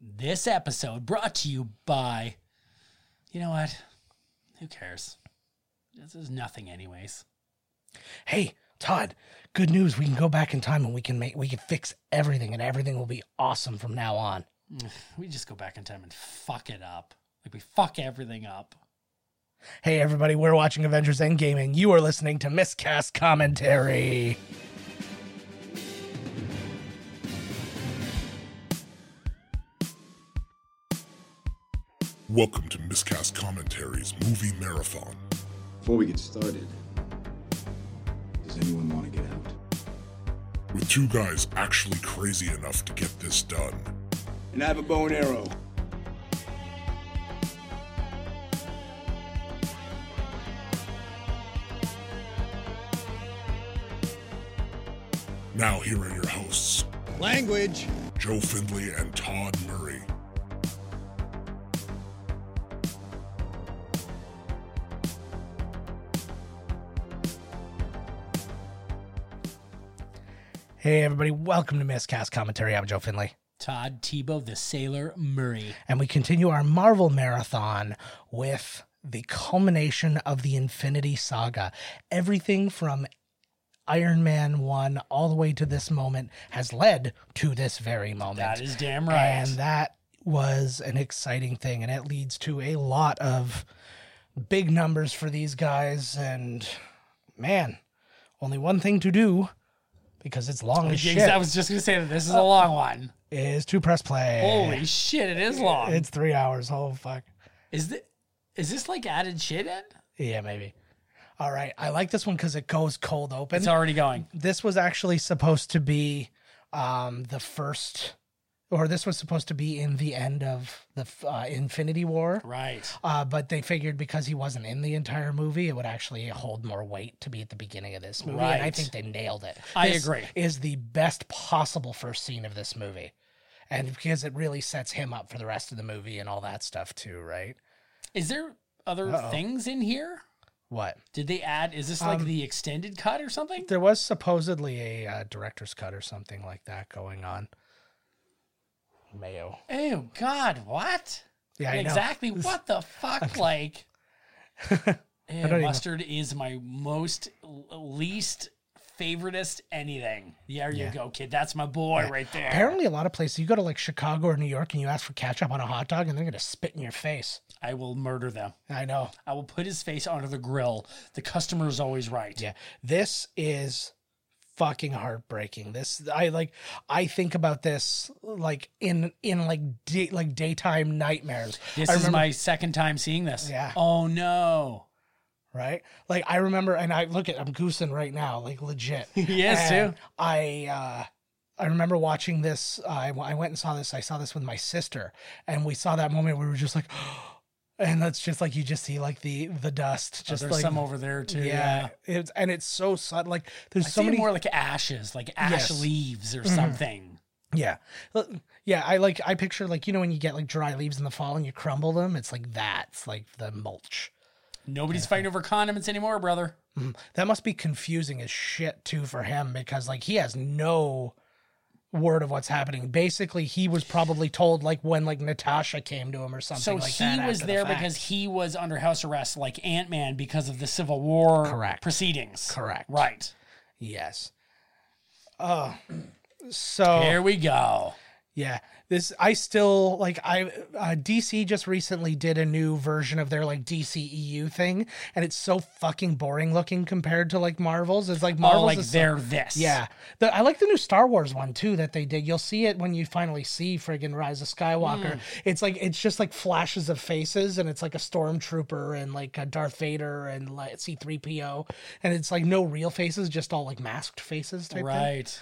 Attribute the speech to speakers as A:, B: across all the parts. A: This episode brought to you by. You know what? Who cares? This is nothing, anyways.
B: Hey, Todd, good news. We can go back in time and we can make we can fix everything and everything will be awesome from now on.
A: We just go back in time and fuck it up. Like we fuck everything up.
B: Hey everybody, we're watching Avengers Endgame and you are listening to Miscast Commentary.
C: Welcome to Miscast Commentaries Movie Marathon.
D: Before we get started, does anyone want to get out?
C: With two guys actually crazy enough to get this done.
D: And I have a bow and arrow.
C: Now, here are your hosts
D: Language!
C: Joe Findley and Todd Murray.
B: Hey everybody, welcome to Miscast Commentary. I'm Joe Finley.
A: Todd Tebow, the Sailor Murray.
B: And we continue our Marvel marathon with the culmination of the Infinity Saga. Everything from Iron Man 1 all the way to this moment has led to this very moment.
A: That is damn right.
B: And that was an exciting thing. And it leads to a lot of big numbers for these guys. And man, only one thing to do because it's long as shit
A: I was just gonna say that this is a long one.
B: is to press play.
A: Holy shit, it is long.
B: It's three hours. Oh, fuck.
A: Is this, is this like added shit in?
B: Yeah, maybe. All right. I like this one because it goes cold open.
A: It's already going.
B: this was actually supposed to be um, the first, or this was supposed to be in the end of the uh, Infinity War.
A: Right.
B: Uh, but they figured because he wasn't in the entire movie, it would actually hold more weight to be at the beginning of this movie. And I
A: Right.
B: think they nailed it.
A: I
B: This
A: agree.
B: Is the best possible first scene of this movie, and because it really sets him up for the rest of the movie and all that stuff too, right?
A: Is there other
B: Uh-oh.
A: things in here?
B: What
A: Did they add? Is this like
B: Um,
A: the extended cut or something?
B: there was supposedly a uh, director's cut or something like that going on. Mayo.
A: Oh God, what?
B: Yeah, I know.
A: exactly. What the fuck? like, eh,
B: don't even-
A: mustard is my most l- least favoriteest anything. There you
B: Yeah.
A: go, kid. That's my boy right there.
B: Apparently, a lot of places you go to like Chicago or New York and you ask for ketchup on a hot dog, and they're gonna spit in your face.
A: I will murder them.
B: I know.
A: I will put his face onto the grill. The customer is always right.
B: Yeah. This is fucking heartbreaking. This I like I think about this like in in like day, like daytime nightmares.
A: This
B: I
A: is
B: remember-
A: my second time seeing this.
B: Yeah.
A: Oh no.
B: right? Like I remember and I look at I'm goosing right now, like legit.
A: Yes,
B: And
A: too.
B: I uh I remember watching this. I, I went and saw this. I saw this with my sister, and we saw that moment. where We were just like, and that's just like you just see like the the dust,
A: Just
B: just
A: Oh, there's
B: like
A: some over there too.
B: yeah. It's and it's so sudden. Like there's
A: I
B: so
A: see
B: many
A: more like ashes, like ash
B: Yes. Mm-hmm.
A: leaves or something.
B: Yeah. L- Yeah, I like I picture like you know when you get like dry leaves in the fall and you crumble them, it's like that. It's like the mulch.
A: Nobody's fighting over condiments anymore, brother.
B: Mhm. That must be confusing as shit too for him because like he has no word of what's happening. Basically, he was probably told like when like Natasha came to him or something
A: So
B: like
A: he
B: that
A: was
B: after the
A: there
B: fact.
A: because he was under house arrest, like Ant Man, because of the Civil War
B: Correct.
A: proceedings.
B: Correct.
A: Right.
B: Yes. Oh. So
A: Here we go.
B: Yeah, this I still like. I uh, DC just recently did a new version of their like DCEU thing, and it's so fucking boring looking compared to like Marvels. It's like Marvels
A: oh, like
B: is so-
A: they're this.
B: yeah, the, I like the new Star Wars one too that they did. You'll see it when you finally see friggin' Rise of Skywalker.
A: Hmm.
B: It's like it's just like flashes of faces, and it's like a stormtrooper and like a Darth Vader and like C three PO, and it's like no real faces, just all like masked faces type thing.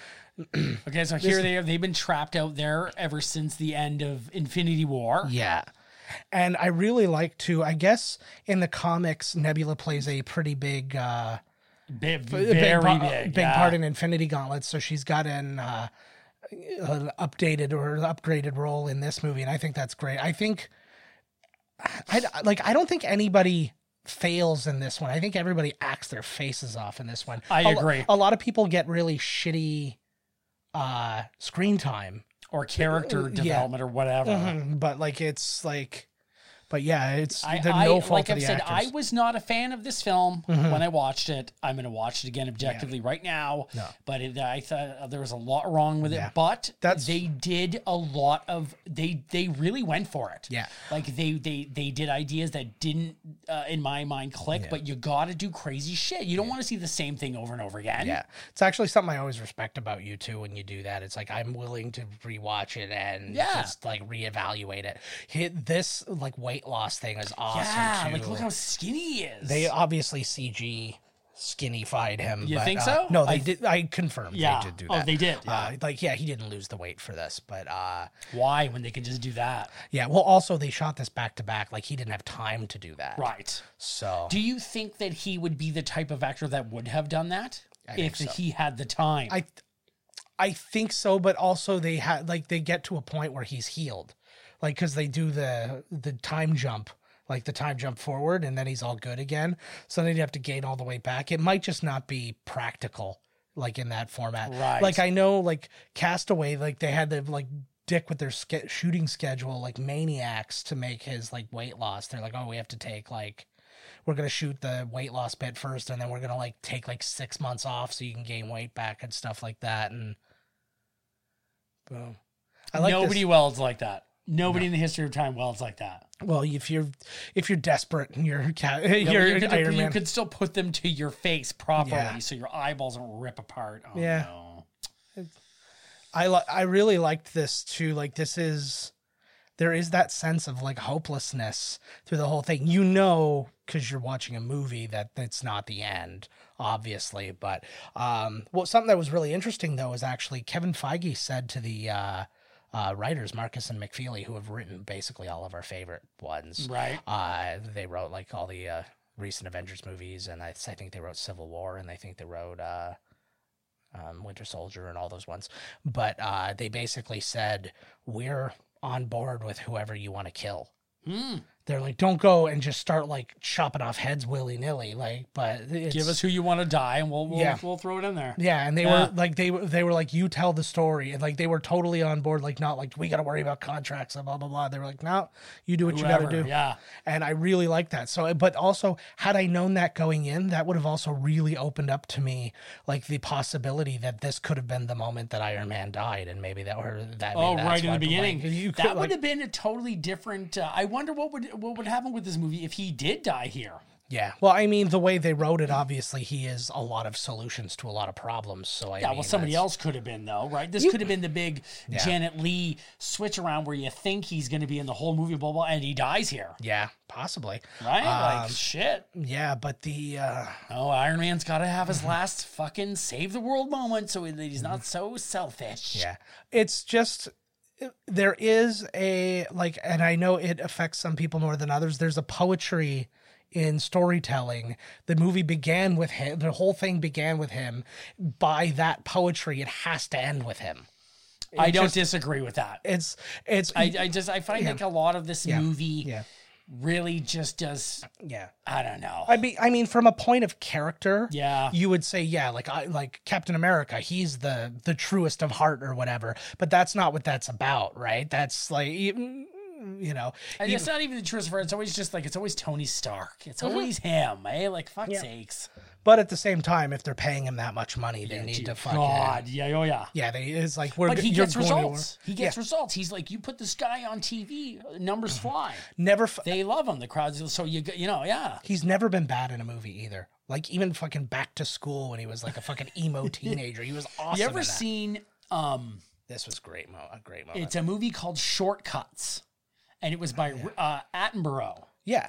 A: Right. okay, so here they are. They've been trapped out there ever since the end of Infinity War.
B: Yeah. And I really like to, I guess in the comics, Nebula plays a pretty big, uh,
A: Bi-
B: a
A: very
B: pa-
A: big,
B: big
A: yeah.
B: part in Infinity Gauntlet. So she's got an, uh, an updated or upgraded role in this movie. And I think that's great. I think, I like, I don't think anybody fails in this one. I think everybody acts their faces off in this one.
A: I
B: A lo-
A: agree.
B: A lot of people get really shitty, uh, screen time
A: or character development or whatever.
B: Uh-huh. but like it's like, but yeah, it's
A: I,
B: the
A: I
B: no fault
A: like
B: of
A: I've
B: the
A: said,
B: actors. Mm-hmm.
A: I was not a fan of this film when I watched it. I'm going to watch it again objectively right now. But it, I thought uh, there was a lot wrong with it.
B: Yeah.
A: But
B: That's-
A: they did a lot of they they really went for it.
B: Yeah.
A: like they they they did ideas that didn't uh, in my mind click. But you got to do crazy shit. You don't want to see the same thing over and over again.
B: yeah, it's actually something I always respect about you too. When you do that, it's like I'm willing to rewatch it and
A: Yeah.
B: just like reevaluate it. Hit this like weight loss thing is awesome
A: yeah.
B: too.
A: like look how skinny he is.
B: they uh, obviously CG skinnified him.
A: You
B: but,
A: think
B: uh,
A: so?
B: no, they
A: I-
B: did. I confirmed
A: Yeah.
B: they did do
A: Oh,
B: that.
A: they did,
B: Uh, like yeah, he didn't lose the weight for this, but uh,
A: why when they can just do that?
B: yeah. Well, also they shot this back to back. Like he didn't have time to do that.
A: Right.
B: So
A: Do you think that he would be the type of actor that would have done that if he had the time?
B: I I think so, but also they had like they get to a point where he's healed, like because they do the the time jump, like the time jump forward, and then he's all good again. So then he'd have to gain all the way back. It might just not be practical, like in that format.
A: Right.
B: Like I know, like Castaway, like they had to like dick with their ske- shooting schedule, like maniacs, to make his like weight loss. They're like, oh, we have to take like we're gonna shoot the weight loss bit first and then we're gonna like take like six months off so you can gain weight back and stuff like that and boom i
A: Nobody
B: like nobody
A: welds like that. Nobody in the history of time welds like that.
B: well if you're if you're desperate and you're ca-
A: Yeah, but
B: you're
A: you, could,
B: iron
A: you
B: man
A: could still put them to your face properly
B: Yeah.
A: so your eyeballs don't rip apart. Oh,
B: Yeah.
A: no.
B: i li- i really liked this too like this is there is that sense of like hopelessness through the whole thing you know because you're watching a movie that it's not the end obviously but um well something that was really interesting though is actually kevin feige said to the uh uh, writers Marcus and McFeely, who have written basically all of our favorite ones,
A: Right.
B: Uh, they wrote like all the uh, recent Avengers movies, and I, I think they wrote Civil War, and I think they wrote uh, um, Winter Soldier and all those ones. But uh, they basically said, We're on board with whoever you want to kill.
A: Hmm.
B: They're like, Don't go and just start like chopping off heads willy nilly. Like, but it's,
A: Give us who you want to die and we'll, we'll,
B: Yeah.
A: we'll throw it in there.
B: yeah, and they
A: Yeah.
B: were like they were they were like you tell the story and like they were totally on board like not like we got to worry about contracts and blah blah blah. They were like no, you do what you got to
A: Whoever,
B: do.
A: Yeah.
B: And I really like that. So, but also, had I known that going in, that would have also really opened up to me like the possibility that this could have been the moment that Iron Man died, and maybe that were that.
A: Oh,
B: maybe that's
A: right in
B: why-
A: the beginning.
B: like, you could,
A: that would
B: like-
A: have been a totally different. Uh, I wonder what would what would happen with this movie if he did die here.
B: Yeah. Well, I mean, the way they wrote it, obviously, he is a lot of solutions to a lot of problems. So I
A: Yeah,
B: mean,
A: well, somebody
B: that's-
A: else could have been though, right? This could have been the big Janet Lee switch around where you think he's going to be in the whole movie, blah blah, and he dies here,
B: Yeah, possibly.
A: right?
B: Um,
A: like shit.
B: Yeah, but the uh,
A: Oh, Iron Man's got to have his last fucking save the world moment so that he's not so selfish.
B: Yeah. It's just there is a like and I know it affects some people more than others. There's a poetry in storytelling. The movie began with him, the whole thing began with him. By that poetry, it has to end with him.
A: I don't disagree with that.
B: It's it's
A: I, I just I find like a lot of this movie
B: yeah.
A: really just does
B: Yeah.
A: I don't know.
B: I mean, I mean, from a point of character,
A: Yeah.
B: you would say, yeah, like I like Captain America, he's the the truest of heart or whatever. But that's not what that's about, right? That's like, you you Mm-hmm. know,
A: and it's not even the truest part. It's always just like it's always Tony Stark. It's always him, eh? Like fuck sakes.
B: But at the same time, if they're paying him that much money, they need
A: Dear
B: to fucking
A: God, yeah, oh yeah.
B: yeah. They it's like we're
A: But he
B: you're
A: gets
B: going to war.
A: results. He gets results. He's like, you put this guy on TV, numbers
B: Mm-hmm.
A: fly.
B: never. F-
A: They love him. The crowds. So you, go- you know, yeah.
B: he's never been bad in a movie either. Like even fucking back to school when he was like a fucking emo teenager, he was awesome.
A: You ever
B: in that.
A: seen? Um,
B: this was great mo a great moment.
A: it's a movie called Shortcuts, and it was by uh, Attenborough.
B: yeah,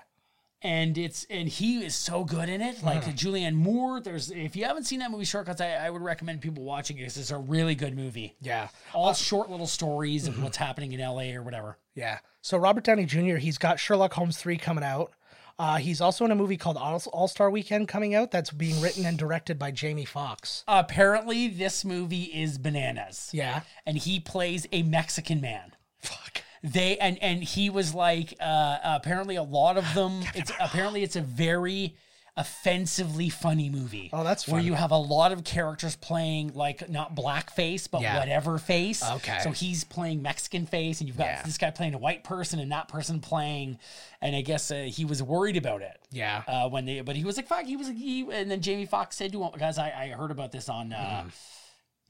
A: and it's and he is so good in it.
B: Mm-hmm.
A: Like Julianne Moore, there's if you haven't seen that movie Shortcuts, I, I would recommend people watching it 'cause it's a really good movie.
B: yeah,
A: All short little stories
B: mm-hmm.
A: of what's happening in LA or whatever.
B: yeah. So Robert Downey Jr. He's got Sherlock Holmes three coming out. Uh, he's also in a movie called All Star Weekend coming out that's being written and directed by Jamie Foxx.
A: Apparently, this movie is bananas.
B: Yeah.
A: and he plays a Mexican man.
B: Fuck.
A: They and uh, and he was like uh, apparently a lot of them. It's apparently it's a very offensively funny movie.
B: Oh, that's
A: where
B: fun.
A: you have a lot of characters playing like not blackface, but
E: Yeah.
A: whatever face.
E: Okay.
A: So he's playing Mexican face, and you've got
E: Yeah.
A: this guy playing a white person and that person playing, and I guess uh, he was worried about it.
E: Yeah.
A: Uh, when they, but he was like, "Fuck," he was like, he, and then Jamie Foxx said to him, "Guys, I, I heard about this on." Uh,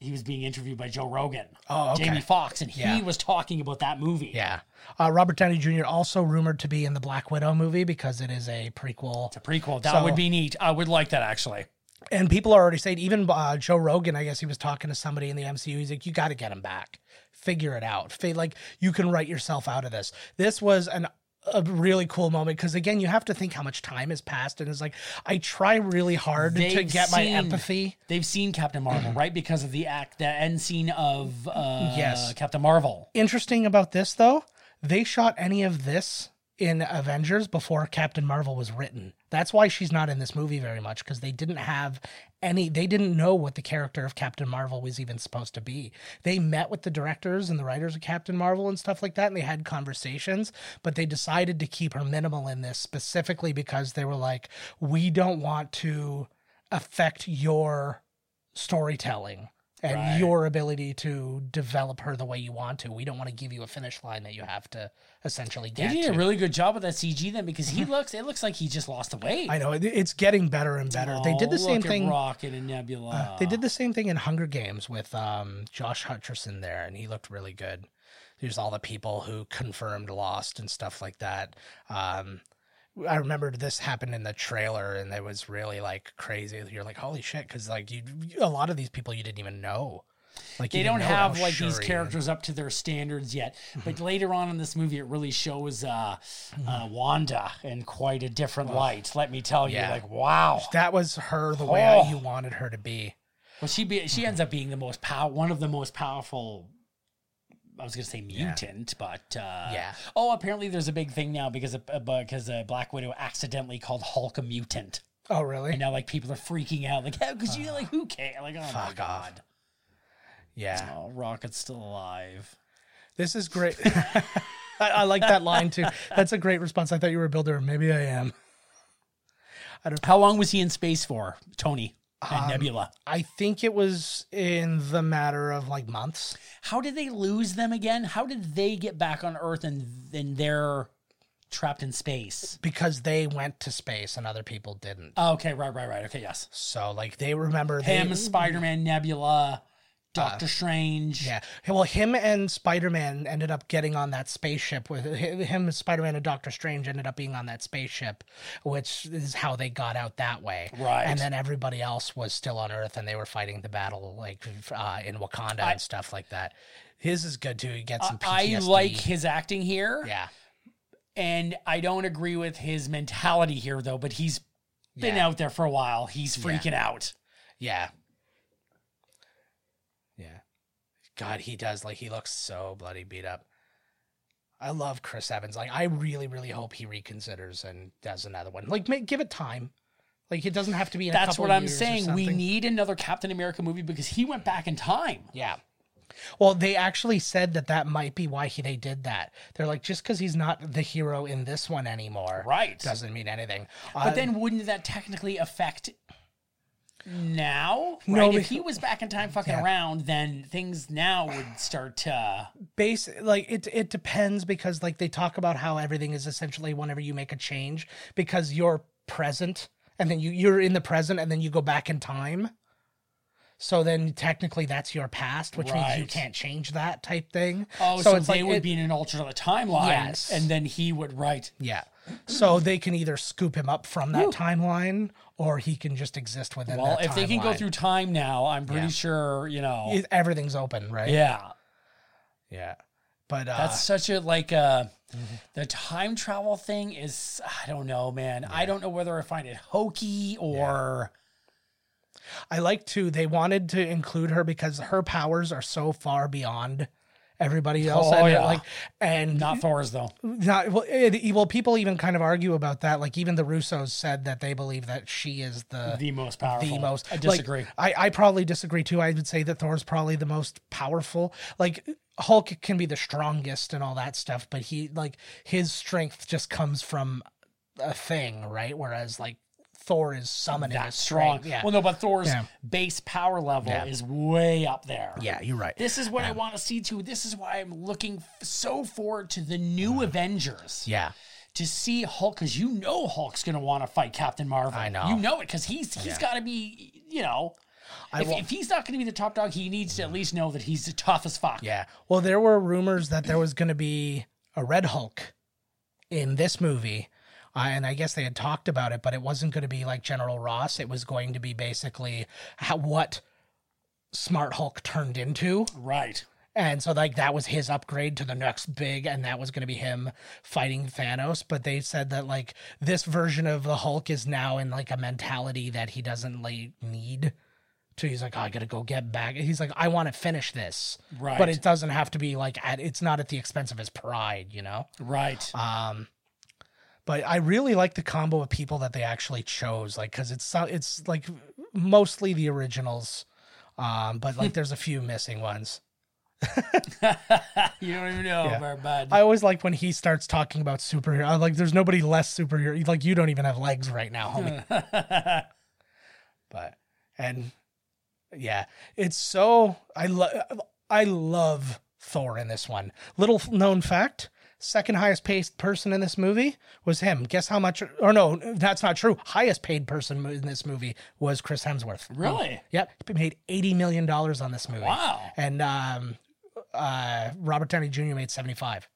A: He was being interviewed by Joe Rogan,
E: Mm-hmm. Oh, okay.
A: Jamie Foxx, and he
E: Yeah.
A: was talking about that movie.
E: yeah.
B: Uh, Robert Downey Jr. also rumored to be in the Black Widow movie because it is a prequel.
A: It's a prequel. That
B: So-
A: would be neat. I would like that actually.
B: And people are already saying, even uh, Joe Rogan, I guess he was talking to somebody in the MCU. He's like, you got to get him back. Figure it out. Fi- like, you can write yourself out of this. This was an a really cool moment because again you have to think how much time has passed and it's like i try really hard to
A: They've
B: get my
A: seen-
B: empathy
A: They've seen Captain Marvel, right? Because of the act, the end scene of uh,
B: Yes.
A: Captain Marvel.
B: interesting about this though they shot any of this in avengers before captain marvel was written that's why she's not in this movie very much because they didn't have any they didn't know what the character of captain marvel was even supposed to be they met with the directors and the writers of captain marvel and stuff like that and they had conversations but they decided to keep her minimal in this specifically because they were like we don't want to affect your storytelling and
A: Right.
B: your ability to develop her the way you want to. We don't want to give you a finish line that you have to essentially
A: They
B: get
A: did
B: to.
A: a really good job with that CG then, because he looks. It looks like he just lost the weight.
B: Mm-hmm. I know it, it's getting better and better. they did
A: Oh,
B: the same
A: look at
B: thing.
A: Rocket and Nebula.
B: They did the same thing in Hunger Games with um, Josh Hutcherson there, and he looked really good. There's all the people who confirmed lost and stuff like that. Um, I remember this happened in the trailer, and it was really like crazy. You're like, holy shit, because like you, a lot of these people you didn't even know. Like you
A: they
B: didn't
A: don't
B: know Oh, how
A: have like these
B: Shuri and-
A: characters up to their standards yet.
B: Mm-hmm.
A: But later on in this movie, it really shows uh, uh,
B: Mm-hmm.
A: Wanda in quite a different light. Let me tell you,
E: Yeah.
A: like wow,
B: That was her the way
A: Oh.
B: you wanted her to be.
A: Well, she be, she ends up being the most pow- one of the most powerful. I was gonna say mutant, but uh,
B: Yeah.
A: Oh, apparently there's a big thing now because of, uh, because uh, Black Widow accidentally called Hulk a mutant,
B: Oh, really?
A: and now like people are freaking out, like how could you like who cares? Like oh my
B: Fuck off.
A: god,
B: Yeah.
A: oh Rocket's still alive.
B: This is great. I, I like that line too. That's a great response. I thought you were a builder. Maybe I am.
A: How long was he in space for, Tony and
B: Um,
A: Nebula?
B: I think it was in the matter of like months.
A: How did they lose them again? How did they get back on Earth and then they're trapped in space? Oh,
B: because they went to space and other people didn't.
A: Okay, right, right, right. Okay, yes.
B: So like they remember
A: him,
B: They, Uh,
A: Spider Man, Nebula, Doctor Strange.
B: yeah. Well, him and Spider Man ended up getting on that spaceship with him. Spider Man and Doctor Strange ended up being on that spaceship, which is how they got out that way.
A: Right.
B: And then everybody else was still on Earth, and they were fighting the battle like uh, in Wakanda and stuff like that. His is good too. He gets some
A: I
B: PTSD.
A: I like his acting here,
B: Yeah.
A: and I don't agree with his mentality here though. But he's been
B: Yeah.
A: out there for a while. He's freaking out.
B: Yeah. Yeah. God, he does. Like, he looks so bloody beat up. I love Chris Evans. Like, I really, really hope he reconsiders and does another one. Like, make, give it time. Like, it doesn't have to be in a
A: That's
B: couple
A: what I'm
B: years or
A: saying. We
B: something.
A: need another Captain America movie because he went back in time.
B: Yeah. Well, they actually said that that might be why he, they did that. They're like, just because he's not the hero in this one anymore,
A: Right.
B: doesn't mean anything. Uh,
A: But then wouldn't that technically affect now?
B: No,
A: Right? if
B: because-
A: he was back in time fucking
B: Yeah.
A: around, then things now would start to
B: base like it it depends because like they talk about how everything is essentially whenever you make a change because you're present and then you you're in the present and then you go back in time so then technically that's your past which means you
A: Right.
B: can't change that type thing
A: Oh, so,
B: it's
A: they
B: like
A: would
B: it-
A: be in an alternate timeline.
B: Yes.
A: And then he would write
B: yeah so they can either scoop him up from that timeline or he can just exist within
A: Well,
B: that
A: if they can go
B: timeline.
A: through time now, I'm pretty
B: Yeah.
A: sure, you know.
B: It- everything's open right
A: yeah.
B: yeah but uh
A: That's such a like uh
B: Mm-hmm.
A: the time travel thing is I don't know, man. I don't know whether I find it hokey or
B: I like to. They wanted to include her because her powers are so far beyond everybody else.
A: Oh,
B: and it,
A: yeah.
B: Like and
A: not Thor's though.
B: not well, it, well. People even kind of argue about that. Like even the Russos said that they believe that she is the
A: The most powerful.
B: the most.
A: I
B: like,
A: disagree.
B: I, I probably disagree too. I would say that Thor's probably the most powerful. Like Hulk can be the strongest and all that stuff, but he like his strength just comes from a thing, right? Whereas like Thor is summoning.
A: That's
B: is
A: strong.
B: great. Yeah.
A: Well, no, but Thor's
B: Yeah.
A: base power level
B: Yeah.
A: is way up there.
B: yeah, you're right.
A: This is what I want to see too. This is why I'm looking f- so forward to the
B: Mm-hmm.
A: new Avengers
B: yeah.
A: to see Hulk because you know Hulk's going to want to fight Captain Marvel.
B: I know.
A: You know it because he's he's got to be you know.
B: I
A: if,
B: will-
A: if he's not going to be the top dog, he needs to at least know that he's the toughest fuck.
B: Yeah. Well, there were rumors that there was going to be a Red Hulk in this movie. Uh, and I guess they had talked about it, but it wasn't going to be like General Ross. It was going to be basically how, what Smart Hulk turned into.
A: Right.
B: And so, like, that was his upgrade to the next big, and that was going to be him fighting Thanos. But they said that, like, this version of the Hulk is now in, like, a mentality that he doesn't, like, need. So he's like, "Oh, I got to go get back. He's like, I want to finish this.
A: Right.
B: But it doesn't have to be, like, at, it's not at the expense of his pride, you know?
A: Right.
B: Um, but I really like the combo of people that they actually chose, like because it's so- it's like mostly the originals, um, but like there's a few missing ones.
A: you don't even know,
B: Yeah.
A: yeah. bud.
B: I always like when he starts talking about superhero. I'm like, there's nobody less superhero. Like you don't even have legs right now, homie. but and yeah, it's so I love I love Thor in this one. Little known fact. Second highest paid person in this movie was him. Guess how much? Or no, that's not true. Highest paid person in this movie was Chris Hemsworth.
A: really?
B: Yep, he made eighty million dollars on this movie.
A: Wow.
B: And um, uh, Robert Downey Jr. made seventy five.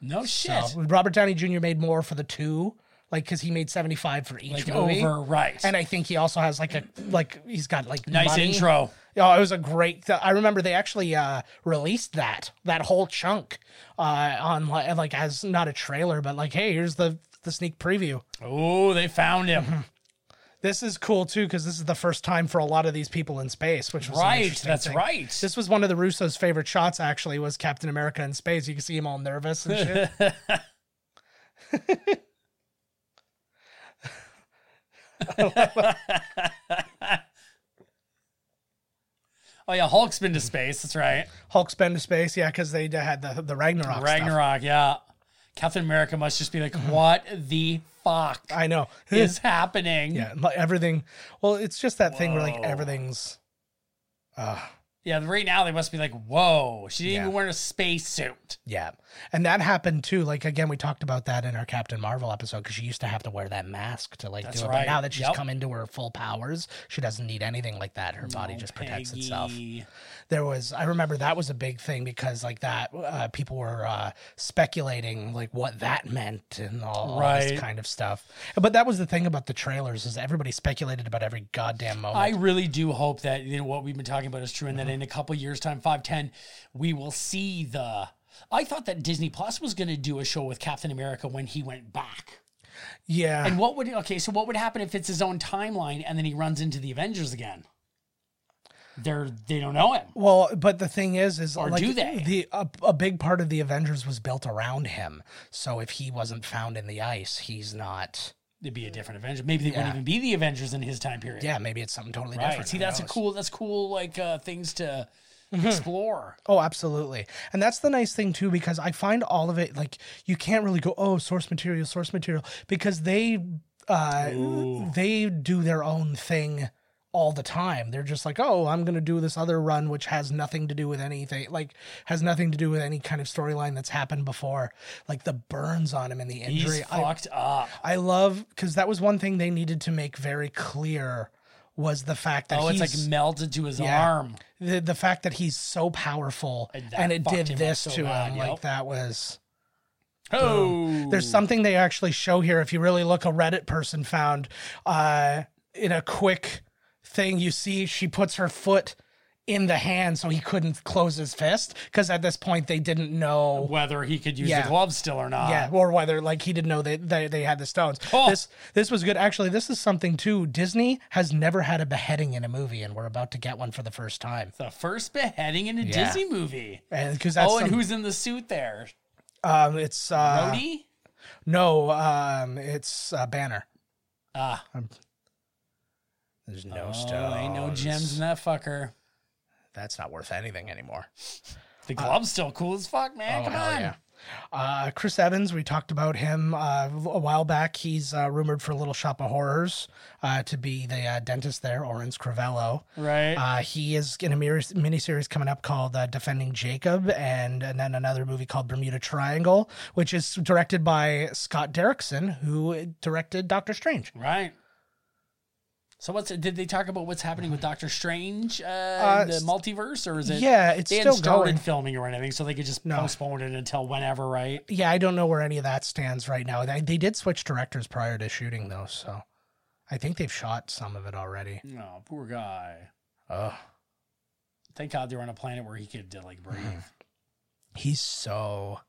A: No shit.
B: So Uh, Robert Downey Jr. made more for the two, like because he made seventy five for
A: like
B: each movie.
A: over right.
B: And I think he also has like a like he's got like
A: nice
B: money.
A: intro.
B: Oh, it was a great. I remember they actually uh, released that that whole chunk uh, on li- like as not a trailer, but like hey, here's the the sneak preview.
A: Oh, they found him.
B: This is cool too because this is the first time for a lot of these people in space, which was an
A: right.
B: interesting
A: That's
B: thing.
A: right.
B: This was one of the Russo's favorite shots. Actually, was Captain America in space. You can see him all nervous and shit.
A: oh yeah, Hulk's been to space. That's right.
B: Hulk's been to space, yeah, because they had the the Ragnarok. Ragnarok.
A: Ragnarok. Yeah. Captain America must just be like, what the fuck
B: I know.
A: is happening?
B: yeah, like, everything. Well, it's just that thing where like everything's. Uh,
A: Yeah, Right now they must be like, whoa, she didn't
B: Yeah.
A: even wear a space suit.
B: yeah, and that happened too. Like again, we talked about that in our Captain Marvel episode because she used to have to wear that mask to like
A: That's
B: do it.
A: right,
B: But now that she's
A: yep.
B: come into her full powers, she doesn't need anything like that. Her body just protects itself.
A: Peggy.
B: there was i remember that was a big thing because like that uh, people were uh, speculating like what that meant and all, all
A: Right.
B: this kind of stuff but that was the thing about the trailers is everybody speculated about every goddamn moment
A: I really do hope that you know what we've been talking about is true, and that
B: Mm-hmm.
A: in a couple years' time, five ten, we will see the. I thought that Disney Plus was going to do a show with Captain America when he went back.
B: yeah
A: And what would okay? So what would happen if it's his own timeline and then he runs into the Avengers again? They're they don't know him.
B: well but the thing is is
A: Or
B: like
A: do they?
B: the a, a big part of the avengers was built around him so if he wasn't found in the ice he's not
A: It'd be a different Avenger. Maybe they wouldn't
B: Yeah.
A: even be the Avengers in his time period.
B: yeah maybe it's something totally
A: right.
B: different
A: See,
B: who
A: that's a
B: knows?
A: cool. That's cool. Like uh, things to explore.
B: Oh, absolutely. And that's the nice thing too, because I find all of it like you can't really go, oh, source material, source material, because they uh they do their own thing all the time. They're just like, oh, I'm gonna do this other run which has nothing to do with anything, like has nothing to do with any kind of storyline that's happened before. Like the burns on him and the
A: He's
B: injury. I-
A: fucked up.
B: I love because that was one thing they needed to make very clear was the fact that
A: Oh, it's
B: he's
A: like melted to his
B: Yeah.
A: arm.
B: the the fact that he's so powerful
A: And
B: and,
A: that
B: it
A: fucked
B: did
A: him
B: this
A: up so
B: to
A: bad,
B: him
A: yep.
B: like that was
A: Oh,
B: there's something they actually show here if you really look a reddit person found uh in a quick thing you see she puts her foot in the hand so he couldn't close his fist because at this point they didn't know
A: whether he could use
B: Yeah.
A: the glove still or not.
B: yeah, or whether like he didn't know they they, they had the stones.
A: Oh.
B: This this was good. Actually, this is something too. Disney has never had a beheading in a movie, and we're about to get one for the first time.
A: The first beheading in a
B: Yeah.
A: Disney movie.
B: And because that's
A: oh, and
B: some-
A: who's in the suit there?
B: um, it's uh,
A: Rhodey?
B: No, um, it's uh, Banner.
A: Ah,
B: There's no
A: oh,
B: stone.
A: ain't no gems in that fucker.
B: That's not worth anything anymore.
A: The glove's still cool as fuck, man.
B: Uh, Oh,
A: Come
B: hell
A: on.
B: yeah. Uh, Chris Evans, we talked about him uh, a while back. He's uh, rumored for Little Shop of Horrors uh, to be the uh, dentist there, Orange Cravello.
A: Right.
B: Uh, he is in a mir- miniseries coming up called uh, Defending Jacob, and, and then another movie called Bermuda Triangle, which is directed by Scott Derrickson, who directed Doctor Strange.
A: right. So what's did they talk about what's happening with Doctor Strange, uh, in the
B: s-
A: multiverse, or is it?
B: yeah, it's
A: they
B: still
A: hadn't started
B: going.
A: filming or anything, so they could just postpone it until whenever, right?
B: Yeah, I don't know where any of that stands right now. They, they did switch directors prior to shooting, though, so I think they've shot some of it already.
A: No, Oh, poor guy.
B: Ugh.
A: Thank God they're on a planet where he could uh, like breathe.
B: he's so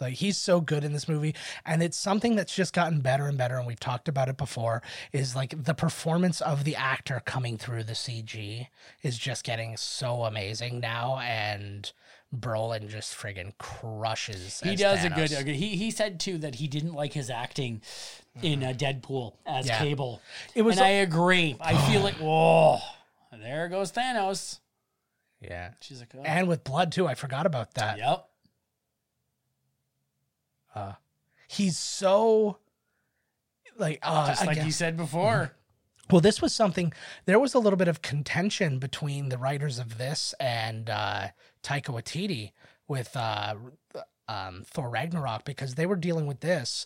B: like he's so good in this movie and it's something that's just gotten better and better and we've talked about it before is like the performance of the actor coming through the CG is just getting so amazing now and Brolin just friggin crushes
A: he
B: as
A: does a
B: Thanos.
A: good. a good- He he said too that he didn't like his acting in uh, Deadpool as
B: Yeah.
A: Cable.
B: It was
A: and I agree. I feel like whoa, there goes Thanos.
B: yeah
A: She's like, oh.
B: and with blood too I forgot about that
A: yep.
B: uh, he's so like uh,
A: Just like
B: again-
A: you said before.
B: Well, this was something. There was a little bit of contention between the writers of this and uh, Taika Waititi with uh, um, Thor Ragnarok because they were dealing with this,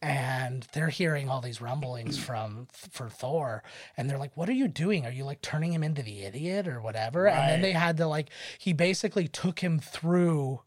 B: and they're hearing all these rumblings from for Thor, and they're like, "What are you doing? Are you like turning him into the idiot or whatever?" And then
A: Right.
B: they had to like he basically took him through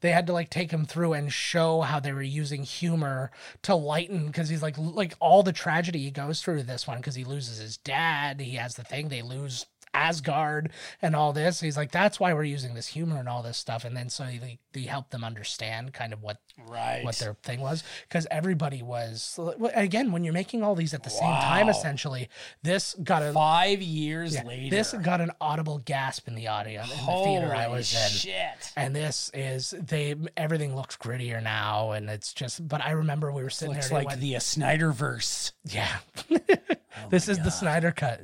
B: they had to like take him through and show how they were using humor to lighten because he's like like all the tragedy he goes through this one because he loses his dad he has the thing they lose asgard and all this he's like that's why we're using this humor and all this stuff and then so they, they help them understand kind of what
A: Right.
B: what their thing was because everybody was well, again when you're making all these at the same time
A: Wow.
B: essentially this got a
A: Five years later.
B: this got an audible gasp in the audience in the theater i
A: Holy
B: was in
A: Shit.
B: and this is they everything looks grittier now, and it's just. But I remember we were sitting
A: Looks
B: there. and
A: like
B: it went,
A: the Oh uh, Snyderverse.
B: yeah, this is the Snyder cut,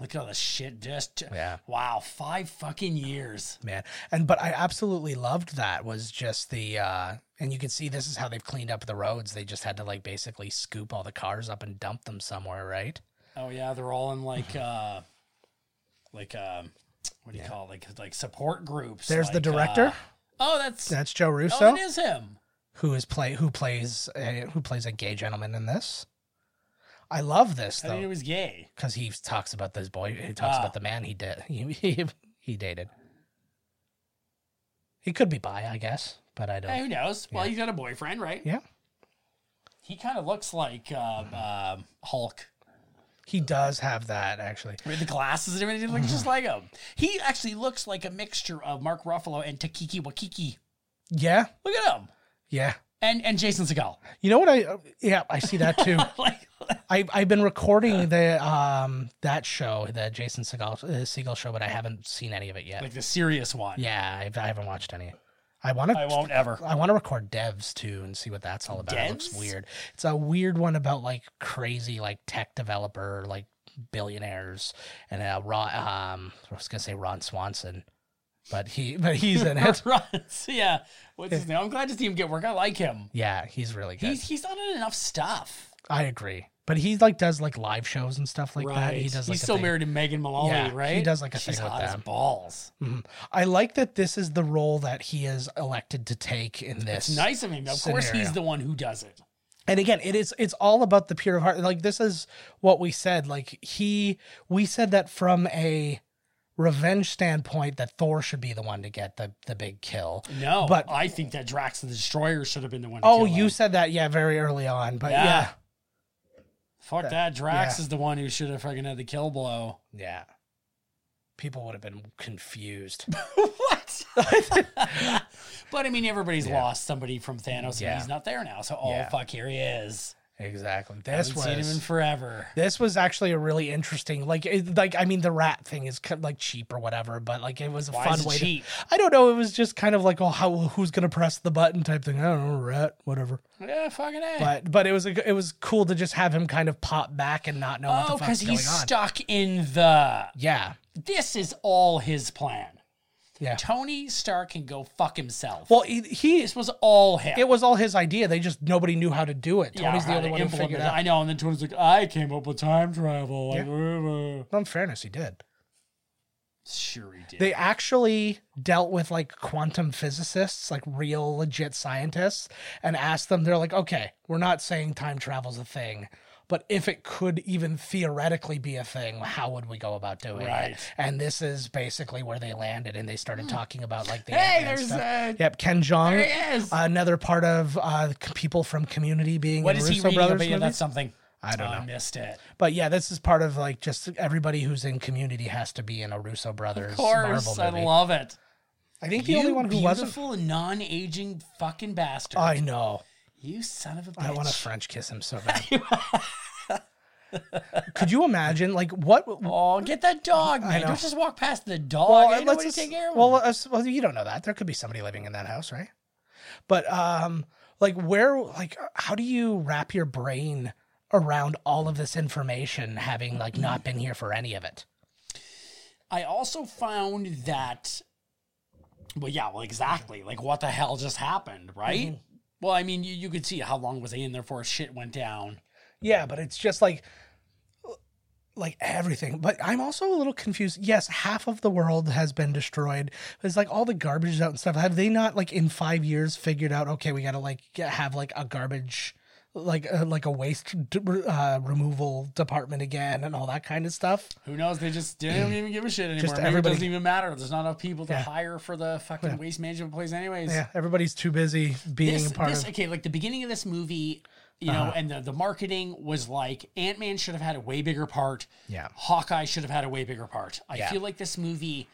A: Look at all the shit just
B: Yeah.
A: wow, five fucking years.
B: man. And but I absolutely loved that. Was just the uh and you can see this is how they've cleaned up the roads. They just had to like basically scoop all the cars up and dump them somewhere, right?
A: Oh yeah, they're all in like uh like um what do you call it? like like support groups.
B: There's the
A: like,
B: director.
A: uh, oh that's,
B: That's Joe
A: oh
B: Russo,
A: it is him.
B: who is play who plays uh, who plays a gay gentleman in this. I love this
A: I think it
B: though
A: was gay.
B: because he talks about this boy. He talks
A: Ah.
B: about the man he did. He, he, he dated. He could be bi, I guess, but I don't.
A: Hey, who knows? Well he's got a boyfriend, right?
B: Yeah,
A: He kinda looks like um, um Hulk.
B: he does have that actually.
A: With the glasses and everything, he looks just like him. He actually looks like a mixture of Mark Ruffalo and Takiki Wakiki.
B: Yeah,
A: Look at him.
B: yeah.
A: And and Jason Segal.
B: You know what? I uh, yeah, I see that too.
A: Like
B: I I've been recording the um that show, the Jason Segal uh, Segal show, but I haven't seen any of it yet.
A: like the serious one.
B: Yeah, I've, I haven't watched any. I want to.
A: I won't ever.
B: I want to record Devs too and see what that's all about. It looks
A: Devs?
B: weird. It's a weird one about like crazy like tech developer like billionaires and uh, Ron. Um, I was gonna say Ron Swanson, but he but he's in it.
A: runs. Yeah. What's his name? I'm glad to see him get work. I like him.
B: Yeah, he's really good.
A: He's he's not in enough stuff.
B: I agree. But he like does like live shows and stuff like that. He does. Like,
A: he's
B: a
A: so
B: thing.
A: married to Megan Mullally,
B: Yeah, he
A: right?
B: does like a
A: She's
B: thing with
A: hot as
B: them.
A: balls.
B: Mhm. I like that this is the role that he is elected to take in this.
A: It's nice of him. Of course,
B: Scenario.
A: he's the one who does it.
B: and again it is it's all about the pure of heart like this is what we said like he we said that from a revenge standpoint that thor should be the one to get the the big kill
A: No,
B: But-
A: but I think that Drax the Destroyer should have been the one. to
B: oh
A: kill
B: you
A: him.
B: said that yeah very early on but
A: Yeah.
B: yeah
A: fuck that. Drax
B: yeah.
A: is the one who should have fucking had the kill blow.
B: yeah, people would have been confused
A: what? but I mean, everybody's
B: Yeah.
A: lost somebody from Thanos,
B: Yeah.
A: and he's not there now. So oh
B: Yeah.
A: fuck, here he is.
B: exactly
A: I
B: this
A: haven't seen him in
B: was
A: forever.
B: this was actually a really interesting like it, like i mean the rat thing is kind of like cheap or whatever but like it was a
A: Why
B: fun
A: is it
B: way to
A: cheap?
B: I don't know. It was just kind of like, oh, how who's gonna press the button type thing. I don't know, rat, whatever.
A: Yeah, fucking a.
B: But but it was a, it was cool to just have him kind of pop back and not know what
A: Oh,
B: the fuck's
A: because
B: going
A: he's
B: on.
A: stuck in the.
B: yeah,
A: This is all his plan.
B: Yeah.
A: Tony Stark can go fuck himself.
B: Well, he, he
A: this was all him.
B: it was all his idea. They just nobody knew how to do it.
A: Yeah,
B: Tony's the
A: how
B: only
A: to
B: one who
A: implement
B: figured
A: it.
B: it out.
A: I know, and then Tony's like, I came up with time travel. Like, uh, uh.
B: In fairness, he did.
A: sure he did.
B: They actually dealt with like quantum physicists, like real legit scientists, and asked them. They're like, okay, we're not saying time travel's a thing, but if it could even theoretically be a thing, how would we go about doing
A: Right. Hmm.
B: it? And this is basically where they landed, and they started talking about like the
A: hey,
B: Ant-Man
A: there's
B: stuff.
A: uh,
B: Yep, Ken Jong.
A: there he is.
B: Another part of uh, c- people from Community being
A: what
B: in
A: is he
B: Russo
A: reading?
B: Brothers
A: But yeah,
B: movies.
A: that's something.
B: I don't
A: Oh,
B: know.
A: missed it.
B: But yeah, this is part of like just everybody who's in Community has to be in a Russo Brothers
A: Of course,
B: Marvel
A: I
B: movie.
A: love it.
B: I think the
A: You
B: only one who wasn't.
A: beautiful non-aging fucking bastard.
B: I know.
A: you son of a bitch.
B: I want to French kiss him so bad. Could you imagine, like, what?
A: Oh, get that dog, man.
B: know.
A: Don't just walk past the dog.
B: Well, uh,
A: Ain't
B: let's
A: nobody
B: just,
A: take care of him.
B: well, us- well, you don't know that. There could be somebody living in that house, right? But um, like, where, like, how do you wrap your brain around all of this information, having like not been here for any of it?
A: I also found that, well, yeah, well, exactly. Like, what the hell just happened, right?
B: Mm-hmm.
A: Well, I mean, you, you could see how long was I in there before shit went down.
B: Yeah, but it's just like like everything. But I'm also a little confused. Yes, half of the world has been destroyed. It's like all the garbage is out and stuff. Have they not like in 5 years figured out okay, we got to like get, have like a garbage like uh, like a waste d- uh, removal department again and all that kind of stuff?
A: Who knows? They just they don't even give a shit anymore. Maybe
B: everybody-
A: it doesn't even matter. There's not enough people to
B: Yeah.
A: hire for the fucking waste management place, anyways.
B: Yeah, everybody's too busy being
A: This,
B: a part
A: this
B: of Uh-huh.
A: okay, like the beginning of this movie, you know, and the, the marketing was like Ant Man should have had a way bigger part.
B: Yeah.
A: Hawkeye should have had a way bigger part. I
B: Yeah. Mm-hmm.
A: feel like this movie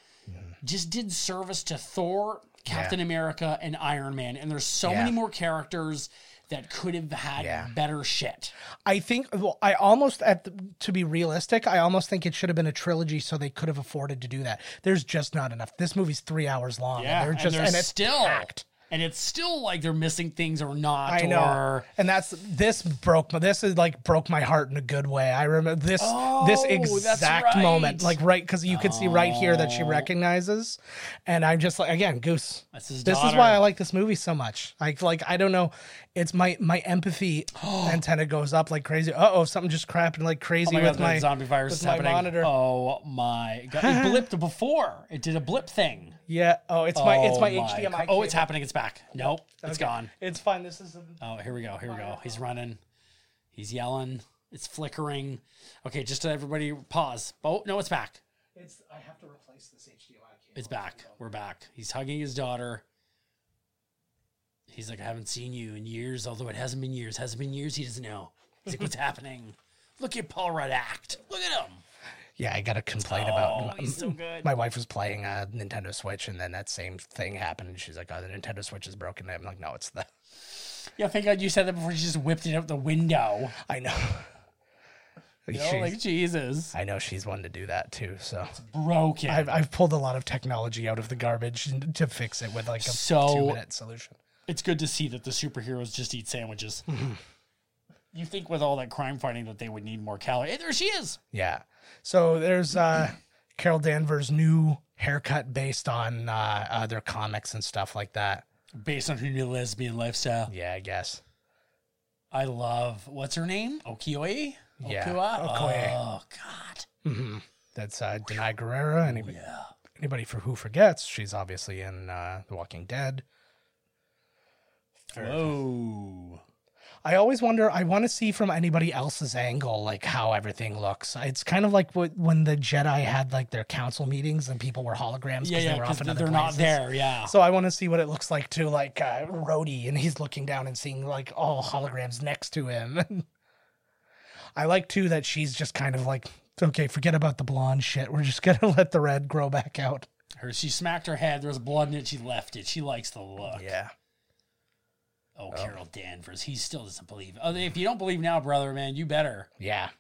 A: just did service to Thor, Captain America, and Iron Man. And there's so
B: Yeah.
A: many more characters that could have had
B: Yeah.
A: better shit.
B: I think well, I almost at the, to be realistic, I almost think it should have been a trilogy, so they could have afforded to do that. There's just not enough. This movie's three hours long.
A: Yeah.
B: and
A: And,
B: they're just
A: they're
B: and it's
A: still
B: packed.
A: and it's still like they're missing things or not.
B: I know,
A: Or,
B: and that's this broke. my This is like broke my heart in a good way. I remember this this
A: Oh, that's
B: exact
A: right. Oh.
B: moment, like right because you could see right here that she recognizes, and I'm just like again, Goose.
A: That's his
B: this is
A: daughter.
B: why I like this movie so much. Like like I don't know, it's my my empathy antenna goes up like crazy. Uh oh, something just crapping like crazy
A: Oh my
B: with
A: God, the
B: my
A: zombie virus
B: with
A: is
B: my
A: happening.
B: monitor.
A: Oh my god! It blipped before. It did a blip thing.
B: Yeah. Oh, it's my it's
A: Oh
B: my, HDMI.
A: cr- Oh, it's happening. It's back. Nope, it's gone.
B: It's fine. This is.
A: Oh, here we go. Here we go. He's running. He's yelling. It's flickering. Okay, just to everybody pause. Oh no, it's back.
B: It's. I have to replace this HDMI.
A: It's back. We're back. He's hugging his daughter. He's like, I haven't seen you in years, although it hasn't been years. Hasn't been years. He doesn't know. He's like, what's happening? Look at Paul Rudd act. Look at him.
B: Yeah, I gotta complain
A: Oh,
B: about.
A: he's so good.
B: My wife was playing a Nintendo Switch, and then that same thing happened, and she's like, "Oh, the Nintendo Switch is broken." I'm like, "No, it's the."
A: Yeah, thank God you said that before she just whipped it out the window.
B: I know.
A: You know,
B: She's-
A: like, Jesus.
B: I know she's one to do that too. So
A: Broken.
B: I've, I've pulled a lot of technology out of the garbage to fix it with like a
A: So-
B: two-minute solution.
A: it's good to see that the superheroes just eat sandwiches.
B: Mm-hmm.
A: you think with all that crime fighting that they would need more calories. Hey, there she is.
B: Yeah. So there's uh, Carol Danvers' new haircut based on uh, other comics and stuff like that.
A: Based on her new lesbian lifestyle.
B: Yeah, I guess.
A: I love what's her name? Okioi?
B: Yeah,
A: Okua?
B: Okoye.
A: Oh god.
B: hmm That's uh, Denai Guerrera. Anybody, anybody for who forgets, she's obviously in uh, The Walking Dead.
A: Oh.
B: I always wonder. I want to see from anybody else's angle, like how everything looks. It's kind of like what, when the Jedi had like their council meetings and people were holograms because
A: Yeah, yeah,
B: they were off
A: because
B: in
A: they're
B: other
A: not
B: places.
A: there, yeah.
B: So I want to see what it looks like to like uh, Rhodey, and he's looking down and seeing like all holograms next to him. I like too that she's just kind of like, okay, forget about the blonde shit. We're just gonna let the red grow back out.
A: Her she smacked her head, there was blood in it, she left it. She likes the look.
B: Yeah.
A: Oh, Carol Danvers. He still doesn't believe. Oh, if you don't believe now, brother, man, you better.
B: Yeah.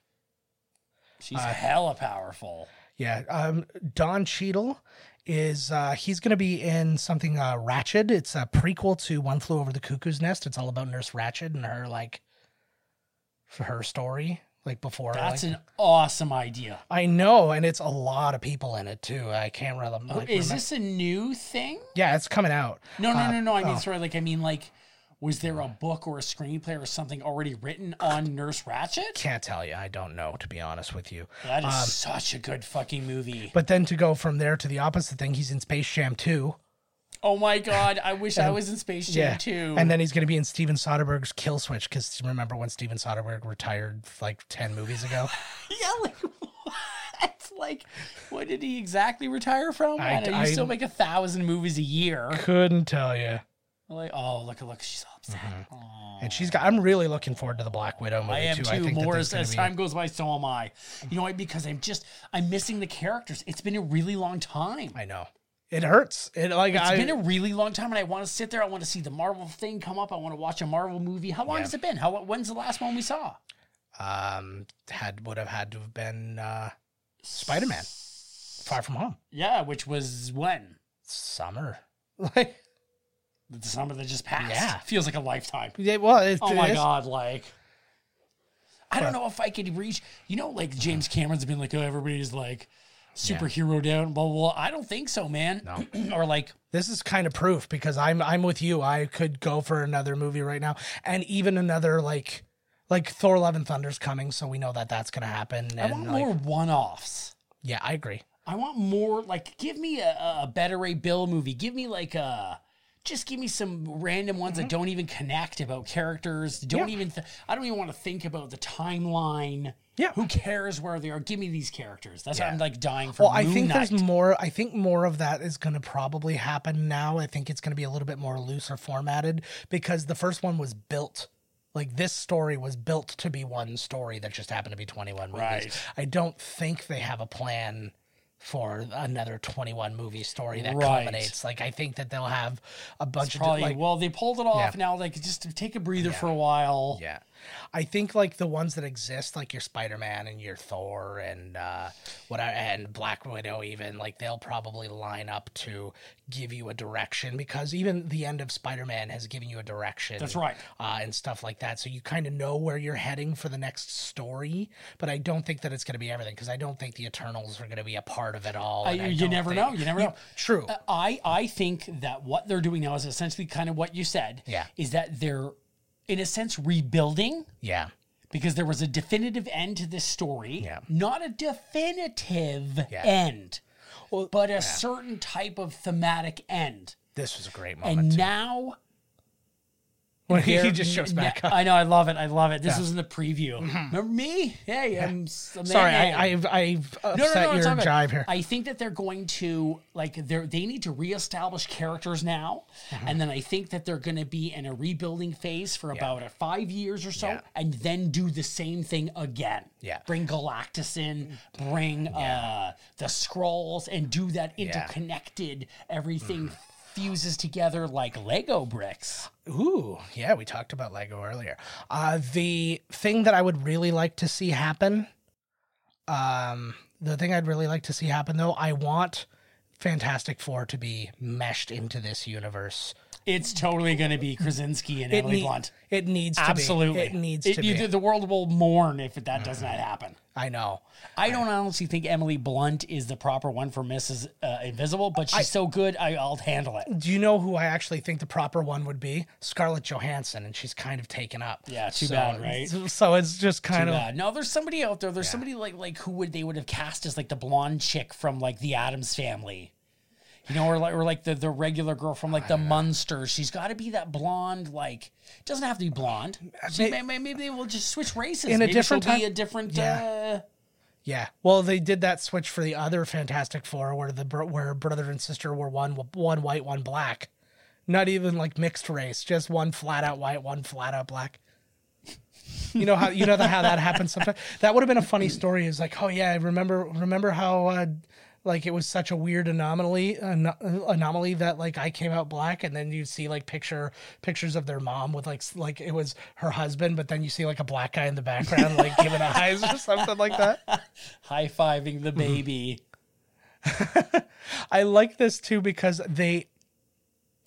A: She's hella powerful.
B: Yeah. Um, Don Cheadle is uh, he's going to be in something uh, Ratchet. It's a prequel to One Flew Over the Cuckoo's Nest. It's all about Nurse Ratchet and her like her story. like before.
A: That's
B: like-
A: an awesome idea.
B: I know, and it's a lot of people in it too. I can't really. Like,
A: Oh, Is
B: remem- Uh,
A: this a new thing?
B: Yeah, it's coming out.
A: No, no, no, no. I mean,
B: oh.
A: sorry. Like, I mean, like, was there a book or a screenplay or something already written on Nurse Ratchet?
B: Can't tell you. I don't know, to be honest with you.
A: That is such a good fucking movie.
B: But then to go from there to the opposite thing, he's in Space Jam 2.
A: Oh my god, I wish I was in Space Jam too.
B: And then he's going to be in Steven Soderbergh's Kill Switch because remember when Steven Soderbergh retired like 10 movies ago?
A: yeah, like what? Like, what did he exactly retire from?
B: I-
A: I, know you
B: I-
A: still make a thousand movies a year.
B: Couldn't tell you.
A: Like, oh look, look, she's upset.
B: And she's got, I'm really looking forward to the Black Widow movie
A: I am
B: Mm-hmm. too.
A: too.
B: I think that
A: More
B: there's
A: as,
B: gonna
A: as
B: be-
A: time goes by, so am I. You know why? Because I'm just I'm missing the characters. It's been a really long time.
B: I know. It hurts. It like,
A: It's
B: I,
A: been a really long time, and I want to sit there. I want to see the Marvel thing come up. I want to watch a Marvel movie. How long has it been? How when's the last one we saw?
B: um, had, would have had to have been uh, Spider Man Far From Home.
A: Yeah, which was when
B: Summer. Like,
A: the summer that just passed.
B: Yeah.
A: feels like a lifetime.
B: yeah, well, it,
A: Oh my
B: it's-
A: god, like I don't know if I could reach. You know, like James Cameron's been like, oh, everybody's like superhero down, blah, blah blah. I don't think so, man. or like
B: this is kind of proof because I'm I'm with you. I could go for another movie right now, and even another like like Thor: Love and Thunder's coming, so we know that that's gonna happen.
A: I
B: And
A: want
B: like,
A: more one-offs.
B: yeah, I agree.
A: I want more. Like, give me a, a- a better Ray Bill movie. Give me like a. Just give me some random ones
B: Mm-hmm.
A: that don't even connect about characters. Don't even. Th- I don't even want to think about the timeline.
B: Yeah.
A: Who cares where they are? Give me these characters. That's what I'm like dying for.
B: Well, I think
A: Knight.
B: there's more. I think more of that is gonna probably happen now. I think it's gonna be a little bit more looser formatted because the first one was built. Like this story was built to be one story that just happened to be 21 movies.
A: Right.
B: I don't think they have a plan for another 21 movie story that
A: Right.
B: culminates. Like I think that they'll have a bunch of di-
A: probably.
B: like
A: well, they pulled it off
B: Yeah.
A: now. Like, just take a breather for a while.
B: yeah. I think like the ones that exist like your Spider-Man and your Thor and uh what I, and Black Widow even like they'll probably line up to give you a direction because even the end of Spider-Man has given you a direction.
A: That's right.
B: Uh, and stuff like that. So you kind of know where you're heading for the next story, but I don't think that it's going to be everything because I don't think the Eternals are going to be a part of it all.
A: I-
B: and I
A: you
B: don't
A: never
B: think-
A: know. You never know.
B: True.
A: Uh, I I think that what they're doing now is essentially kind of what you said.
B: Yeah.
A: Is that they're, in a sense, rebuilding
B: yeah.
A: because there was a definitive end to this story.
B: Yeah.
A: Not a definitive
B: Yeah.
A: end, but a certain type of thematic end.
B: This was a great moment.
A: And
B: too.
A: now
B: when he
A: they're-
B: just shows back up. Mm-hmm.
A: I know. I love it. I love it. This was in the preview. Remember me? Hey, I'm s- a
B: Sorry,
A: man.
B: I, I've I've upset
A: it's
B: your
A: all good.
B: jive here.
A: I think that they're going to like they're they need to reestablish characters now,
B: Uh-huh.
A: and then I think that they're going to be in a rebuilding phase for about uh five years or so,
B: Yeah.
A: and then do the same thing again.
B: Yeah.
A: bring Galactus in, bring uh, the Scrolls, and do that interconnected everything.
B: Mm-hmm.
A: Fuses together like Lego bricks.
B: Ooh, yeah, we talked about Lego earlier. Uh, the thing that I would really like to see happen, um, the thing I'd really like to see happen though, I want Fantastic Four to be meshed into this universe.
A: It's totally going to be Krasinski and Emily
B: need-
A: Blunt.
B: it needs to
A: Absolutely,
B: be. It needs to
A: you-
B: be. Mm-hmm.
A: The world will mourn if that does not happen.
B: I know.
A: I don't honestly think Emily Blunt is the proper one for Mrs. Uh, Invisible, but she's so good, I, I'll handle it.
B: Do you know who I actually think the proper one would be? Scarlett Johansson, and she's kind of taken up.
A: Yeah, too bad, right?
B: So it's just kind of
A: Yeah, no, there's somebody out there. There's somebody like like who would they would have cast as like the blonde chick from like the Adams Family, you know, or like or like the the regular girl from like the Munsters. She's got to be that blonde. Like doesn't have to be blonde. She, may, may- maybe they will just switch races.
B: Uh, In a
A: Maybe
B: different
A: she'll be
B: time-
A: a different. Uh,
B: Yeah. Well, they did that switch for the other Fantastic Four, where the br- where brother and sister were one one white, one black. Not even like mixed race, just one flat out white, one flat out black. You know how you know that how that happens sometimes. That would have been a funny story. Is like, oh yeah, I remember remember how uh, like it was such a weird anomaly an- anomaly that like I came out black, and then you see like picture pictures of their mom with like s- like it was her husband, but then you see like a black guy in the background like giving eyes or something like that.
A: High fiving
B: Mm-hmm.
A: the baby.
B: I like this too because they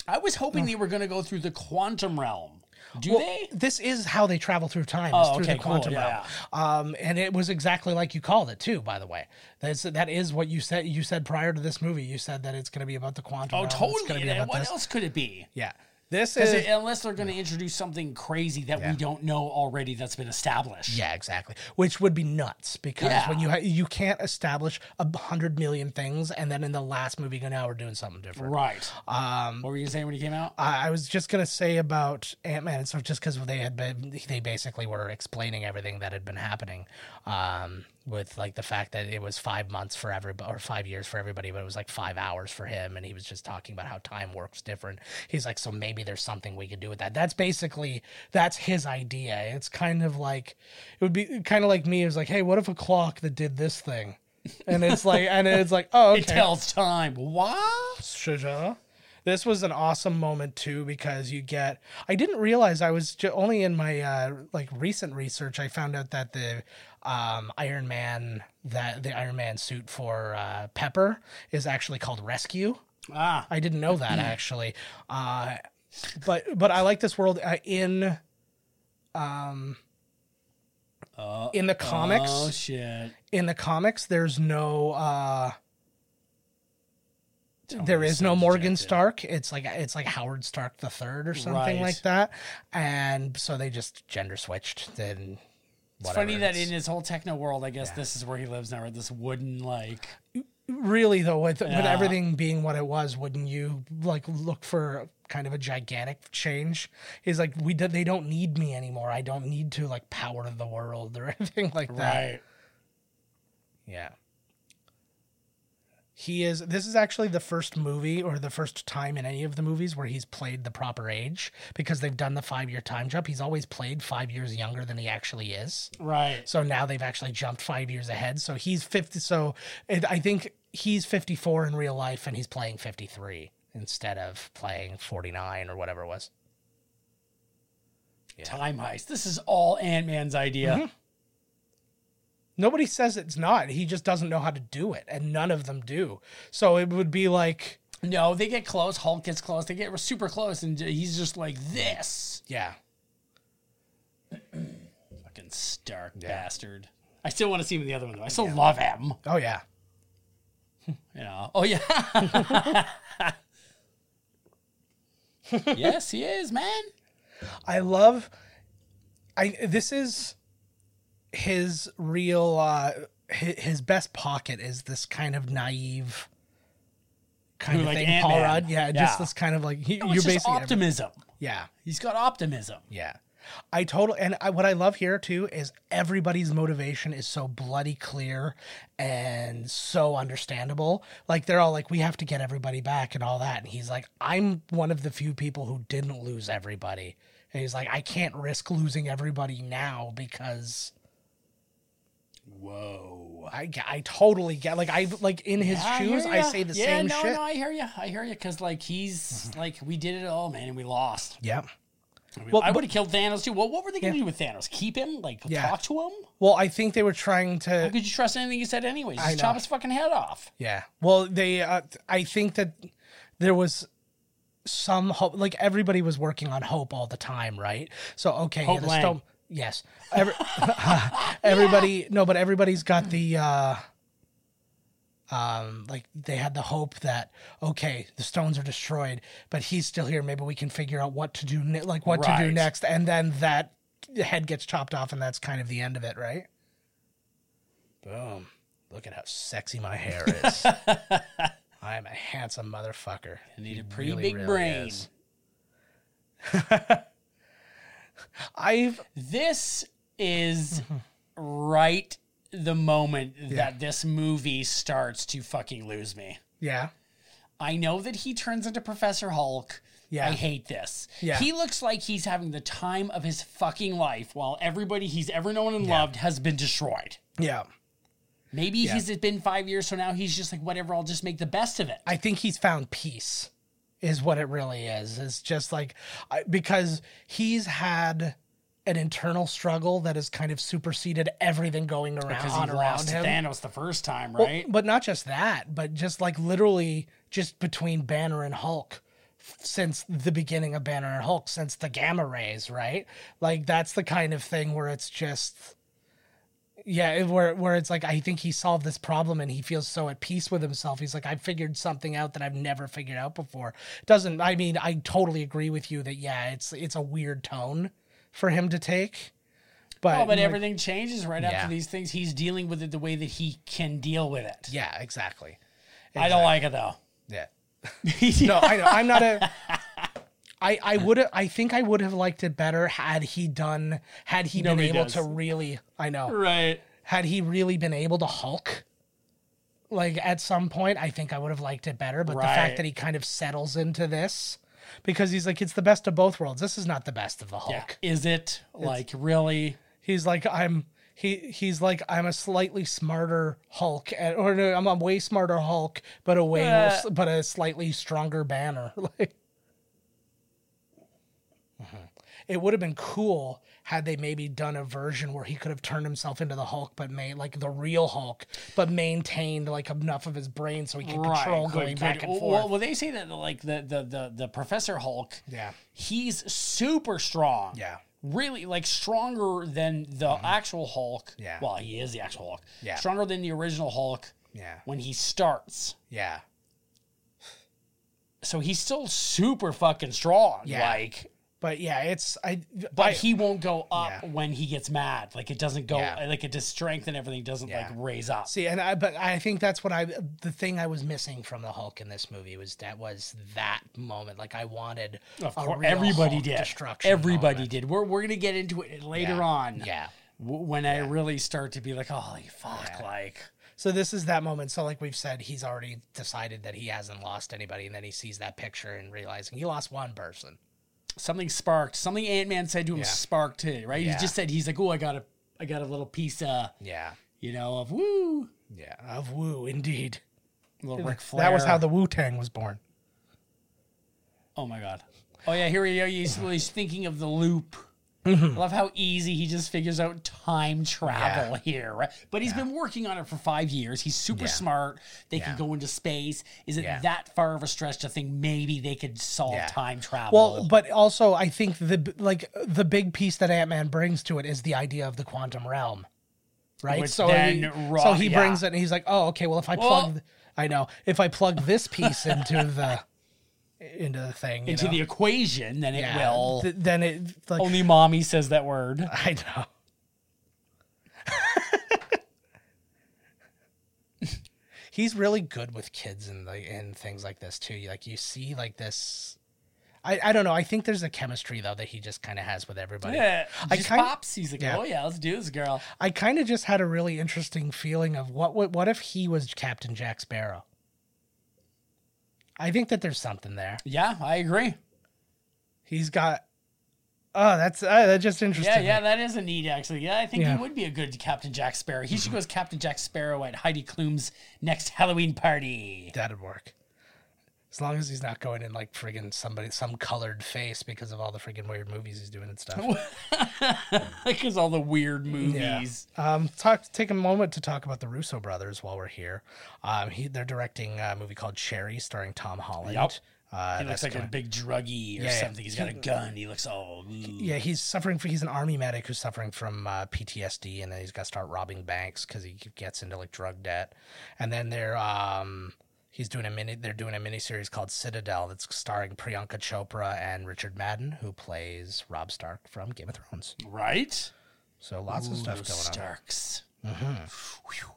A: I was hoping they were going to go through the quantum realm. Do they?
B: This is how they travel through time.
A: Oh,
B: is through
A: okay,
B: the
A: cool,
B: quantum
A: yeah,
B: realm. Um, and it was exactly like you called it too. By the way, that's that is what you said. You said prior to this movie, you said that it's going to be about the
A: Oh,
B: quantum. realm, It's going
A: totally.
B: to be
A: And
B: about
A: what
B: this. Eh.
A: else could it be?
B: Yeah, this
A: 'Cause it-
B: is.
A: unless they're going to introduce something crazy that we don't know already that's been established.
B: yeah, exactly. Which would be nuts because
A: Yeah.
B: when you ha- you can't establish a hundred million things, and then in the last movie, go now we're doing something different.
A: Right. Um, what were you saying when he came out?
B: I I was just gonna say about Ant Man and stuff, just because they had been, they basically were explaining everything that had been happening, um, with like the fact that it was five months for everybody or five years for everybody, but it was like five hours for him, and he was just talking about how time works different. He's like, so maybe there's something we could do with that. That's basically that's his idea. It's kind of like it would be kind of like me. It was like, hey, what if a clock that did this thing, and it's like, and it's like, oh, okay.
A: It tells time. What?
B: Shazam. This was an awesome moment too because you get. I didn't realize I was ju- only in my uh, like recent research. I found out that the um, Iron Man that the Iron Man suit for uh, Pepper is actually called Rescue.
A: Ah,
B: I didn't know that actually. Uh, but but I like this world uh, in um in the comics
A: oh shit.
B: in the comics there's no uh there is no
A: sounds
B: Morgan
A: dejected.
B: Stark. It's like it's like Howard Stark the third or something
A: Right.
B: like that. And so they just gender switched. Then
A: It's funny that in his whole techno world, I guess this is where he lives now, right? This wooden like
B: really though with with
A: Yeah.
B: everything being what it was, wouldn't you like look for kind of a gigantic change? Is like we do, they don't need me anymore. I don't need to like power the world or anything like that.
A: right.
B: Yeah. He is this is actually the first movie or the first time in any of the movies where he's played the proper age because they've done the 5 year time jump. He's always played 5 years younger than he actually is.
A: Right.
B: So now they've actually jumped 5 years ahead. So he's 50 so it, I think he's 54 in real life and he's playing 53 instead of playing 49 or whatever it was.
A: Time heist. This is all Ant Man's idea.
B: Mm-hmm. Nobody says it's not. He just doesn't know how to do it and none of them do. So it would be like
A: No, they get close. Hulk gets close. They get super close, and he's just like this
B: yeah.
A: fucking Stark bastard. I still want to see him in the other one though. I still love him.
B: Oh yeah.
A: You know. Oh yeah. yes, he is, man.
B: I love I this is his real uh his, his best pocket is this kind of naive kind
A: Who,
B: of
A: like
B: thing
A: Ant-Man.
B: Paul Rudd yeah,
A: Yeah.
B: just this kind of like he,
A: No,
B: you're
A: it's just
B: basically
A: optimism.
B: yeah
A: He's got optimism.
B: yeah I total and I, what I love here too is everybody's motivation is so bloody clear and so understandable. Like they're all like, we have to get everybody back and all that, and he's like, I'm one of the few people who didn't lose everybody, and he's like, I can't risk losing everybody now because
A: Whoa.
B: I I totally get like I like in his
A: I
B: shoes.
A: hear
B: I
A: ya.
B: say the
A: yeah,
B: same
A: no,
B: shit. Mm-hmm.
A: No, I hear you. I hear you because like he's like we did it all, man, and we lost.
B: Yeah.
A: I,
B: Well, but-
A: would have killed Thanos too. Well, what were they going to do with Thanos? Keep him? Like
B: Yeah.
A: talk to him?
B: Well, I think they were trying
A: How
B: to.
A: could you trust anything he said anyways? Just
B: know.
A: chop his fucking head off.
B: Yeah. Well, they. Uh, I think that there was some hope. Like everybody was working on hope all the time, right? So okay,
A: Hope
B: the
A: Lang.
B: Stone- Yes. Every, everybody. No, but everybody's got the. uh um, like they had the hope that okay, the stones are destroyed, but he's still here. Maybe we can figure out what to do, ne- like what to do
A: Right.
B: next, and then that head gets chopped off, and that's kind of the end of it, right? Boom! Look at how sexy my hair is. I'm a handsome motherfucker.
A: I need a pretty
B: really,
A: big
B: really
A: brain.
B: is. I've
A: This is right the moment that this movie starts to fucking lose me.
B: yeah,
A: I know that he turns into Professor Hulk.
B: Yeah.
A: I hate this.
B: Yeah.
A: He looks like he's having the time of his fucking life while everybody he's ever known and loved has been destroyed.
B: yeah.
A: Maybe he's been five years, so now he's just like, whatever, I'll just make the best of it.
B: I think he's found peace, is what it really is. It's just like I- because he's had an internal struggle that has kind of superseded everything going around
A: Because
B: on
A: he lost
B: around
A: to
B: him.
A: Thanos the first time,
B: Well,
A: right?
B: but not just that, but just like literally just between Banner and Hulk since the beginning of Banner and Hulk, since the gamma rays, right? Like that's the kind of thing where it's just yeah, it- where where it's like I think he solved this problem and he feels so at peace with himself. He's like I figured something out that I've never figured out before. Doesn't I mean I totally agree with you that yeah, it's it's a weird tone for him to take. But,
A: Oh, but
B: like,
A: everything changes right
B: Yeah.
A: after these things. He's dealing with it the way that he can deal with it.
B: yeah, exactly.
A: I don't like it though.
B: Yeah. no, I know. I'm not a. I I would I think I would have liked it better had he done had he
A: Nobody
B: been able
A: does.
B: to really I know
A: Right.
B: had he really been able to Hulk. Like at some point, I think I would have liked it better. But the
A: Right.
B: fact that he kind of settles into this, because he's like, it's the best of both worlds. This is not the best of the Hulk.
A: Yeah. Is it like really?
B: He's like, I'm he he's like, I'm a slightly smarter Hulk, and, or no, I'm a way smarter Hulk, but a way more, s- but a slightly stronger Banner. Like, Mhm. it would have been cool had they maybe done a version where he could have turned himself into the Hulk, but made like the real Hulk, but maintained like enough of his brain so he could control
A: Could-
B: going
A: could-
B: back and
A: well,
B: forth.
A: Well, they say that like the the the, the Professor Hulk.
B: yeah,
A: He's super strong.
B: yeah, Mm-hmm.
A: Really, like stronger than the actual Hulk.
B: Yeah.
A: Well, he is the actual Hulk.
B: Yeah.
A: Stronger than the original Hulk
B: yeah,
A: when he starts.
B: yeah.
A: So he's still super fucking strong.
B: Yeah.
A: Like
B: But yeah, it's I.
A: but
B: I-
A: he won't go up
B: Yeah.
A: when he gets mad. Like it doesn't go
B: Yeah.
A: like it just strength and everything doesn't
B: Yeah.
A: like raise up.
B: See, and I, but I think that's what I, the thing I was missing from the Hulk in this movie was that was that moment. Like I wanted,
A: Of
B: a
A: course,
B: real
A: everybody
B: Hulk
A: did.
B: destruction.
A: Everybody
B: moment.
A: did. We're we're gonna get into it later
B: Yeah.
A: on.
B: Yeah.
A: w- when I really start to be like, holy fuck, like
B: So this is that moment. So like we've said, he's already decided that he hasn't lost anybody, and then he sees that picture and realizing he lost one person.
A: something sparked. Something Ant Man said to him
B: Yeah.
A: sparked it, right?
B: Yeah.
A: He just said he's like, oh, I got a, I got a little piece, uh,
B: Yeah.
A: you know, of woo,
B: Yeah. Of Wu, indeed.
A: little Ric Flair.
B: That was how the Wu Tang was born.
A: Oh my god. Oh yeah, here we go. He's, he's thinking of the loop.
B: Mm-hmm.
A: I love how easy he just figures out time travel here, right? But he's been working on it for five years. He's super smart. They
B: Yeah.
A: can go into space. Is it
B: Yeah.
A: that far of a stretch to think maybe they could solve
B: Yeah.
A: time travel?
B: Well, but also I think the like the big piece that Ant Man brings to it is the idea of the quantum realm, right?
A: Which
B: so
A: then
B: he,
A: ro-
B: so he
A: yeah.
B: brings it, and he's like, "Oh, okay. Well, if I plug, I know if I plug this piece into the into the thing, you
A: into
B: know,
A: the equation, then it
B: yeah,
A: will. Oh,
B: th- then it like
A: Only mommy says that word.
B: I know." He's really good with kids and like and things like this too. You- Like you see like this. I, I don't know. I think there's a chemistry though that he just kind of has with everybody.
A: Yeah,
B: I
A: just
B: kind-
A: pops. He's like,
B: Yeah.
A: oh yeah, let's do this, girl.
B: I kind of just had a really interesting feeling of what, what what if he was Captain Jack Sparrow? I think that there's something there.
A: Yeah, I agree.
B: He's got Oh, that's uh, that just interesting.
A: Yeah, yeah, that is a need actually. Yeah, I think
B: Yeah. Mm-hmm.
A: he would be a good Captain Jack Sparrow. He should go as Captain Jack Sparrow at Heidi Klum's next Halloween party.
B: That'd work. As long as he's not going in like friggin' somebody some colored face because of all the friggin' weird movies he's doing and stuff.
A: Because all the weird movies.
B: Um, talk take a moment to talk about the Russo brothers while we're here. Um, he they're directing a movie called Cherry starring Tom Holland.
A: Yup.
B: Uh,
A: He looks
B: that's
A: like
B: coming-
A: a big druggie or
B: Yeah, yeah.
A: something. He's got a gun. He looks all. ooh.
B: Yeah, he's suffering. For, he's an army medic who's suffering from uh, PTSD, and then he's got to start robbing banks because he gets into like drug debt. And then they're um, he's doing a mini. They're doing a miniseries called Citadel that's starring Priyanka Chopra and Richard Madden, who plays Rob Stark from Game of Thrones.
A: Right?
B: So lots of stuff
A: Those
B: going on. Mm-hmm.
A: Starks. Whew.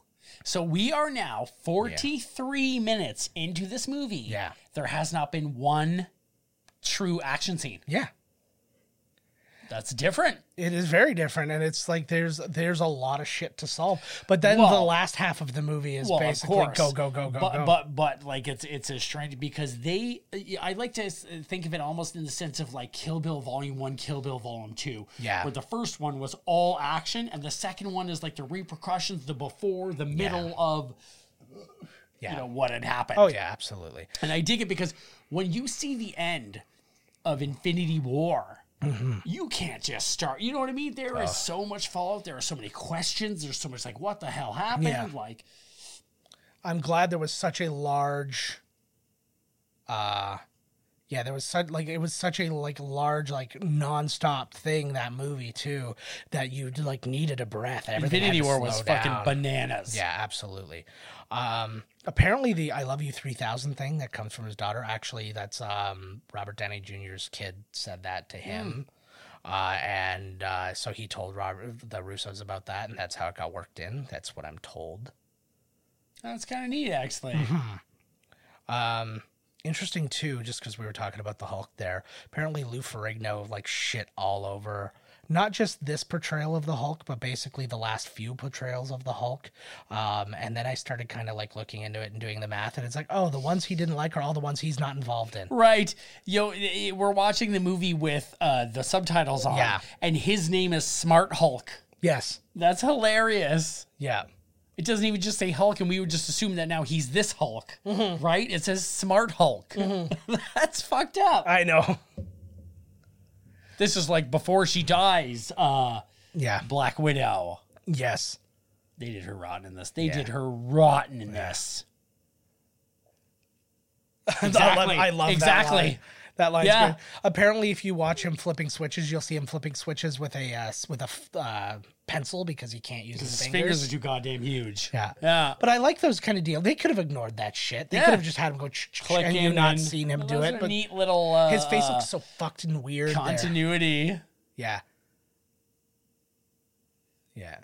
A: So we are now 43 minutes into this movie.
B: Yeah.
A: There has not been one true action scene.
B: Yeah,
A: That's different.
B: it is very different, and it's like there's there's a lot of shit to solve. But then the
A: Well-
B: last half of the movie is
A: well,
B: basically
A: of course.
B: go go go go
A: but,
B: go.
A: But but like it's it's a strange because they I like to s- think of it almost in the sense of like Kill Bill Volume One, Kill Bill Volume Two.
B: Yeah.
A: Where the first one was all action, and the second one is like the repercussions, the before, the middle of
B: yeah.
A: you know what had happened.
B: oh yeah, absolutely.
A: And I dig it because when you see the end of Infinity War,
B: Mm-hmm.
A: you can't just start. You know what I mean? There is so much fallout. There are so many questions. There's so much like, what the hell happened?
B: Yeah.
A: Like,
B: I'm glad there was such a large uh Yeah, there was such like it was such a like large like nonstop thing that movie too that you like needed a breath. Everything had
A: Infinity
B: to
A: War was
B: slow
A: fucking
B: down.
A: bananas.
B: Yeah, absolutely. Um, apparently, the "I love you" three thousand thing that comes from his daughter. Actually, that's um, Robert Downey Jr.'s kid said that to
A: Hmm.
B: him, uh, and uh, so he told Robert the Russos about that, and that's how it got worked in. That's what I'm told.
A: That's kind of neat, actually.
B: Um, interesting too, just because we were talking about the Hulk there. Apparently, Lou Ferrigno like shit all over. Not just this portrayal of the Hulk, but basically the last few portrayals of the Hulk. Um, and then I started kind of like looking into it and doing the math, and it's like, oh, the ones he didn't like are all the ones he's not involved in.
A: Right. Yo, it- it- we're watching the movie with uh, the subtitles on,
B: Yeah.
A: and his name is Smart Hulk.
B: Yes.
A: That's hilarious.
B: Yeah.
A: It doesn't even just say Hulk, and we would just assume that now he's this Hulk,
B: Mm-hmm.
A: right? It says Smart Hulk. That's fucked up.
B: I know.
A: This is like before she dies, uh,
B: Yeah.
A: Black Widow.
B: Yes.
A: They did her rotten in this. They did her rotten in this. Exactly.
B: I love, I love
A: Exactly.
B: that line. That line's
A: Yeah.
B: good. Apparently, if you watch him flipping switches, you'll see him flipping switches with a uh, s- with a f- uh, pencil because he can't use his
A: His
B: fingers.
A: fingers are too goddamn huge.
B: Yeah.
A: Yeah.
B: But I like those kind of deals. They could have ignored that shit. They
A: Yeah.
B: could have just had him go ch- ch- ch-
A: Click
B: and
A: in
B: you not
A: and-
B: seen him
A: Well,
B: do
A: those
B: it.
A: are
B: But
A: neat little uh,
B: his face
A: uh,
B: looks so fucking weird. there.
A: continuity.
B: Yeah. Yeah.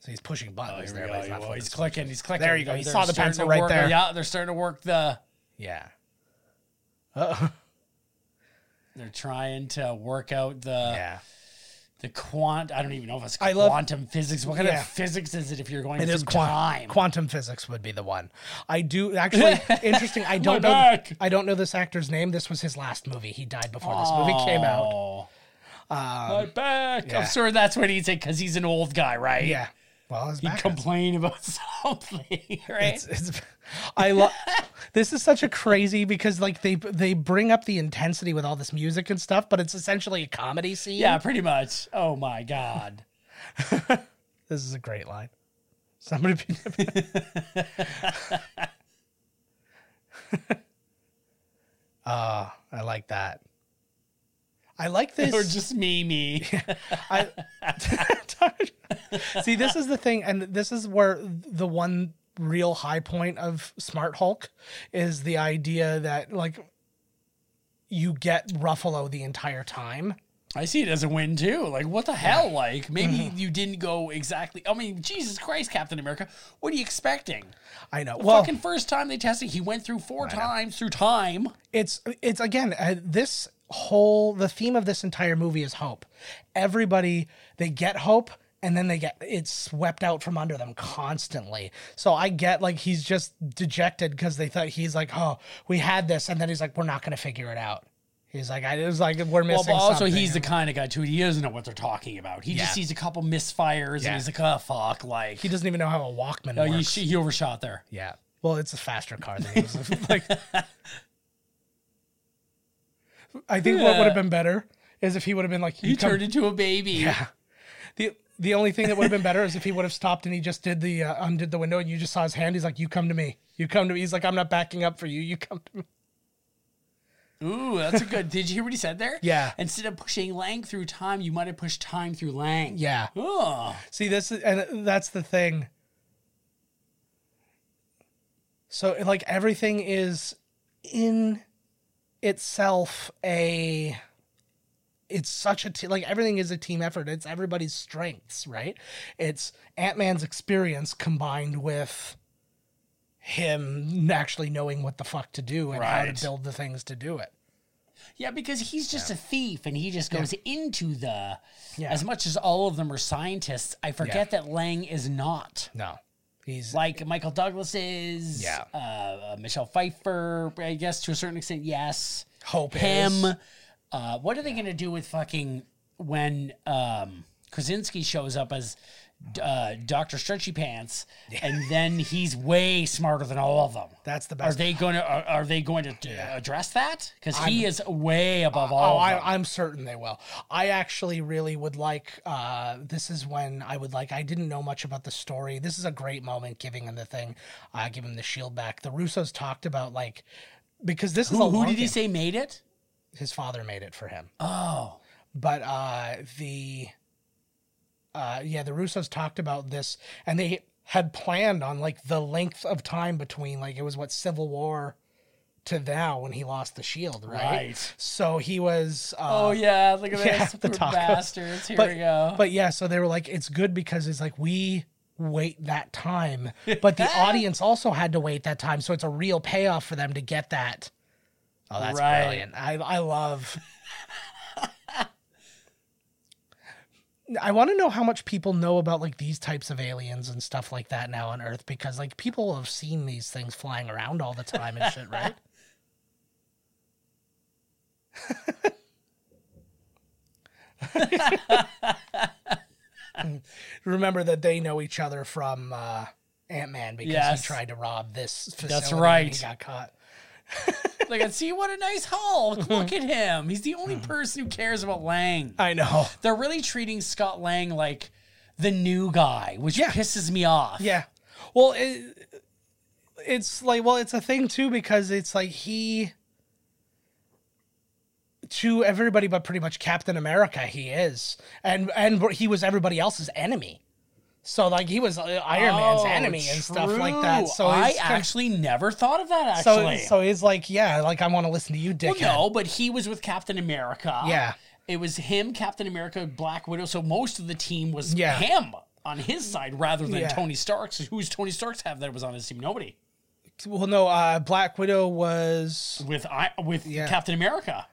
B: So he's pushing buttons
A: Here we
B: there.
A: go.
B: but he's not
A: Oh,
B: flipping
A: he's
B: switches.
A: clicking. He's clicking.
B: There you go.
A: They're-
B: You
A: they're
B: saw the
A: starting
B: pencil
A: to
B: right
A: work-
B: there.
A: Yeah, they're starting to work the.
B: Yeah. Uh,
A: They're trying to work out the
B: yeah.
A: the quant. I don't even know if it's
B: I love-
A: quantum physics. What kind
B: Yeah.
A: of physics is it if you're going
B: It
A: through
B: is quan-
A: time?
B: quantum physics would be the one. I do actually interesting. I don't know.
A: back.
B: I don't know this actor's name. This was his last movie. He died before this movie came out.
A: Oh. My back.
B: Um, yeah.
A: I'm sure that's what he'd say because he's an old guy, right?
B: Yeah. Well, his
A: He'd
B: back
A: complain about something, right?
B: It's, it's, I love. this is such a crazy because like they they bring up the intensity with all this music and stuff, but it's essentially a comedy scene.
A: yeah, pretty much. Oh my god.
B: this is a great line. Somebody. Be- oh, I like that. I like this.
A: or just me, me.
B: I see. This is the thing, and this is where the one real high point of Smart Hulk is the idea that like you get Ruffalo the entire time.
A: I see it as a win too. Like, what the hell? Like, maybe
B: Mm-hmm.
A: you didn't go exactly. I mean, Jesus Christ, Captain America. What are you expecting?
B: I know. well,
A: Fucking first time they tested, he went through four times through time.
B: it's it's again uh, this whole the theme of this entire movie is hope. Everybody they get hope. And then they get it's swept out from under them constantly. So I get like he's just dejected because they thought he's like, oh, we had this, and then he's like, we're not gonna figure it out. He's like, I, it was like we're
A: Well,
B: missing.
A: but also
B: something.
A: he's the kind of guy too. He doesn't know what they're talking about. He
B: Yeah.
A: just sees a couple misfires
B: Yeah.
A: and he's like, "Oh fuck!" Like,
B: he doesn't even know how a Walkman
A: oh,
B: works.
A: you, sh- you overshot there.
B: yeah. Well, it's a faster car than he was. like, I think what
A: Yeah.
B: would have been better is if he would have been like,
A: He
B: you come-
A: turned into a baby.
B: Yeah. The the only thing that would have been better is if he would have stopped and he just did the uh, undid the window and you just saw his hand. He's like, "You come to me. You come to me." He's like, "I'm not backing up for you. You come to me."
A: Ooh, that's a good. Did you hear what he said there?
B: Yeah.
A: Instead of pushing Lang through time, you might have pushed time through Lang.
B: Yeah.
A: Oh,
B: See, this is, and that's the thing. So like everything is in itself a it's such a t- like everything is a team effort. It's everybody's strengths, right? It's Ant-Man's experience combined with him actually knowing what the fuck to do and how
A: Right.
B: to build the things to do it.
A: yeah, because he's just a thief, and he just goes into the.
B: Yeah.
A: As much as all of them are scientists, I forget that Lang is not.
B: No. He's
A: Like Michael Douglas is.
B: Yeah.
A: Uh, uh, Michelle Pfeiffer, I guess to a certain extent, yes.
B: hope is-
A: him. Uh, what are they going to do with fucking when um, Krasinski shows up as uh, Doctor Stretchy Pants, and then he's way smarter than all of them?
B: That's the
A: Are
B: best.
A: they going to are, are they going to d address that? Because he is way above
B: Oh,
A: all. of them.
B: I, I'm certain they will. I actually really would like. Uh, this is when I would like. I didn't know much about the story. This is a great moment giving him the thing, uh, giving him the shield back. The Russos talked about like because this is a
A: Oh, Who, who
B: long
A: did he
B: game.
A: say made it?
B: His father made it for him.
A: Oh,
B: but uh the uh yeah the russos talked about this and they had planned on like the length of time between like it was what civil war to now when he lost the shield right,
A: Right.
B: so he was uh,
A: oh yeah, look at
B: yeah,
A: this,
B: the
A: we're
B: tacos.
A: bastards. Here
B: but,
A: we go.
B: but yeah so they were like it's good because it's like we wait that time but the audience also had to wait that time so it's a real payoff for them to get that oh that's
A: Right.
B: brilliant i, I love I want to know how much people know about like these types of aliens and stuff like that now on Earth because like people have seen these things flying around all the time and shit, right? Remember that they know each other from uh, Ant Man because
A: Yes.
B: he tried to rob this facility. And
A: right.
B: he got caught.
A: like, and see what a nice Hulk. Look at him. He's the only
B: Mm.
A: person who cares about Lang.
B: I know.
A: They're really treating Scott Lang like the new guy, which
B: Yeah.
A: pisses me off.
B: Yeah. Well, it, it's like well, it's a thing too because it's like he to everybody but pretty much Captain America he is. And and he was everybody else's enemy. So like he was uh, Iron Man's
A: Oh,
B: enemy and stuff like that.
A: true.
B: So
A: I
B: he's kind of-
A: actually never thought of that.
B: so,
A: Actually,
B: so he's like, yeah, like I want to listen to you,
A: well,
B: dickhead.
A: no, but he was with Captain America.
B: Yeah.
A: it was him, Captain America, Black Widow. So most of the team was
B: Yeah.
A: him on his side rather than
B: Yeah.
A: Tony Stark's. Who's Tony Stark's have that was on his team? Nobody
B: Well, no, uh, Black Widow was
A: with I with Captain America,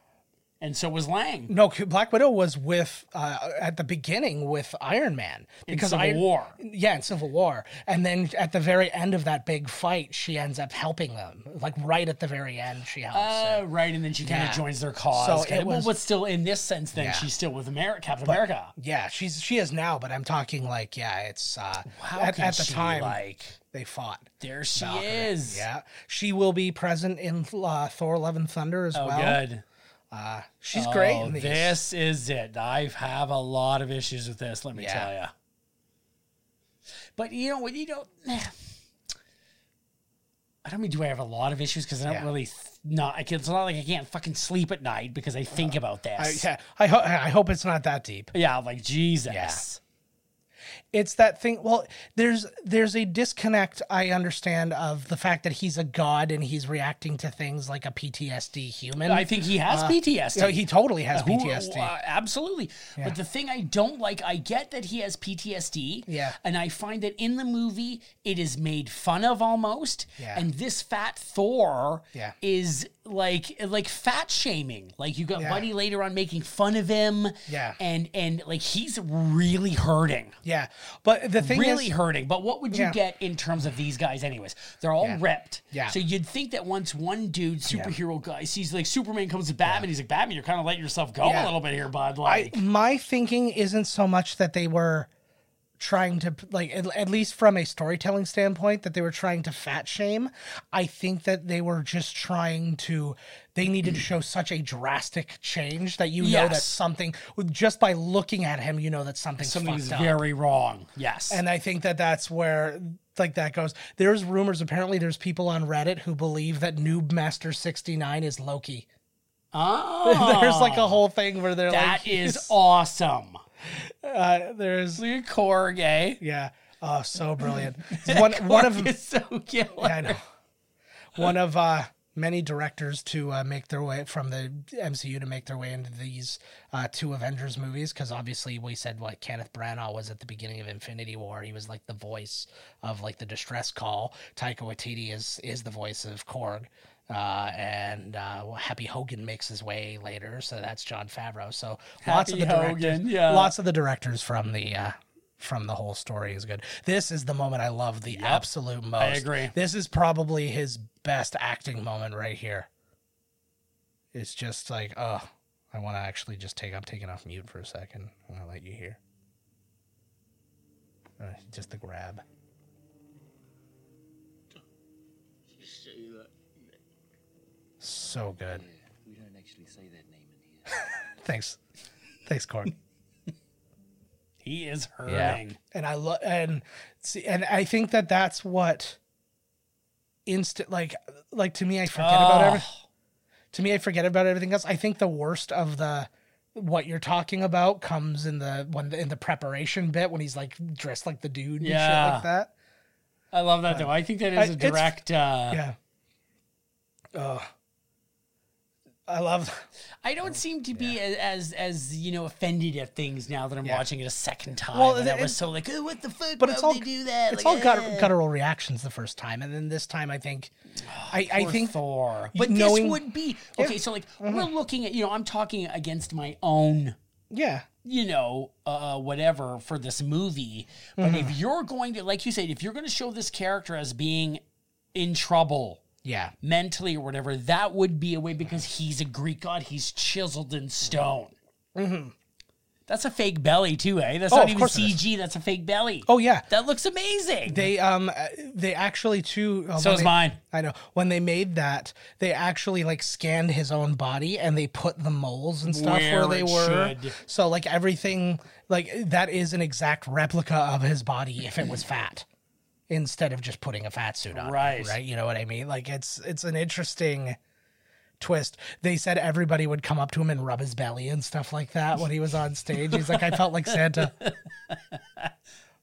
A: and so was Lang.
B: no Black Widow was with uh, at the beginning with Iron Man because
A: Civil
B: I.
A: War.
B: yeah, in Civil War. And then at the very end of that big fight, she ends up helping them. Like right at the very end, she helps.
A: Uh, right, and then she kind of
B: Yeah.
A: joins their cause.
B: So
A: kinda-
B: it was-
A: well, but still, in this sense, then
B: Yeah.
A: she's still with America, Captain America.
B: yeah, she's she is now, but I'm talking like yeah, it's uh,
A: How
B: at,
A: can
B: at the
A: she,
B: time
A: like
B: they fought.
A: there she is?
B: Yeah, she will be present in uh, Thor: Love and Thunder as
A: Oh,
B: well.
A: good.
B: Uh, she's great.
A: Oh,
B: In these.
A: this is it. I have a lot of issues with this. Let me
B: Yeah.
A: tell you. But you know what? You don't. I don't mean do I have a lot of issues because I don't
B: Yeah.
A: really th- not. I can, it's not like I can't fucking sleep at night because I think about
B: Uh, I,
A: this.
B: yeah, I, ho- I hope it's not that deep.
A: yeah, like Jesus.
B: it's that thing well there's there's a disconnect i understand of the fact that he's a god and he's reacting to things like a ptsd human
A: I think he
B: Uh,
A: has PTSD.
B: you know, he totally has
A: Who-
B: ptsd
A: uh, absolutely. But the thing I don't like, I get that he has PTSD.
B: Yeah.
A: And I find that in the movie, it is made fun of almost.
B: Yeah.
A: And this fat Thor
B: Yeah.
A: is like like fat shaming. Like you got Buddy later on making fun of him.
B: Yeah.
A: And and like he's really hurting.
B: yeah but the thing
A: Really
B: is
A: hurting, but what would you
B: Yeah.
A: get in terms of these guys, anyways? They're all ripped.
B: Yeah.
A: So you'd think that once one dude, superhero guy, sees like Superman comes to Batman, he's like, Batman, you're kind of letting yourself go a
B: Yeah.
A: little bit here, bud. Like,
B: my thinking isn't so much that they were trying to like at, at least from a storytelling standpoint that they were trying to fat shame i think that they were just trying to they needed to show such a drastic change that you know that
A: Yes.
B: something just by looking at him you know that something's
A: something is
B: fucked up.
A: very wrong. Yes.
B: and i think that that's where like that goes there's rumors apparently there's people on reddit who believe that noob master 69 is loki
A: oh,
B: there's like a whole thing where they're
A: that
B: like
A: is awesome.
B: uh, there's
A: Look at Korg, eh?
B: Yeah. Oh, so brilliant. one one of
A: It's so killer.
B: I know. One of uh many directors to uh, make their way from the MCU to make their way into these uh, two Avengers movies because obviously we said what Kenneth Branagh was at the beginning of Infinity War he was like the voice of like the distress call Taika Waititi is is the voice of Korg uh, and uh, well, Happy Hogan makes his way later so that's John Favreau so lots of
A: Happy
B: the directors
A: Hogan, yeah.
B: lots of the directors from the uh, from the whole story is good. This is the moment I love the absolute most. I
A: agree.
B: This is probably his best acting moment right here. It's just like, oh, I want to actually just take. I'm taking off mute for a second. I'm gonna let you hear. Uh, just the grab. So good.
E: We don't actually say that name in here.
B: Thanks, thanks, Corn.
A: He is hurting.
B: And I love and see, and I think that that's what instant like like to me I forget about
A: Oh.
B: everything. To me I forget about everything else. I think the worst of the what you're talking about comes in the when in the preparation bit when he's like dressed like the dude and shit
A: Yeah.
B: like that.
A: I love that though. I think that
B: I-
A: is a
B: it's-
A: direct. Uh,
B: Yeah. Oh. I love
A: I don't seem to be a- as, as you know offended at things now that I'm
B: Yeah.
A: watching it a second time.
B: Well,
A: Well, and
B: it-
A: I was
B: it-
A: so like, oh, what the fuck?
B: but
A: Why
B: it's
A: would
B: all
A: they do that?
B: It's
A: Like,
B: all gut,
A: eh.
B: guttural reactions the first time, and then this time I think, I, I
A: Poor
B: think
A: Thor. But
B: knowing- Mm-hmm.
A: this would be okay. So like we're looking at you know I'm talking against my own
B: yeah,
A: you know uh, whatever for this movie. But
B: Mm-hmm.
A: if you're going to like you said, if you're going to show this character as being in trouble
B: yeah,
A: mentally or whatever, that would be a way because he's a Greek god. He's chiseled in stone. That's a fake belly too, eh? That's
B: Mm-hmm. Oh,
A: not
B: of
A: even
B: course it is.
A: CG. That's a fake belly.
B: oh yeah.
A: that looks amazing.
B: They um uh, they actually too. Uh,
A: so
B: when
A: is
B: they-
A: mine.
B: I know when they made that, they actually like scanned his own body and they put the moles and stuff where,
A: Where
B: they
A: it
B: were.
A: should.
B: So like everything, like that is an exact replica of his body if it was fat, instead of just putting a fat suit on. him,
A: Right.
B: right. You know what I mean? Like it's it's an interesting twist. They said everybody would come up to him and rub his belly and stuff like that when he was on stage. He's like, I felt like Santa.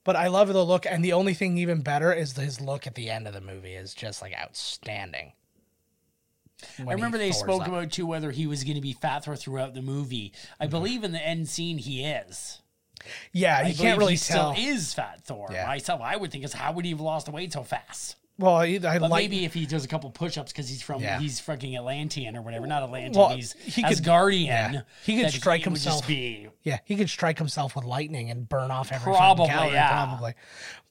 B: But I love the look, and the only thing even better is his look at the end of the movie is just like outstanding. When
A: I
B: he
A: remember they
B: Thors
A: spoke
B: up.
A: about too whether he was going to be fat Thor throughout the movie.
B: Mm-hmm.
A: I believe in the end scene he is.
B: yeah,
A: I
B: you
A: believe
B: can't really
A: he
B: tell.
A: still is fat Thor.
B: Yeah.
A: Myself, I would think is how would he have lost the weight so fast?
B: well, I, I
A: But
B: like
A: maybe if he does a couple push-ups because he's from
B: Yeah.
A: he's fucking Atlantean or whatever, not Atlantean.
B: Well,
A: he's
B: he
A: he
B: could-
A: Asgardian.
B: yeah. He could
A: that
B: strike
A: would just
B: himself.
A: be-
B: yeah, he could strike himself with lightning and burn off every
A: Probably,
B: fucking calorie,
A: yeah.
B: probably.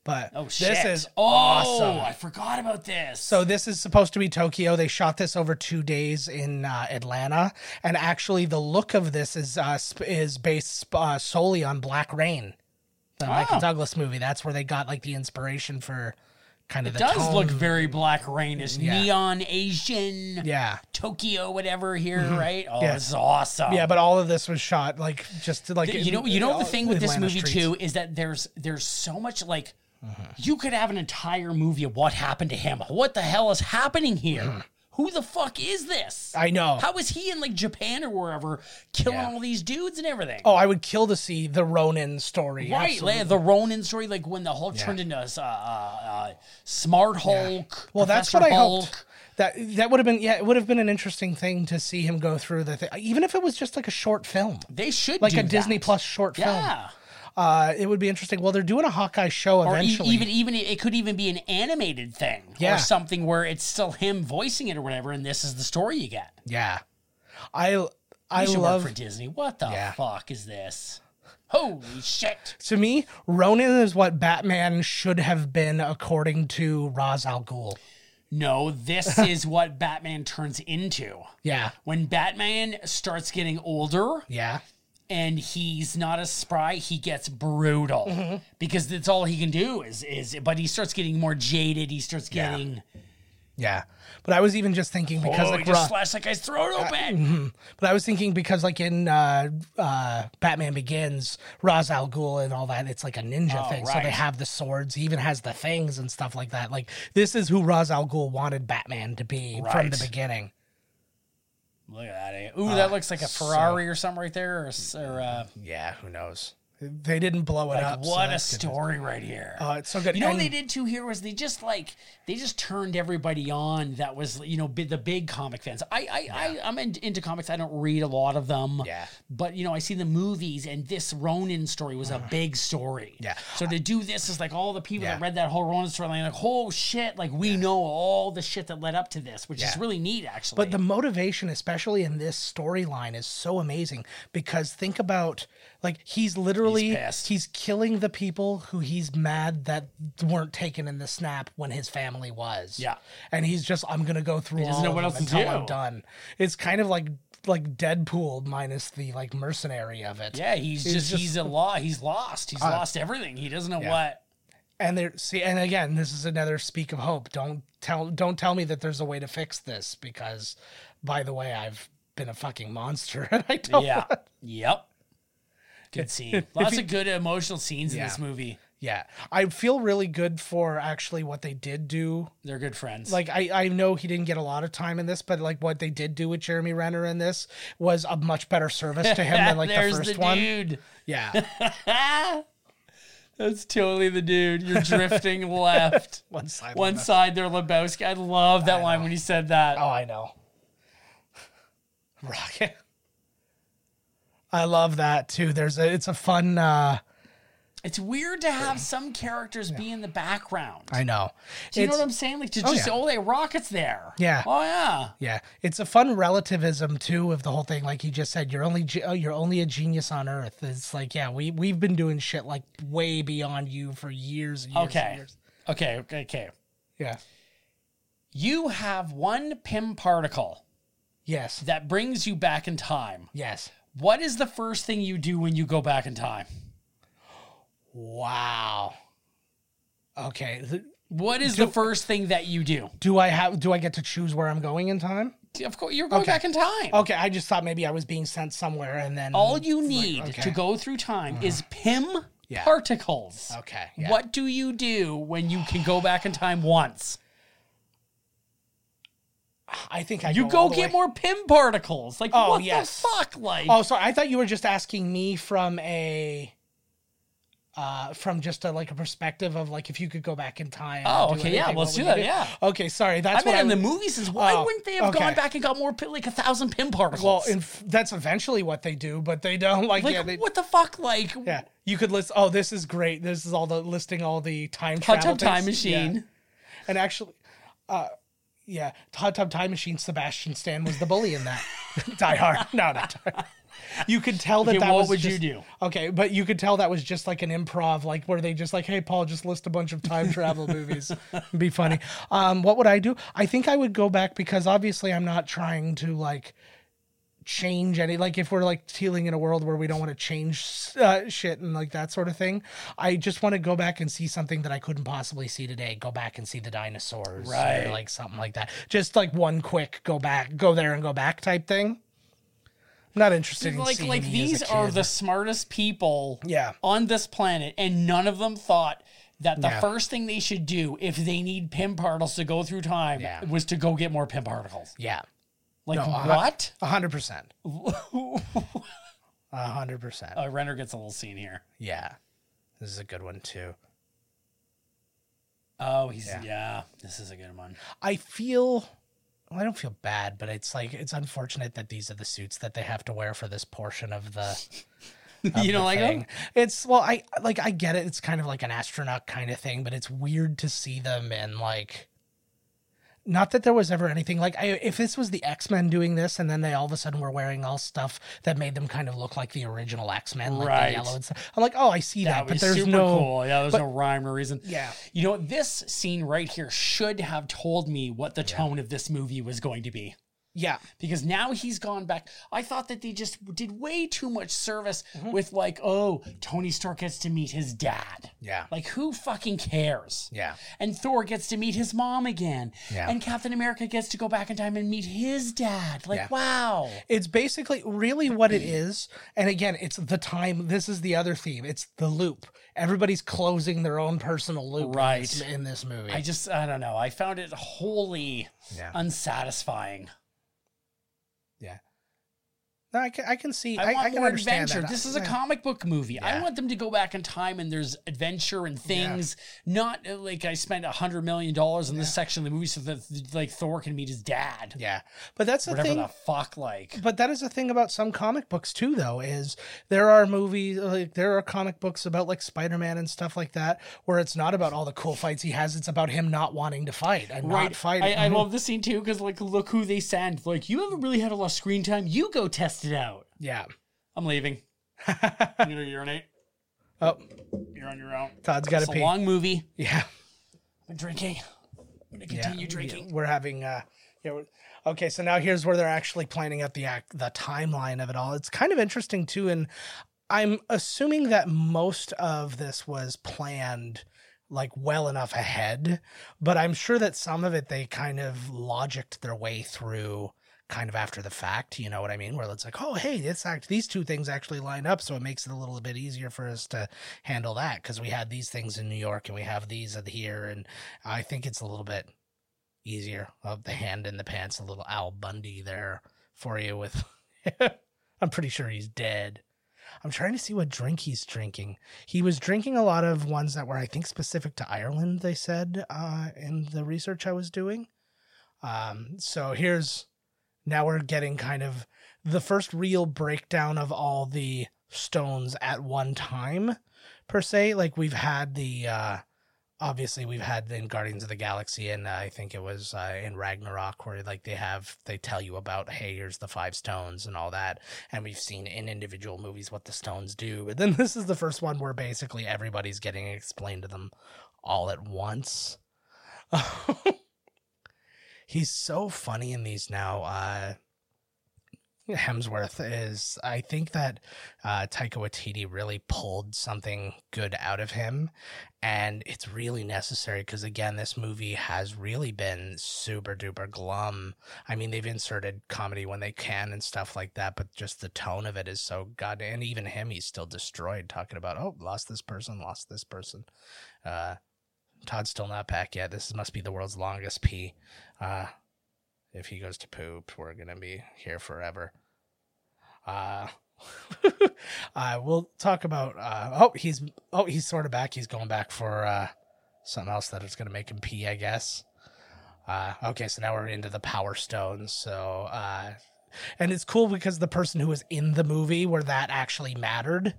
B: But
A: oh shit!
B: this is
A: oh,
B: awesome.
A: I forgot about this.
B: So this is supposed to be Tokyo. They shot this over two days in uh, Atlanta, and actually the look of this is uh, sp- is based uh, solely on Black Rain, the
A: Ah.
B: Michael Douglas movie. That's where they got like the inspiration for kind of
A: it
B: the
A: does
B: tone.
A: look very Black Rainish,
B: Yeah.
A: neon Asian.
B: yeah. Mm-hmm.
A: Tokyo, whatever here, right? Oh,
B: Yeah.
A: this is awesome.
B: Yeah, but all of this was shot like just to, like
A: Th- you know
B: in-
A: you know
B: all-
A: the thing with this
B: Atlanta
A: movie
B: streets. Mm-hmm.
A: too is that there's there's so much like you could have an entire movie of what happened to him what the hell is happening here who the fuck is this
B: Mm-hmm. I know.
A: how is he in like japan or wherever killing
B: Yeah.
A: all these dudes and everything
B: oh, I would kill to see the Ronin story.
A: Right,
B: absolutely.
A: like the Ronin story, like when the Hulk turned into uh, uh, uh, Smart Hulk.
B: Well, that's what
A: Professor
B: I
A: Hulk.
B: hoped. That that would have been yeah, it would have been an interesting thing to see him go through the thing, even if it was just like a short film,
A: They should
B: like
A: do
B: a Disney
A: that.
B: Plus short film.
A: Yeah,
B: Uh, it would be interesting. Well, they're doing a Hawkeye show
A: or e-
B: eventually.
A: even even it could even be an animated thing
B: Yeah.
A: or something where it's still him voicing it or whatever, and this is the story you get.
B: yeah, I I
A: I should
B: love.
A: work for Disney. What the
B: Yeah.
A: fuck is this? Holy shit!
B: To me, Ronin is what Batman should have been, according to Ra's al Ghul.
A: No, this is what Batman turns into.
B: Yeah,
A: When Batman starts getting older
B: yeah,
A: and he's not as spry, he gets brutal because that's all he can do is is. But he starts getting more jaded. He starts getting
B: yeah. But I was even just thinking because
A: oh,
B: like
A: he just
B: Ra-
A: slashed that guy's throat open.
B: But I was thinking because like in uh, uh, Batman Begins, Ra's al Ghul and all that, it's like a ninja
A: Oh,
B: thing. So
A: right.
B: they have the swords. He even has the things and stuff like that. Like this is who Ra's al Ghul wanted Batman to be from
A: Right.
B: the beginning.
A: Look at that! Eh? Ooh, that looks like a Ferrari or something right there, or, s- or uh,
B: Yeah, who knows? They didn't blow it
A: like,
B: up. so
A: what a
B: that's good.
A: story right here.
B: Oh, it's so good.
A: You know what
B: And-
A: they did too here was they just like they just turned everybody on that was you know bi- the big comic fans. I I, I I'm in, into comics. I don't read a lot of them.
B: Yeah.
A: But you know I see the movies and this Ronin story was a big story.
B: Uh-huh. Yeah.
A: So to do this is like all the people
B: Yeah.
A: that read that whole Ronin story like oh shit like we know all the shit that led up to this which is
B: Yeah.
A: really neat actually.
B: But the motivation, especially in this storyline, is so amazing because think about like he's literally
A: He's
B: he's,
A: pissed.
B: killing the people who he's mad that weren't taken in the snap when his family was.
A: Yeah.
B: and he's just I'm gonna go through all
A: doesn't know
B: of
A: what
B: them
A: else to
B: until I'm
A: do.
B: done. It's kind of like like Deadpool minus the like mercenary of it.
A: yeah he's just,
B: just- Uh,
A: he's a law he's lost he's lost everything he doesn't know what.
B: and there see and again this is another speak of hope don't tell don't tell me that there's a way to fix this because by the way i've been a fucking monster and i don't
A: Yeah. yep. Good scene. Lots of good emotional scenes in
B: Yeah.
A: this movie.
B: Yeah. I feel really good for actually what they did do.
A: They're good friends.
B: Like I, I know he didn't get a lot of time in this, but like what they did do with Jeremy Renner in this was a much better service to him than like the
A: there's
B: first
A: the
B: one.
A: dude.
B: Yeah.
A: That's totally the dude. You're drifting left.
B: one side.
A: One side, they're Lebowski. I love that line when he said that.
B: Oh, I know. Rocket. I love that too. There's a it's a fun uh
A: It's weird to have some characters be in the background.
B: I know.
A: Do you know
B: It's-
A: what I'm saying? Like to just
B: yeah.
A: oh, they rockets there.
B: Yeah.
A: Oh yeah.
B: Yeah, it's a fun relativism too of the whole thing. Like he just said, you're only ge- oh, you're only a genius on Earth. It's like yeah, we we've been doing shit like way beyond you for years. And years And
A: Okay.
B: years.
A: Okay. Okay. Okay.
B: Yeah.
A: You have one PIM particle
B: Yes.
A: that brings you back in time.
B: Yes.
A: What is the first thing you do when you go back in time?
B: Wow. Okay. th-
A: What is the first thing that you do?
B: Do I have? Do I get to choose where I'm going in time?
A: Of course, you're going back in time.
B: Okay. I just thought maybe I was being sent somewhere, and then
A: All you need
B: okay. Mm-hmm.
A: to go through time is PIM
B: Yeah.
A: particles.
B: Okay. yeah.
A: What do you do when you can go back in time once?
B: I think I
A: You
B: all
A: go
B: the
A: get
B: way-
A: more PIM particles. Like
B: Oh,
A: what
B: yes.
A: the fuck? Like
B: Oh, sorry. I thought you were just asking me from a, uh, from just a like a perspective of like if you could go back in time. and
A: Oh,
B: do
A: okay, yeah,
B: anything,
A: let's
B: what
A: do
B: would
A: that,
B: you
A: yeah.
B: Okay. Sorry. That's
A: I've been
B: what
A: in the
B: I,
A: movie since why
B: Oh,
A: wouldn't they have gone
B: okay.
A: back and got more pi- like a thousand PIM particles?
B: Well, in, f- that's eventually what they do, but they don't like.
A: like
B: yeah, they,
A: what the fuck? Like
B: yeah. You could list. Oh, this is great. This is all the listing all the time
A: hot
B: travel
A: tub time
B: things.
A: machine.
B: Yeah. And actually, uh, yeah, Hot Tub Time Machine. Sebastian Stan was the bully in that. Die Hard. No, not Die Hard. You could tell that
A: Okay,
B: that
A: what
B: was
A: would you
B: just-
A: do?
B: Okay, but you could tell that was just like an improv, like where they just like, hey, Paul, just list a bunch of time travel movies. It'd be funny. Um, what would I do? I think I would go back because obviously I'm not trying to like change any like if we're like dealing in a world where we don't want to change uh, shit and like that sort of thing i just want to go back and see something that i couldn't possibly see today go back and see the dinosaurs
A: Right.
B: or like something like that just like one quick go back go there and go back type thing I'm not interested in
A: like
B: seeing
A: like
B: me as a
A: these are
B: kid.
A: the smartest people
B: Yeah.
A: on this planet and none of them thought that the
B: Yeah.
A: first thing they should do if they need pim particles to go through time
B: Yeah.
A: was to go get more pim particles
B: yeah
A: like
B: No, uh,
A: what
B: a hundred percent a hundred percent
A: uh, renner gets a little scene here
B: yeah this is a good one too
A: oh he's yeah,
B: Yeah.
A: this is a good one
B: I feel well, I don't feel bad, but it's like it's unfortunate that these are the suits that they have to wear for this portion of the of
A: you
B: the
A: don't like
B: thing.
A: him
B: "Oh, It's well, I like I get it. It's kind of like an astronaut kind of thing, but it's weird to see them and like not that there was ever anything like I, if this was the X Men doing this, and then they all of a sudden were wearing all stuff that made them kind of look like the original X Men, like
A: Right.
B: the yellow and stuff. I'm like, oh, I see that,
A: that
B: but
A: was
B: there's
A: super
B: no
A: cool yeah there's no rhyme or reason
B: Yeah.
A: you know what? this scene right here should have told me what the tone of this movie was going to be
B: yeah,
A: because now he's gone back. I thought that they just did way too much service
B: Mm-hmm.
A: with like, oh, Tony Stark gets to meet his dad.
B: yeah,
A: Like who fucking cares?
B: yeah,
A: And Thor gets to meet his mom again.
B: Yeah.
A: And Captain America gets to go back in time and meet his dad. Like,
B: Yeah.
A: wow.
B: It's basically really what it is. And again, it's the time. This is the other theme. It's the loop. Everybody's closing their own personal loop in
A: Right.
B: this- in this movie.
A: I just I don't know. I found it wholly
B: Yeah.
A: unsatisfying.
B: yeah. No, I can, I can see.
A: I,
B: I,
A: want
B: I can
A: more
B: understand
A: adventure.
B: That.
A: This is a
B: Yeah.
A: comic book movie. I
B: Yeah.
A: want them to go back in time and there's adventure and things. Not uh, like I spent a hundred million dollars on this section of the movie so that like Thor can meet his dad.
B: Yeah. But that's the
A: Whatever
B: thing.
A: the fuck, like.
B: But that is the thing about some comic books too, though, is there are movies like there are comic books about like Spider Man and stuff like that, where it's not about all the cool fights he has; it's about him not wanting to fight and not fighting. Mm-hmm.
A: I, I love this scene too because like look who they send. Like you haven't really had a lot of screen time. You go test it out.
B: yeah.
A: I'm leaving. you need to urinate.
B: Oh,
A: You're on your own.
B: Todd's got
A: It's
B: to
A: a
B: pee.
A: long movie.
B: yeah.
A: I've been drinking. I'm gonna
B: Yeah,
A: continue
B: yeah,
A: drinking.
B: We're having uh yeah, we're- okay, so now here's where they're actually planning out the act the timeline of it all. It's kind of interesting too and I'm assuming that most of this was planned like well enough ahead, but I'm sure that some of it they kind of logicked their way through kind of after the fact, you know what I mean? Where it's like, oh, hey, this act, these two things actually line up, so it makes it a little bit easier for us to handle that because we had these things in New York and we have these at here, and I think it's a little bit easier of the hand in the pants, a little Al Bundy there for you. With, I'm pretty sure he's dead. I'm trying to see what drink he's drinking. He was drinking a lot of ones that were, I think, specific to Ireland. They said uh, in the research I was doing. Um, so here's now we're getting kind of the first real breakdown of all the stones at one time, per se. Like we've had the uh, obviously we've had in Guardians of the Galaxy, and uh, I think it was uh, in Ragnarok where like they have they tell you about hey here's the five stones and all that, and we've seen in individual movies what the stones do, but then this is the first one where basically everybody's getting explained to them all at once. He's so funny in these now. Uh, Hemsworth is. I think that uh, Taika Waititi really pulled something good out of him, and it's really necessary because again, this movie has really been super duper glum. I mean, they've inserted comedy when they can and stuff like that, but just the tone of it is so goddamn. And even him, he's still destroyed, talking about oh, lost this person, lost this person. Uh, Todd's still not back yet. This must be the world's longest pee. Uh, if he goes to poop, we're gonna be here forever. Uh, uh we'll talk about. Uh, oh, he's oh he's sort of back. He's going back for uh, something else that is gonna make him pee, I guess. Uh, okay, so now we're into the Power Stones. So, uh, and it's cool because the person who was in the movie where that actually mattered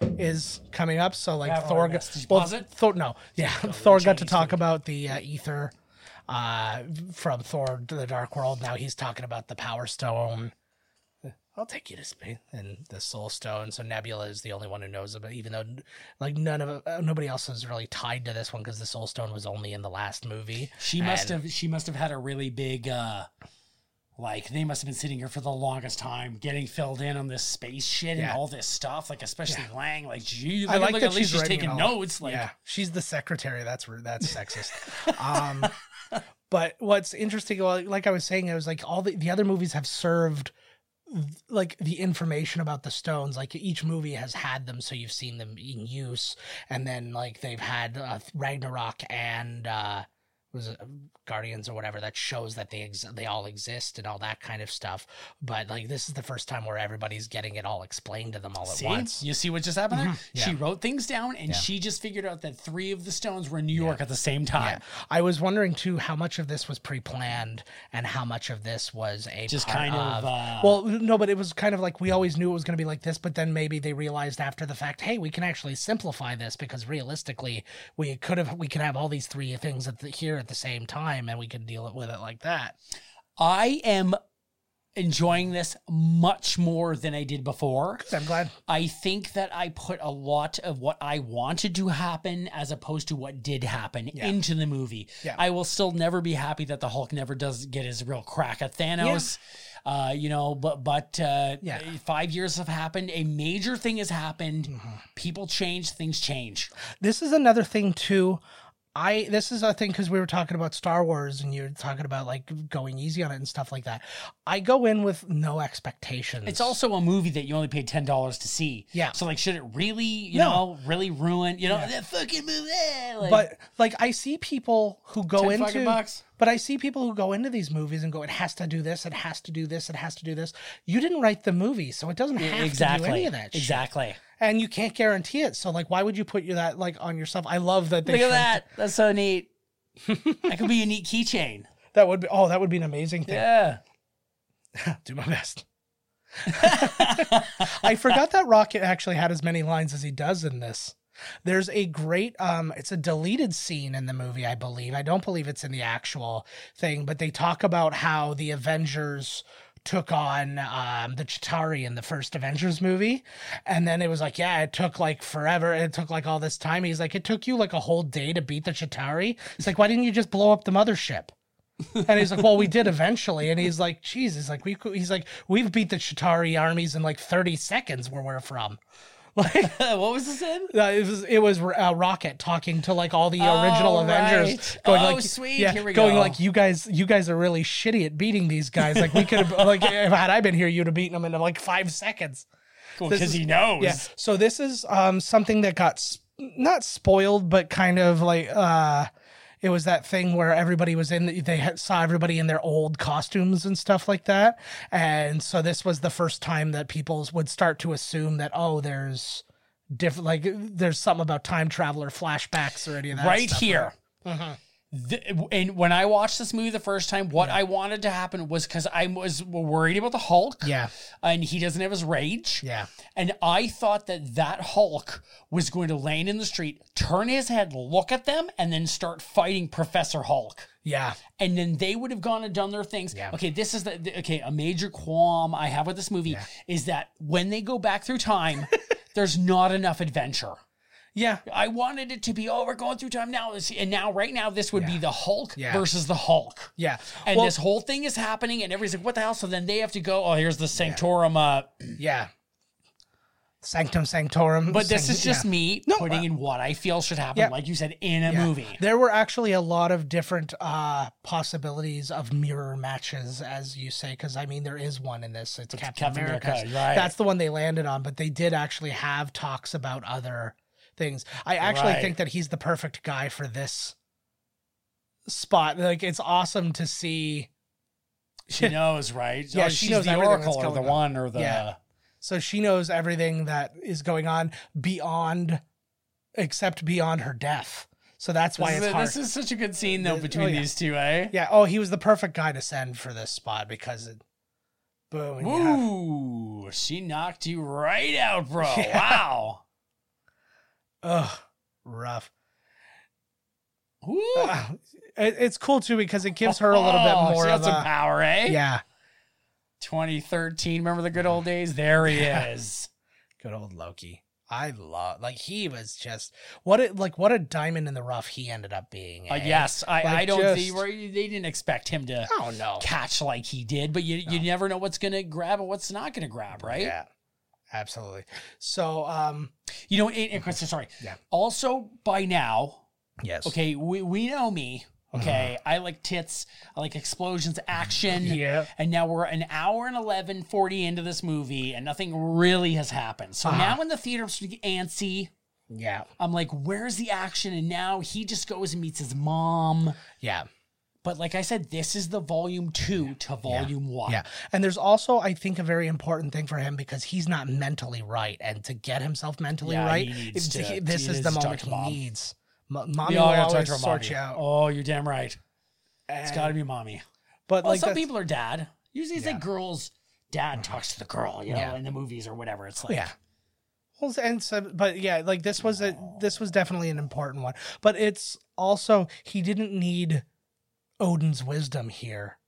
B: is coming up. So like
A: Have
B: Thor,
A: our next
B: well,
A: deposit?
B: Thor, no, yeah, Thor got to talk about the uh, ether uh, from Thor to the Dark World. Now he's talking about the Power Stone. I'll take you to space and the Soul Stone. So Nebula is the only one who knows about, even though like none of uh, nobody else is really tied to this one because the Soul Stone was only in the last movie.
A: She must
B: And-
A: have she must have had a really big uh like they must have been sitting here for the longest time getting filled in on this space shit
B: Yeah.
A: and all this stuff, like especially Lang. Like gee,
B: I
A: look-
B: like
A: look,
B: that
A: at least
B: she's
A: she's
B: writing
A: taking
B: it all.
A: notes. Like
B: yeah, she's the secretary. That's rude. that's sexist. um, but what's interesting, well, like I was saying, I was like all the, the other movies have served th- like the information about the stones like each movie has had them so you've seen them in use and then like they've had uh, ragnarok and uh was it guardians or whatever that shows that they ex- they all exist and all that kind of stuff but like this is the first time where everybody's getting it all explained to them all at
A: See,
B: once
A: you see what just happened there?
B: Mm-hmm. Yeah.
A: She wrote things down and she just figured out that three of the stones were in New York at the same
B: Yeah.
A: time.
B: I was wondering too how much of this was pre-planned and how much of this was a
A: Just
B: part
A: kind of, uh,
B: well, no, but it was kind of like we always knew it was going to be like this, but then maybe they realized after the fact, hey, we can actually simplify this because realistically, we could have we can have all these three things at the, here at the same time, and we can deal with it like that.
A: I am enjoying this much more than I did before.
B: So I'm glad.
A: I think that I put a lot of what I wanted to happen as opposed to what did happen
B: Yeah.
A: into the movie.
B: Yeah.
A: I will still never be happy that the Hulk never does get his real crack at Thanos. Uh, you know, but but uh,
B: Yeah.
A: five years have happened. A major thing has happened.
B: Mm-hmm.
A: People change. Things change.
B: this is another thing too i this is a thing because we were talking about star wars and you're talking about like going easy on it and stuff like that i go in with no expectations
A: It's also a movie that you only paid ten dollars to see.
B: Yeah.
A: So like, should it really, you
B: No.
A: know, really ruin, you know, that fucking movie? eh, Like,
B: but like i see people who go
A: 10
B: into
A: fucking bucks.
B: but i see people who go into these movies and go it has to do this it has to do this it has to do this you didn't write the movie so it doesn't have
A: E, eh, exactly.
B: to do any of that shit.
A: exactly.
B: and you can't guarantee it so like why would you put you that like on yourself i love that they
A: Look at
B: shrank-
A: that. That's so neat. that could be a neat keychain.
B: that would be oh that would be an amazing thing
A: Yeah.
B: do my best. I forgot that Rocket actually had as many lines as he does in this. There's a great um it's a deleted scene in the movie, I believe. I don't believe it's in the actual thing, but they talk about how the Avengers took on um the Chitari in the first Avengers movie. And then it was like, yeah, it took like forever. It took like all this time. He's like, it took you like a whole day to beat the Chitari. It's like, why didn't you just blow up the mothership? And he's like, "Well, we did eventually." And he's like, "Jesus!" Like we, he's like, "We've beat the Chitari armies in like thirty seconds where we're from." Like
A: what was this in?
B: uh, it was it was uh, Rocket talking to like all the original
A: Oh,
B: Avengers,
A: right.
B: going
A: Oh,
B: like,
A: sweet,
B: yeah,
A: here we
B: going
A: go.
B: like, you guys, you guys are really shitty at beating these guys. Like we could have, like, if had I been here, you'd have beaten them in like five seconds. This
A: Because
B: is-
A: he knows.
B: Yeah. So this is um something that got s- not spoiled, but kind of like uh, it was that thing where everybody was in. They had, saw everybody in their old costumes and stuff like that, and so this was the first time that people would start to assume that oh, there's different like there's something about time travel or flashbacks or any of that
A: right
B: stuff.
A: here.
B: Uh-huh.
A: The- and when I watched this movie the first time, what I wanted to happen was because I was worried about the Hulk.
B: Yeah.
A: And he doesn't have his rage.
B: Yeah.
A: And I thought that that Hulk was going to land in the street, turn his head, look at them, and then start fighting Professor Hulk.
B: Yeah.
A: And then they would have gone and done their things.
B: Yeah.
A: Okay, this is the, the- okay. A major qualm I have with this movie is that when they go back through time, there's not enough adventure.
B: Yeah.
A: I wanted it to be oh, we're going through time now, Let's see- and now right now this would be the Hulk
B: Yeah.
A: versus the Hulk.
B: Yeah.
A: And
B: Well-
A: this whole thing is happening, and everybody's like, "What the hell?" So then they have to go. Oh, here's the Sanctorum. Uh,
B: Yeah. Sanctum Sanctorum.
A: But this
B: Sanct-
A: is just
B: yeah.
A: me
B: No,
A: putting
B: uh,
A: in what I feel should happen,
B: yeah.
A: like you said, in a
B: Yeah.
A: movie.
B: There were actually a lot of different uh, possibilities of mirror matches, as you say, because I mean there is one in this. It's Captain,
A: Captain
B: America.
A: America, right.
B: That's the one they landed on, but they did actually have talks about other things. I actually
A: Right.
B: think that he's the perfect guy for this spot. Like it's awesome to see.
A: She knows, right?
B: Yeah,
A: Oh,
B: she
A: she's
B: knows
A: the
B: everything
A: Oracle
B: that's
A: or the
B: going
A: one or the.
B: Yeah. So she knows everything that is going on beyond, except beyond her death. So that's why
A: This,
B: it's
A: is,
B: hard.
A: this is such a good scene though
B: Oh,
A: between
B: yeah.
A: these two, eh?
B: Yeah. Oh, he was the perfect guy to send for this spot because it. Boom. and you have-
A: Ooh, she knocked you right out, bro!
B: Yeah.
A: Wow.
B: Ugh. Rough.
A: Ooh.
B: Ah, it- it's cool too because it gives her a little bit more
A: Oh, she
B: of
A: has some
B: a.
A: power, eh?
B: Yeah.
A: 2013. Remember the good old days? There he is.
B: Good old Loki. I love like he was just what it like what a diamond in the rough he ended up being.
A: Uh,
B: eh?
A: yes, I,
B: Like,
A: I don't
B: just-
A: think they didn't expect him to
B: Oh no.
A: catch like he did, but you you never know what's gonna grab and what's not gonna grab, right?
B: Yeah. Absolutely. So um
A: You know, and, and Chris, sorry.
B: Yeah.
A: Also, by now,
B: yes.
A: okay, we, we know me.
B: Uh-huh.
A: Okay, I like tits. I like explosions, action.
B: Yeah.
A: And now we're an hour and 11, 40 into this movie, and nothing really has happened.
B: Uh-huh.
A: So now in the theater, I'm starting to get antsy.
B: Yeah.
A: I'm like, where's the action? And now he just goes and meets his mom.
B: Yeah.
A: But like I said, this is the volume two to volume one.
B: Yeah. And there's also, I think, a very important thing for him because he's not mentally right. And to get himself mentally
A: Yeah, he
B: right,
A: needs
B: it's-
A: to-
B: this
A: he
B: is
A: needs
B: the
A: to talk
B: moment
A: to
B: he
A: mom.
B: needs. M- mommy
A: We
B: will
A: all gotta
B: always
A: talk to our
B: sort
A: mommy.
B: you out.
A: Oh, you're damn right. It's
B: And-
A: got to be mommy.
B: But
A: Well,
B: like,
A: some
B: that's-
A: people are dad. Usually it's
B: Yeah. Mm-hmm.
A: like girls, dad talks to the girl, you know,
B: Yeah.
A: in the movies or whatever. It's like,
B: yeah. Well, and so, but yeah, like this was a this was definitely an important one. But it's also he didn't need Odin's wisdom here.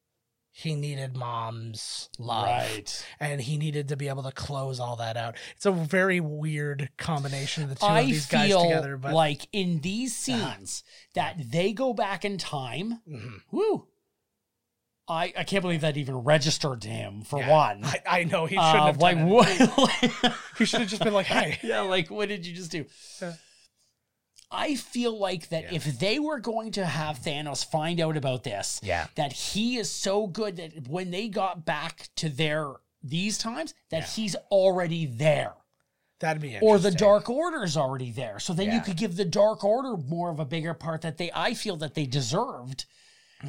B: He needed mom's love.
A: right.
B: and he needed to be able to close all that out. It's a very weird combination of the two
A: I
B: of these guys
A: feel
B: together. But Uh-huh.
A: like in these scenes that they go back in time.
B: Mhm.
A: Woo. I, I can't believe that even registered to him for
B: Yeah.
A: one.
B: I, I know he shouldn't
A: Uh,
B: have
A: like
B: done it.
A: what?
B: He should have just been like, "Hey,
A: yeah, like what did you just do?
B: Yeah.
A: I feel like that if they were going to have Thanos find out about this,
B: Yeah.
A: that he is so good that when they got back to their these times, that he's already there.
B: that'd be
A: Or the
B: interesting.
A: Dark Order is already there. So then
B: Yeah.
A: you could give the Dark Order more of a bigger part that they I feel that they deserved.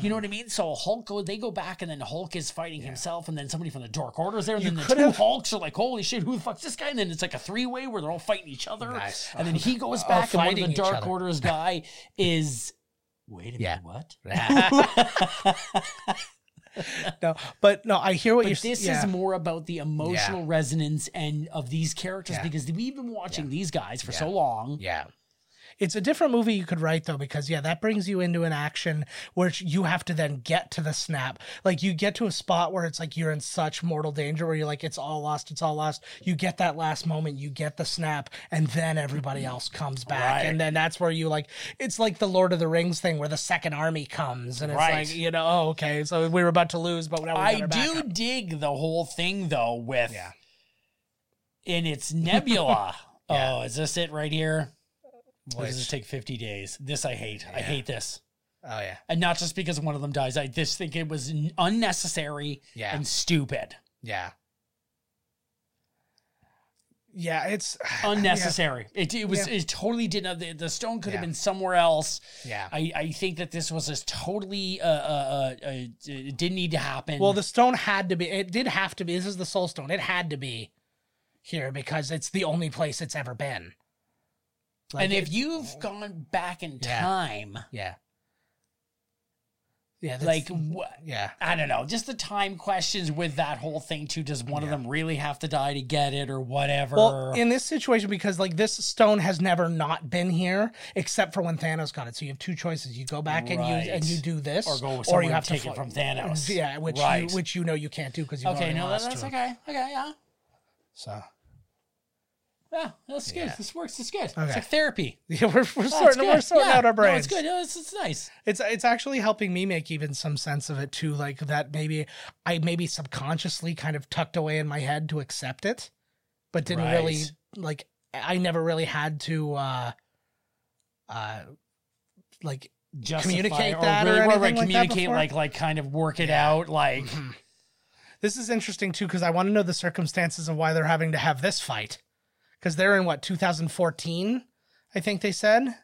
A: You know what I mean? So Hulk go they go back and then Hulk is fighting himself and then somebody from the Dark Order is there and
B: You
A: then the
B: could
A: two
B: have-
A: Hulks are like, holy shit, who the fuck's this guy? And then it's like a three way where they're all fighting each other.
B: Nice.
A: And then he goes
B: Oh,
A: back and one of
B: fighting
A: the
B: each
A: Dark
B: other.
A: Order's guy is wait a
B: Yeah.
A: minute, what?
B: no, but no, I hear what
A: But
B: you're.
A: this
B: yeah.
A: is more about the emotional resonance and of these characters
B: Yeah.
A: because we've been watching these guys for
B: Yeah.
A: so long.
B: Yeah. It's a different movie you could write though, because yeah, that brings you into an action which you have to then get to the snap. Like you get to a spot where it's like you're in such mortal danger where you're like, it's all lost, it's all lost. You get that last moment, you get the snap, and then everybody else comes back.
A: Right.
B: And then that's where you like it's like the Lord of the Rings thing where the second army comes and it's
A: Right.
B: like, you know, oh, okay, so we were about to lose, but now we
A: I
B: got our back
A: do
B: up.
A: dig the whole thing though with
B: Yeah.
A: in its nebula Oh, is this it right here? Why does this
F: Which-
A: take 50 days? This I hate. I
F: Yeah.
A: hate this.
F: Oh yeah,
A: And not just because one of them dies. I just think it was n- unnecessary
F: yeah,
A: and stupid.
F: yeah, yeah. It's
A: Unnecessary. It, it was,
F: Yeah.
A: it totally didn't, the, the stone could have
F: Yeah.
A: been somewhere else.
F: Yeah.
A: I, I think that this was just totally, uh, uh, uh, uh, it didn't need to happen.
B: Well, the stone had to be. It did have to be. This is the soul stone. It had to be here because it's the only place it's ever been. Like,
A: and if
B: it-
A: you've gone back in
F: Yeah.
A: time,
F: yeah,
B: yeah, that's-
A: like what?
F: yeah,
A: I don't know, just the time questions with that whole thing too. Does one of them really have to die to get it or whatever?
B: Well, in this situation, because like this stone has never not been here except for when Thanos got it. So you have two choices: you go back and
A: Right.
B: you and you do this,
A: or go somewhere
B: you
A: and take it
B: fly-
A: from Thanos.
B: Yeah, which
A: right.
B: you, which you know you can't do because you
A: okay, no, that-
B: lost
A: that's
B: to him.
A: okay. Okay, yeah,
B: So
A: yeah, that's good. This works. It's good.
B: Okay.
A: It's like therapy.
B: yeah, we're, we're
A: Oh, it's
B: sorting, we're
A: good.
B: sorting
A: Yeah.
B: out our brains.
A: No, it's good. No, it's, it's nice.
B: It's it's actually helping me make even some sense of it too, like that maybe I maybe subconsciously kind of tucked away in my head to accept it, but didn't really
A: Right.
B: like I never really had to uh uh like
A: Justify
B: Communicate
A: or
B: that or
A: really, right, right,
B: anything like that
A: communicate
B: before? Mm-hmm.
A: like like kind of work it out like
B: this is interesting too because I want to know the circumstances of why they're having to have this fight. Because they're in what, 2014, I think they said?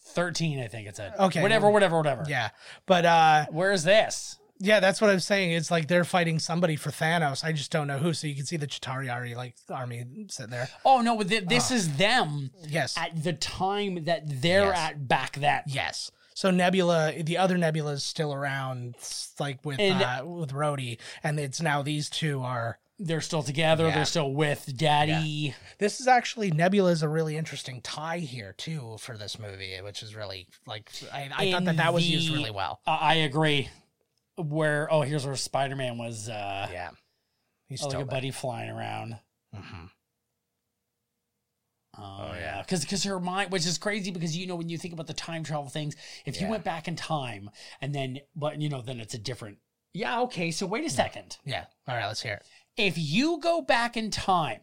A: thirteen. I think it said.
B: Okay,
A: whatever,
B: well,
A: whatever, whatever.
B: Yeah. But uh
A: Where is this?
B: Yeah, that's what I'm saying. It's like they're fighting somebody for Thanos. I just don't know who. So you can see the Chitari Ari like army sitting there.
A: Oh no, but th-
B: Ah.
A: this is them
B: Yes.
A: at the time that they're
B: Yes.
A: at back then.
B: yes. So Nebula, the other Nebula is still around, s- like with
A: And-
B: uh, with Rhodey, and it's now these two are.
A: They're still together.
B: Yeah.
A: They're still with Daddy.
B: This is actually Nebula is a really interesting tie here too for this movie, which is really like I, I thought
A: In
B: that that was
A: the-
B: used really well.
A: I, I agree. Where oh here's where Spider Man was uh
B: Yeah, he's
A: oh, like
B: still
A: a buddy flying around.
B: hmm
A: Oh,
F: Oh,
A: yeah,
F: yeah.
A: because because her mind, which is crazy, because you know when you think about the time travel things, if you
F: Yeah.
A: went back in time and then, but you know, then it's a different. Yeah, okay. So wait a second.
B: Yeah. All right, let's hear it.
A: If you go back in time,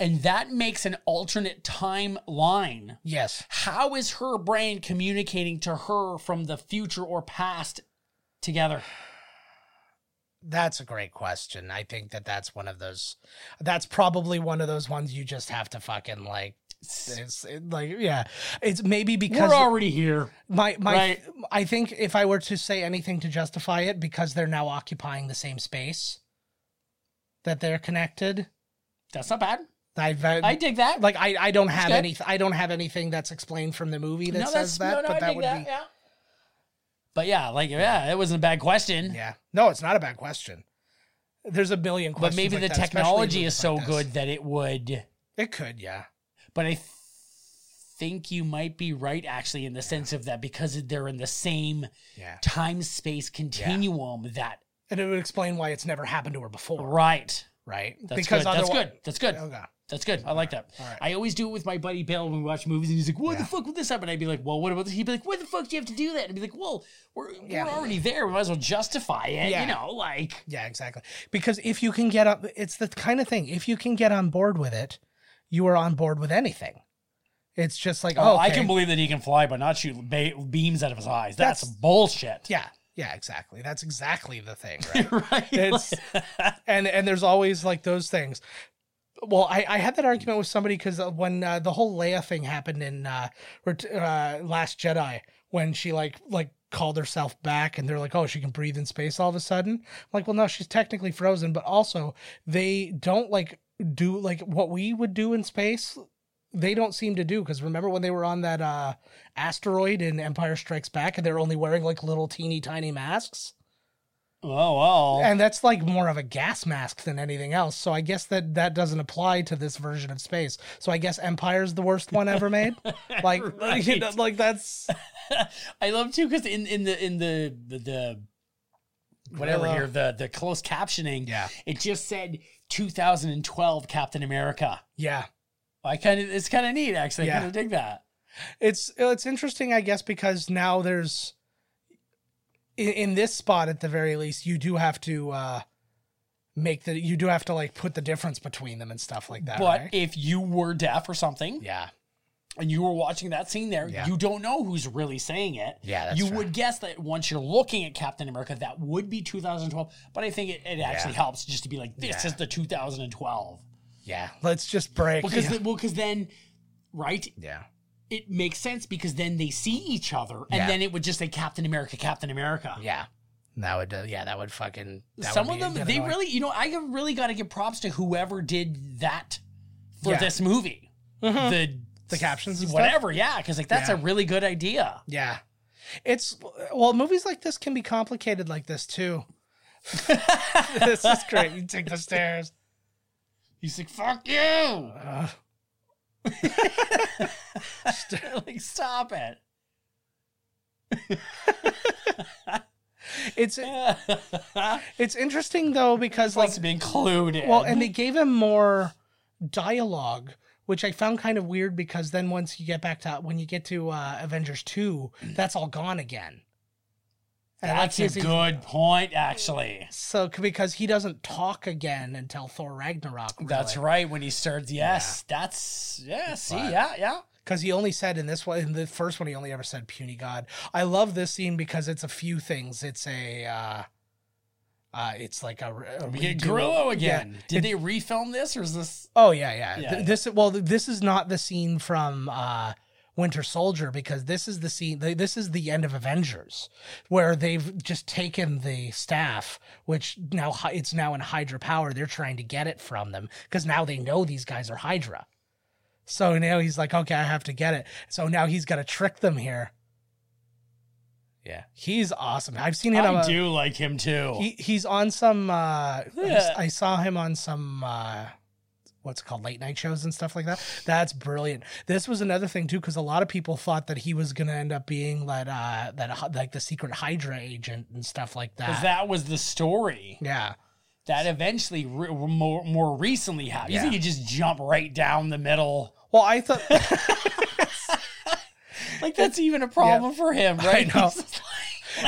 A: and that makes an alternate timeline,
B: Yes.
A: how is her brain communicating to her from the future or past together?
B: That's a great question. I think that that's one of those. That's probably one of those ones you just have to fucking like. It's it, like yeah. It's maybe because
A: We're already here.
B: my my.
A: right.
B: I think if I were to say anything to justify it, because they're now occupying the same space, that they're connected.
A: That's not bad.
B: I've,
A: I dig that.
B: like I, I don't have
A: good.
B: any I don't have anything that's explained from the movie that says that, but that would be
A: yeah. But yeah, like yeah, it wasn't a bad question.
B: yeah. No, it's not a bad question. There's a million
A: but
B: questions.
A: maybe
B: like
A: the
B: that, especially
A: technology is
B: movies
A: so
B: like this.
A: good that it would
B: It could, yeah.
A: but i th- think you might be right actually in the sense of that because they're in the same
B: Yeah.
A: time space continuum that
B: And it would explain why it's never happened to her before,
A: right
B: right?
A: that's good that's
B: otherwi-
A: good that's good
B: Oh god.
A: that's good i like that
B: Alright.
A: i always do it with my buddy bill when we watch movies and he's like what the
B: Yeah.
A: fuck would this happen i'd be like well what about this he'd be like why the fuck do you have to do that and i'd be like well we're,
B: Yeah.
A: we're already there we might as well justify it
B: Yeah.
A: you know like
B: Yeah, exactly. Because if you can get up, it's the kind of thing. If you can get on board with it, you are on board with anything. It's just like, oh,
A: oh, i
B: okay.
A: can believe that he can fly but not shoot ba- beams out of his eyes that's,
B: That's-
A: bullshit
B: Yeah, yeah, exactly. That's exactly the thing, right?
A: right
B: It's- and and there's always like those things. Well, I, I had that argument with somebody because when uh, the whole Leia thing happened in uh, Ret- uh, Last Jedi, when she like like called herself back, and they're like, "Oh, she can breathe in space all of a sudden." I'm like, well, no, she's technically frozen, but also they don't like do like what we would do in space. They don't seem to do because remember when they were on that uh, asteroid in Empire Strikes Back, and they're only wearing like little teeny tiny masks.
A: Oh well.
B: and that's like more of a gas mask than anything else so i guess that that doesn't apply to this version of space so i guess empire's the worst one ever made like you know,
A: Right.
B: like that's
A: I love too because in in the in the the, the whatever
B: Gorilla.
A: here the the closed captioning
B: Yeah.
A: it just said 2012 Captain America.
B: yeah
A: I kind of it's kind of neat actually. I
B: Yeah.
A: kind of dig that.
B: it's it's interesting i guess because now there's in, in this spot at the very least you do have to uh make the you do have to like put the difference between them and stuff like that.
A: But
B: right?
A: if you were deaf or something,
F: Yeah.
A: and you were watching that scene there,
F: Yeah.
A: you don't know who's really saying it.
F: Yeah, that's
A: you
F: right.
A: would guess that once you're looking at Captain America, that would be 2012. But I think it, it actually
F: Yeah.
A: helps just to be like, this
F: Yeah.
A: is the 2012
F: Yeah.
B: let's just break
A: because
B: yeah.
A: the- well, because then, right?
F: Yeah.
A: It makes sense because then they see each other, and
F: Yeah.
A: then it would just say Captain America, Captain America.
F: Yeah. That would. Uh, yeah. That would fucking. That
A: Some
F: would
A: of
F: be
A: them,
F: another
A: they
F: one.
A: really, you know, I have really got to give props to whoever did that for
B: Yeah.
A: this movie. Mm-hmm. The
B: the captions and stuff.
A: whatever, yeah, because like that's
F: Yeah.
A: a really good idea.
B: Yeah. It's well, movies like this can be complicated like this too. this is great. You take the stairs.
A: He's like, fuck you.
B: Ugh.
A: like, stop it.
B: it's
A: It's
B: it's interesting though because like
A: like to included.
B: well, and they gave him more dialogue, which I found kind of weird because then once you get back to when you get to uh, Avengers two, that's all gone again. And I like
A: that's a
B: his-
A: good point, actually.
B: So c- because he doesn't talk again until Thor Ragnarok. Really.
A: That's right. When he starts, yes, that's yeah. See,
F: But-
A: yeah, yeah.
B: because he only said in this one in the first one he only ever said puny god i love this scene because it's a few things it's a uh uh it's like a, re- a
A: We get
B: redo-
A: Grillo
B: Yeah.
A: again. Did
B: It-
A: they refilm this, or is this?
B: oh yeah yeah,
A: Yeah,
B: Th-
A: yeah.
B: this well th- this is not the scene from uh Winter Soldier because this is the scene th- this is the end of Avengers where they've just taken the staff which now hy- it's now in Hydra power they're trying to get it from them cuz now they know these guys are Hydra so now he's like okay I have to get it so now he's got to trick them here
F: Yeah.
B: he's awesome I've seen him
A: I
B: on a-
A: do like him too.
B: uh, he, he's on some uh
A: Yeah.
B: I saw him on some uh what's it called late night shows and stuff like that that's brilliant this was another thing too because a lot of people thought that he was gonna end up being that uh that hy- like the secret hydra agent and stuff like that,
A: Because that was the story
B: yeah
A: that eventually, re- more more recently, happened. You
F: Yeah.
A: think you just jump right down the middle?
B: well i thought
A: Like that's even a problem for him, right?
B: know.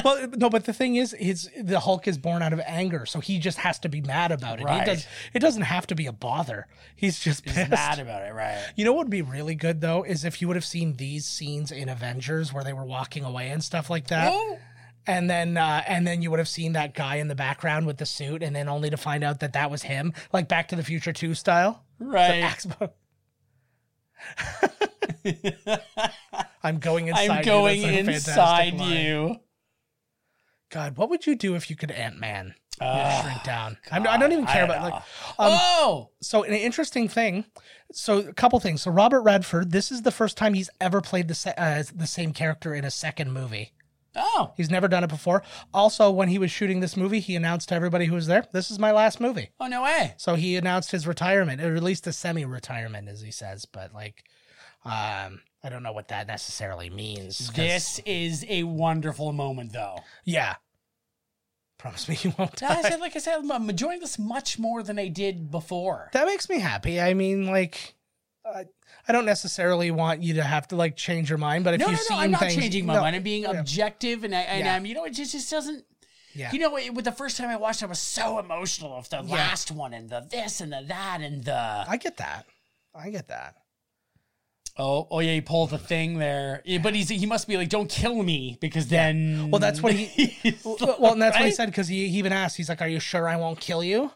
B: well no but the thing is his the hulk is born out of anger so he just has to be mad about it
A: Right.
B: it, does, it doesn't have to be a bother he's just pissed.
A: He's mad about it, right?
B: You know what would be really good though is if you would have seen these scenes in Avengers where they were walking away and stuff like that,
A: Oh.
B: and then uh, and then you would have seen that guy in the background with the suit, and then only to find out that that was him, like Back to the Future Two style. The
A: Right.
B: axe bo- I'm going inside.
A: I'm
B: you.
A: going
B: That's a fantastic
A: inside
B: line. Um,
A: you.
B: God, what would you do if you could Ant Man
A: Ah,
B: shrink down? I'm, I don't even
A: I
B: care
A: don't
B: about like.
A: know.
B: um,
A: oh,
B: so an interesting thing so a couple things so robert redford this is the first time he's ever played the, sa- uh, the same character in a second movie
A: oh,
B: he's never done it before also when he was shooting this movie he announced to everybody who was there this is my last movie
A: oh no way.
B: so he announced his retirement or at least a semi-retirement as he says but like um i don't know what that necessarily means 'cause-
A: This is a wonderful moment, though.
B: yeah promise me you won't
A: I
B: die.
A: said, like I said, I'm enjoying this much more than I did before.
B: that makes me happy i mean like I I don't necessarily want you to have to like change your mind, but if
A: no, no,
B: you've
A: no,
B: seen
A: I'm not
B: things,
A: changing my
B: No.
A: mind. I'm being
B: Yeah.
A: objective, and I and
B: Yeah.
A: I'm, you know, it just, just doesn't.
B: Yeah.
A: You know, it, with the first time I watched, it, I was so emotional of the
B: Yeah.
A: last one and the this and the that and the
B: I get that. I get that.
A: oh oh yeah, he pulled the thing there. Yeah, but he's he must be like, don't kill me because then
B: Well, that's what he.
A: He's
B: well, well, and that's what he
A: right?
B: said because he, he even asked. He's like, "Are you sure I won't kill you?"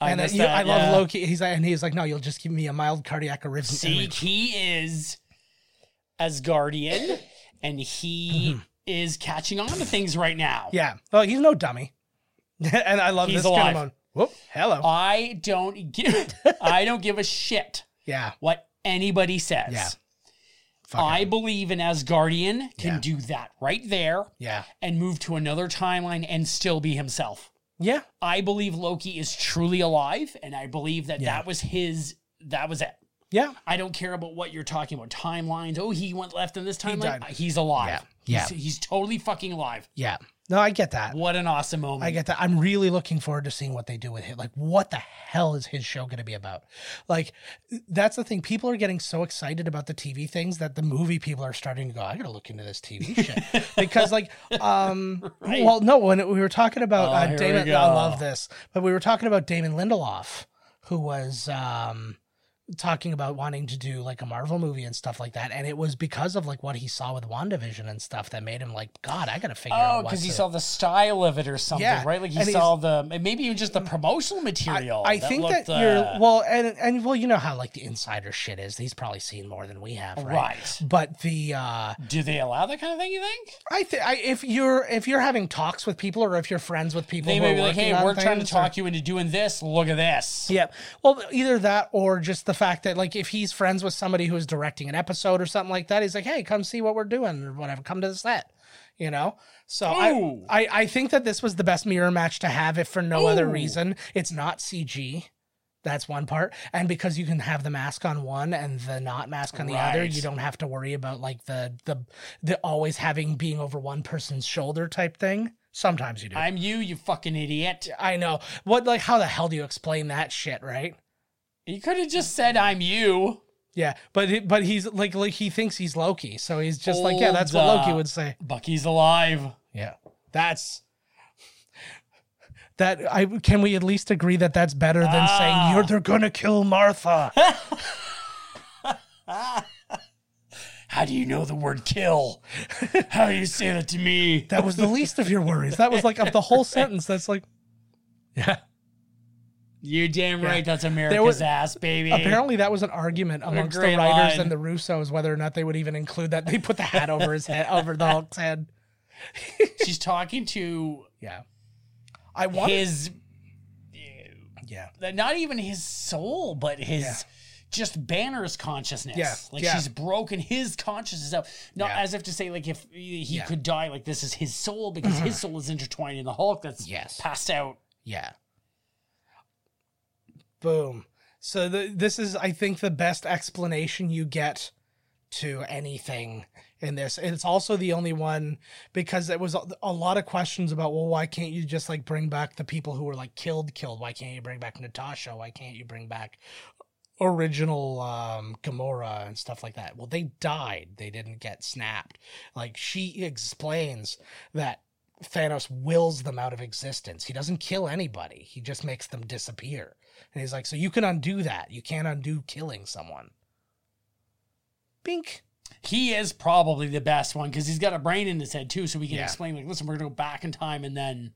A: I,
B: and then
A: missed
B: uh, you-
A: that,
B: I love
A: yeah.
B: Loki. He's like, and he's like, "No, you'll just give me a mild cardiac arrhythmia."
A: See, he is as guardian, and he is catching on to things right now.
B: Mm-hmm. Yeah. Well, he's no dummy. and I love
A: He's
B: this kind
A: alive.
B: of moment. Whoop. Hello.
A: I don't give I don't give a shit
B: yeah.
A: what anybody says.
B: Yeah. Fuck it.
A: I believe an Asgardian can
B: Yeah.
A: do that right there
B: Yeah.
A: and move to another timeline and still be himself.
B: Yeah.
A: I believe Loki is truly alive, and I believe that
B: Yeah.
A: that was his. That was it.
B: Yeah.
A: I don't care about what you're talking about. Timelines. Oh, he went left in this timeline.
B: died.
A: He's alive.
F: Yeah.
A: He's, he's totally fucking alive.
F: Yeah.
B: No, I get that.
A: What an awesome moment.
B: I get that. I'm really looking forward to seeing what they do with him. Like, what the hell is his show going to be about? Like, that's the thing. People are getting so excited about the TV things that the movie people are starting to go, I got to look into this TV shit. because, like, um,
A: Right.
B: well, no, when we were talking about
A: Oh,
B: uh,
A: here we
B: Damon,
A: go.
B: I love this, but we were talking about Damon Lindelof, who was, um, talking about wanting to do like a Marvel movie and stuff like that and it was because of like what he saw with WandaVision and stuff that made him like god I got to figure
A: Oh,
B: out what
A: because he
B: to-
A: saw the style of it or something,
B: Yeah,
A: right? Like he
B: and he's-
A: saw the and maybe even just the promotional material.
B: I, I think
A: looked,
B: that you're
A: uh,
B: well, and and well, you know how like the insider shit is. He's probably seen more than we have, right?
A: right.
B: But the uh,
A: Do they allow that kind of thing? You think
B: I think if you're if you're having talks with people or if you're friends with people,
A: they
B: who
A: may
B: are
A: be like,
B: working
A: "Hey,
B: on
A: we're trying to
B: things or-
A: talk you into doing this. Look at this."
B: Yeah. Well, either that or just the fact that like if he's friends with somebody who is directing an episode or something like that, he's like, "Hey, come see what we're doing or whatever. Come to the set." You know? So I,
A: Ooh.
B: I I think that this was the best mirror match to have if for no other
A: Ooh.
B: reason. It's not CG. That's one part. And because you can have the mask on one and the not mask on the other,
A: Right.
B: you don't have to worry about like the the the always having being over one person's shoulder type thing. Sometimes you do.
A: I'm you, you fucking idiot.
B: I know. What like how the hell do you explain that shit, right?
A: You could have just said, "I'm you."
B: Yeah, but he- but he's like like he thinks he's Loki, so he's just like yeah, that's what
A: Hold
B: Loki
A: up.
B: would say.
A: Bucky's alive.
B: Yeah, that's that. I can we at least agree that that's better than
A: Ah.
B: saying you're they're gonna kill Martha.
A: How do you know the word kill? How do you say that to me?
B: that was the least of your worries. That was like of the whole sentence. That's like yeah.
A: You're damn
B: Yeah.
A: right. That's America's
B: There was-
A: ass, baby.
B: Apparently, that was an argument
A: a
B: amongst the
A: great
B: writers
A: line.
B: and the Russos whether or not they would even include that. They put the hat over his head, over the Hulk's head.
A: she's talking to
B: Yeah, I want.
A: his
B: yeah,
A: not even his soul, but his just Banner's consciousness.
B: Yeah,
A: Like
B: yeah.
A: she's broken his consciousness up. Not
F: Yeah.
A: as if to say like if he he could die, like this is his soul because his soul is intertwined in the Hulk that's
F: Yes.
A: passed out.
F: Yeah.
B: Boom. So the, this is, I think, the best explanation you get to anything in this. And it's also the only one because it was a, a lot of questions about, well, why can't you just like bring back the people who were like killed, killed? Why can't you bring back Natasha? Why can't you bring back original um, Gamora and stuff like that? Well, they died. They didn't get snapped. Like she explains that Thanos wills them out of existence. He doesn't kill anybody. He just makes them disappear. And he's like, so you can undo that. You can't undo killing someone. Bink.
A: He is probably the best one because he's got a brain in his head too, so we can
F: Yeah.
A: explain like, listen, we're gonna go back in time and then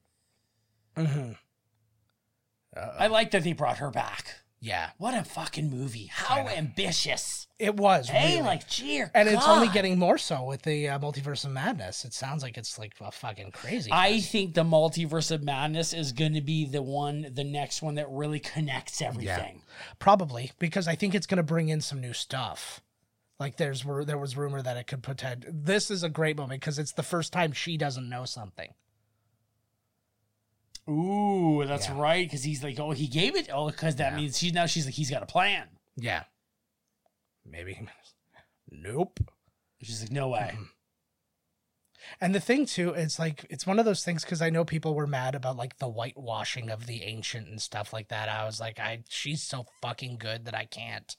B: Mm-hmm.
A: I like that they brought her back.
F: Yeah.
A: What a fucking movie. How ambitious.
B: It was.
A: Hey,
B: really.
A: like cheer.
B: and it's only
A: God.
B: getting more so with the uh, multiverse of madness. It sounds like it's like a fucking crazy.
A: I think the multiverse of madness is going to be the one, the next one that really connects everything.
B: Probably because I think it's going to bring in some new stuff. Like there's were there was rumor that it could pretend. This is a great moment because it's the first time she doesn't know something.
A: Ooh, that's
F: Yeah.
A: right. Because he's like, oh, he gave it. Oh, because that
F: Yeah.
A: means she's now she's like, he's got a plan.
F: Yeah. Maybe. Nope.
A: She's like, no way.
B: And the thing too, it's like it's one of those things because I know people were mad about like the whitewashing of the ancient and stuff like that. I was like, I she's so fucking good that I can't,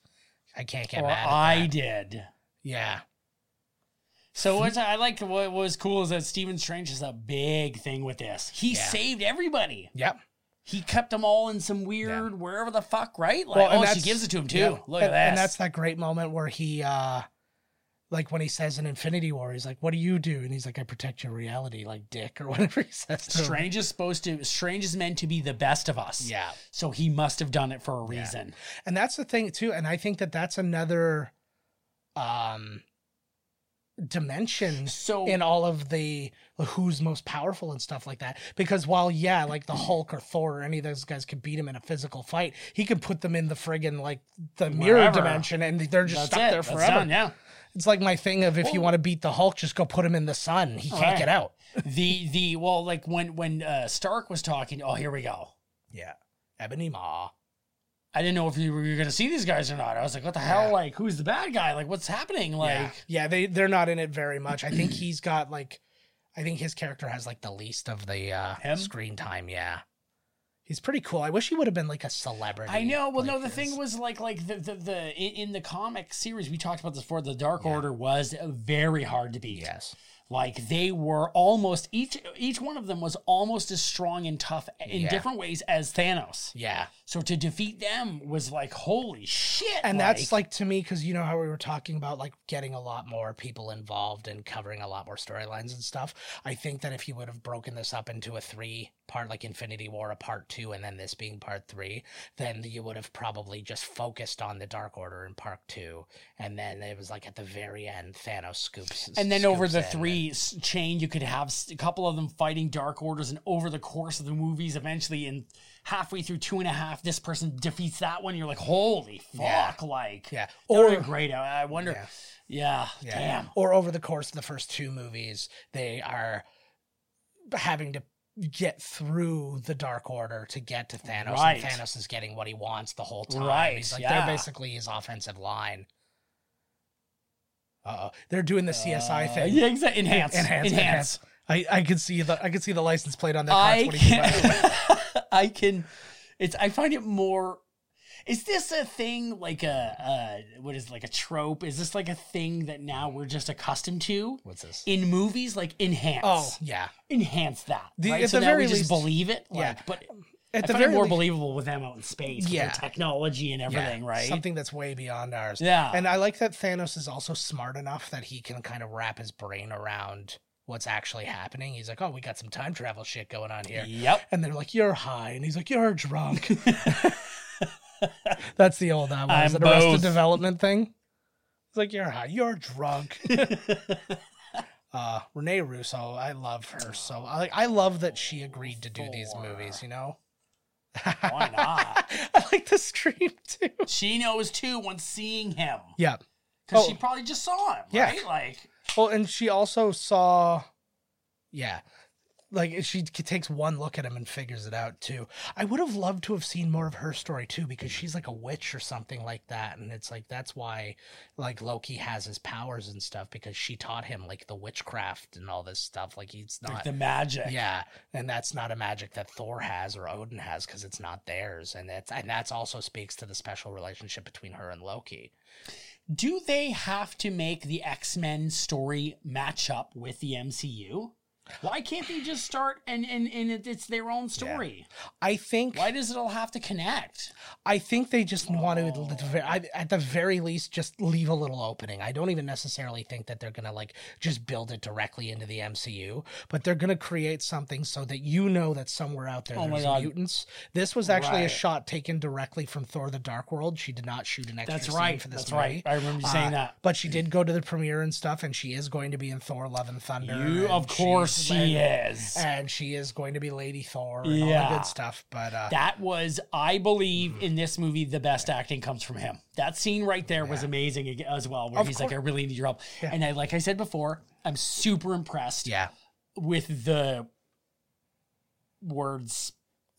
B: I can't get
A: or
B: mad. At
A: I
B: that.
A: did.
B: yeah,
A: So what I like what was cool is that Stephen Strange is a big thing with this. He
F: Yeah.
A: saved everybody.
B: yep.
A: He kept them all in some weird wherever the fuck, right? Like,
B: and
A: oh, she
B: that's-
A: gives it to him too.
B: yeah.
A: Look
B: and,
A: at this.
B: And that's that great moment where he, uh like, when he says in Infinity War, he's like, "What do you do?" And he's like, "I protect your reality, like Dick or whatever he says." To him.
A: Strange is supposed to. Strange is meant to be the best of us.
F: Yeah.
A: So he must have done it for a reason.
B: and that's the thing too and i think that that's another um dimension
A: So-
B: in all of the who's most powerful and stuff like that because while yeah like the hulk or thor or any of those guys could beat him in a physical fight he could put them in the friggin like the mirror
A: Wherever.
B: dimension and they're just
A: That's
B: stuck
A: it.
B: there
A: That's
B: forever
A: done, yeah.
B: it's like my thing of if you want to beat the hulk just go put him in the sun he can't
A: Right.
B: get out
A: The the well, like when when uh, Stark was talking. Oh, here we go.
B: yeah ebony maw
A: I didn't know if you were, you were gonna see these guys or not. I was like, what the hell? Like, who's the bad guy? Like, what's happening? Like,
B: yeah. yeah, they they're not in it very much. I think he's got like, I think his character has like the least of the uh,
A: Him?
B: screen time. Yeah, he's pretty cool. I wish he would have been like a celebrity.
A: I know. Well, no,
B: like
A: the
B: this.
A: thing was like, like the the, the i- in the comic series we talked about this before. The Dark Order was very hard to beat.
F: Yes.
A: Like they were almost each each one of them was almost as strong and tough in
F: Yeah.
A: different ways as Thanos.
F: Yeah.
A: So to defeat them was like holy shit.
B: and that's like to me because you know how we were talking about like getting a lot more people involved and covering a lot more storylines and stuff i think that if you would have broken this up into a three part like infinity war a part two and then this being part three then you would have probably just focused on the dark order in part two and then it was like at the very end thanos scoops
A: and then over
B: scoops
A: the
B: in and-
A: three s chain, you could have s- a couple of them fighting Dark Orders, and over the course of the movies, eventually, in halfway through two and a half, this person defeats that one. You're like, holy
B: Yeah.
A: fuck! Like,
B: Yeah.
A: or
B: Or-
A: great. I I wonder.
B: Yeah.
A: Yeah,
B: Yeah.
A: damn.
B: Or over the course of the first two movies, they are having to get through the Dark Order to get to Thanos.
A: Right.
B: And Thanos is getting what he wants the whole time.
A: Right,
B: He's like,
A: yeah.
B: They're basically his offensive line. Uh oh. They're doing the CSI
A: Uh,
B: thing.
A: yeah, exa- enhance,
B: Enhance,
A: enhance,
B: enhance. I, I could see the I could see the license plate on that car.
A: I can, I can. It's. I find it more. Is this a thing like a uh, what is it, like a trope? Is this like a thing that now we're just accustomed to
F: What's this?
A: in movies? Like enhance.
B: Oh yeah.
A: enhance that.
B: The-
A: right?
B: at
A: so
B: the
A: now
B: very
A: we just
B: least-
A: believe it. Like,
B: yeah.
A: But
B: At
A: I
B: the
A: find
B: very
A: it more
B: least-
A: believable with them out in space, with
B: Yeah.
A: their technology and everything, right?
B: Something that's way beyond ours.
A: Yeah.
B: And I like that Thanos is also smart enough that he can kind of wrap his brain around what's actually happening. He's like, oh, we got some time travel shit going on here.
A: Yep.
B: And they're like, you're high. And he's like, you're drunk. that's the old, uh, what is
A: I'm
B: it, Arrested
A: both.
B: Development thing? He's like, you're high. You're drunk. uh, Renee Russo, I love her. So I, I love that she agreed to do these movies, you know?
A: Why not?
B: I like the scream too.
A: she knows too once seeing him
B: Yeah.
A: because
B: Oh.
A: she probably just saw him,
B: Yeah.
A: right? Like,
B: Well, and she also saw, yeah, like she k- takes one look at him and figures it out too. I would have loved to have seen more of her story too, because she's like a witch or something like that, and it's like that's why, like Loki has his powers and stuff because she taught him like the witchcraft and all this stuff. Like he's
A: like
B: not.
A: the magic.
B: yeah, and that's not a magic that Thor has or Odin has because it's not theirs, and that's and that's also speaks to the special relationship between her and Loki.
A: Do they have to make the X Men story match up with the MCU? Why can't they just start and and, and it, it's their own story?
B: I think
A: Why does it all have to connect?
B: I think they just want to, at the ve- I- at the very least, just leave a little opening. I don't even necessarily think that they're going to like just build it directly into the MCU, but they're going to create something so that you know that somewhere out there
A: Oh my
B: there's
A: God.
B: mutants. This was actually a
A: Right.
B: shot taken directly from Thor: The Dark World. She did not shoot an extra
A: That's
B: scene
A: right.
B: for this
A: That's
B: movie.
A: right. I remember you
B: Uh,
A: saying that.
B: but she did go to the premiere and stuff, and she is going to be in Thor: Love and Thunder.
A: You,
B: and
A: of course,
B: she's-
A: she is.
B: and she is going to be Lady Thor and all the
A: Yeah.
B: good stuff. But uh,
A: That was, I
B: Mm-hmm.
A: believe, in this movie, the best acting comes from him. That scene right there was amazing ag- as well, where he's like, "I really need your help," and I, like I said before, I'm super impressed
B: yeah,
A: with the words.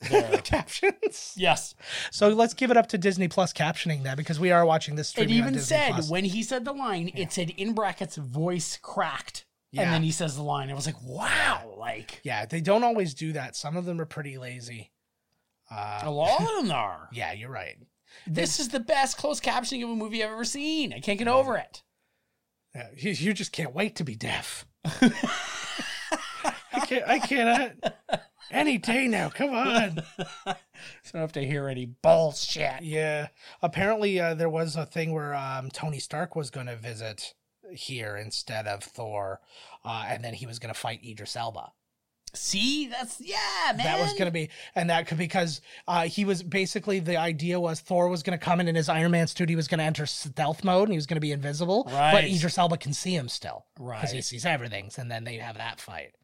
A: There.
B: captions.
A: yes,
B: So let's give it up to Disney Plus captioning that because we are watching this
A: it
B: streaming. on
A: even
B: Disney
A: said
B: Plus.
A: when he said the line, it said in brackets, "voice cracked,"
B: Yeah.
A: and then he says the line. I was like, "Wow!" Like
B: Yeah, they don't always do that. Some of them are pretty lazy. Uh,
A: a lot of them are.
B: yeah, you're right.
A: This is the best closed captioning of a movie I've ever seen. I can't get over it.
B: Yeah, you, you just can't wait to be deaf. I can't. I cannot. Any day now. Come on.
A: So I don't have to hear any bullshit.
B: Yeah. Apparently, uh, there was a thing where um, Tony Stark was going to visit here instead of Thor, uh, and then he was going to fight Idris Elba.
A: See, that's yeah, man.
B: That was going to be, and that could because uh, he was basically the idea was Thor was going to come in in his Iron Man suit. He was going to enter stealth mode and he was going to be invisible. But
A: Right.
B: Idris Elba can see him still, Because he
A: Right.
B: sees everything. And then they have that fight.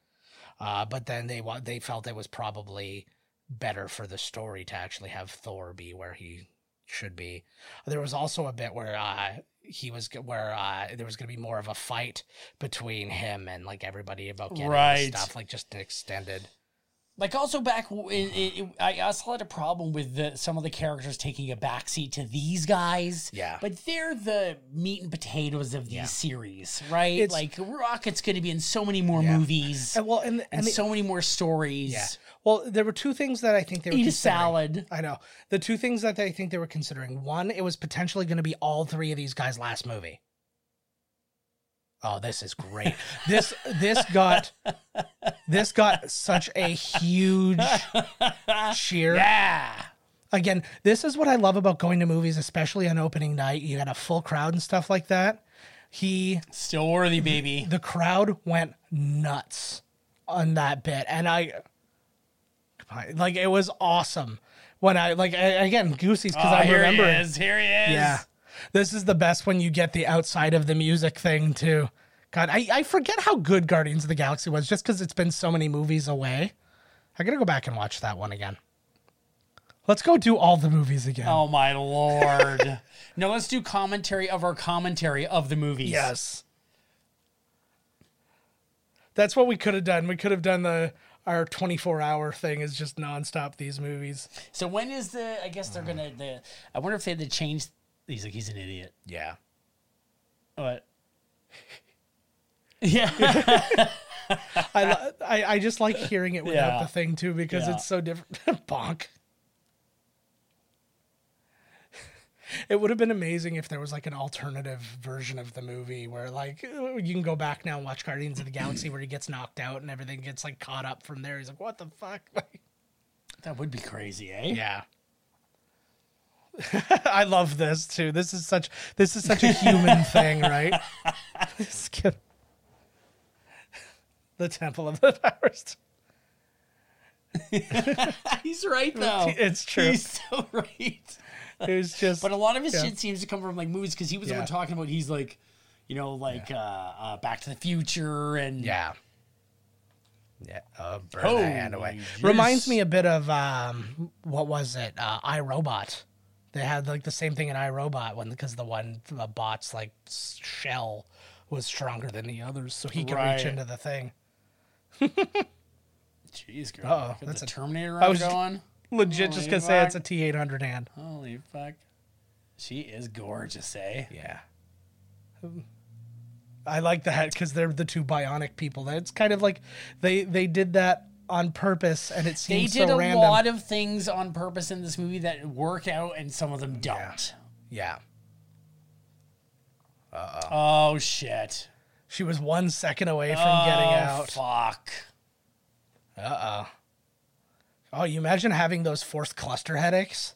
B: Uh, but then they wa- they felt it was probably better for the story to actually have Thor be where he should be. There was also a bit where uh, he was g- where uh, there was going to be more of a fight between him and like everybody about getting his
A: Right.
B: stuff, like just an extended.
A: Like also back, w- in it, it, I also had a problem with the, some of the characters taking a backseat to these guys.
F: Yeah.
A: but they're the meat and potatoes of these series, right?
B: It's-
A: like Rocket's going to be in so many more
F: Yeah.
A: movies
B: And well, and, and,
A: and
B: the-
A: so many more stories.
F: Yeah.
B: well, there were two things that I think they were
A: Eat a
B: considering.
A: salad.
B: I know the two things that I think they were considering. One, it was potentially going to be all three of these guys' last movie. Oh, this is great. this this got this got such a huge cheer.
A: Yeah,
B: Again, this is what I love about going to movies, especially on opening night. You got a full crowd and stuff like that. He
A: still worthy, baby.
B: the crowd went nuts on that bit and i like it was awesome when i like I, again goosey's because
A: Ah,
B: i
A: here
B: remember
A: he
B: it.
A: is. Here he is.
B: yeah this is the best when you get the outside of the music thing too god i, I forget how good guardians of the galaxy was just because it's been so many movies away i gotta go back and watch that one again let's go do all the movies again
A: Oh my lord. now let's do commentary of our commentary of the movies.
B: Yes. That's what we could have done. We could have done the our 24 hour thing is just nonstop these movies.
A: So when is the? I guess they're gonna. The, I wonder if they had to change. He's like he's an idiot.
F: Yeah.
A: What? Yeah.
B: I, lo- I I just like hearing it without
A: Yeah.
B: the thing too because
A: Yeah.
B: it's so different. Bonk. It would have been amazing if there was like an alternative version of the movie where like you can go back now and watch Guardians of the Galaxy where he gets knocked out and everything gets like caught up from there. He's like, what the fuck?
A: that would be crazy, eh?
B: Yeah. I love this too. This is such this is such a human thing, right? This kid- the Temple of the Powers.
A: He's right though.
B: It's true.
A: He's so right.
B: It was just
A: But a lot of his
B: Yeah.
A: shit seems to come from like movies because he was the
B: Yeah.
A: one talking about he's like, you know, like uh, uh, Back to the Future and
F: Yeah. Yeah. Uh, burn
A: Holy
F: that hand away.
B: reminds me a bit of um, what was it? Uh, iRobot. They had like the same thing in iRobot when because the one from the bot's like s- shell was stronger than the others, so he could reach
A: Right.
B: into the thing.
A: Jeez, girl.
B: Uh-oh,
A: Got
B: Oh, that's
A: the
B: a-
A: Terminator
B: I
A: on
B: was-
A: going.
B: Legit, just
A: Holy
B: gonna say
A: fuck.
B: it's a T eight hundred hand.
A: Holy fuck. She is gorgeous, eh?
F: Yeah.
B: Um, I like that because they're the two bionic people. That's kind of like they they did that on purpose, and it
A: They
B: seems
A: did
B: so
A: a
B: random.
A: lot of things on purpose in this movie that work out, and some of them don't.
F: Yeah.
A: Oh shit!
B: she was one second away from
A: oh,
B: getting out.
A: Fuck.
B: oh, you imagine having those forced cluster headaches?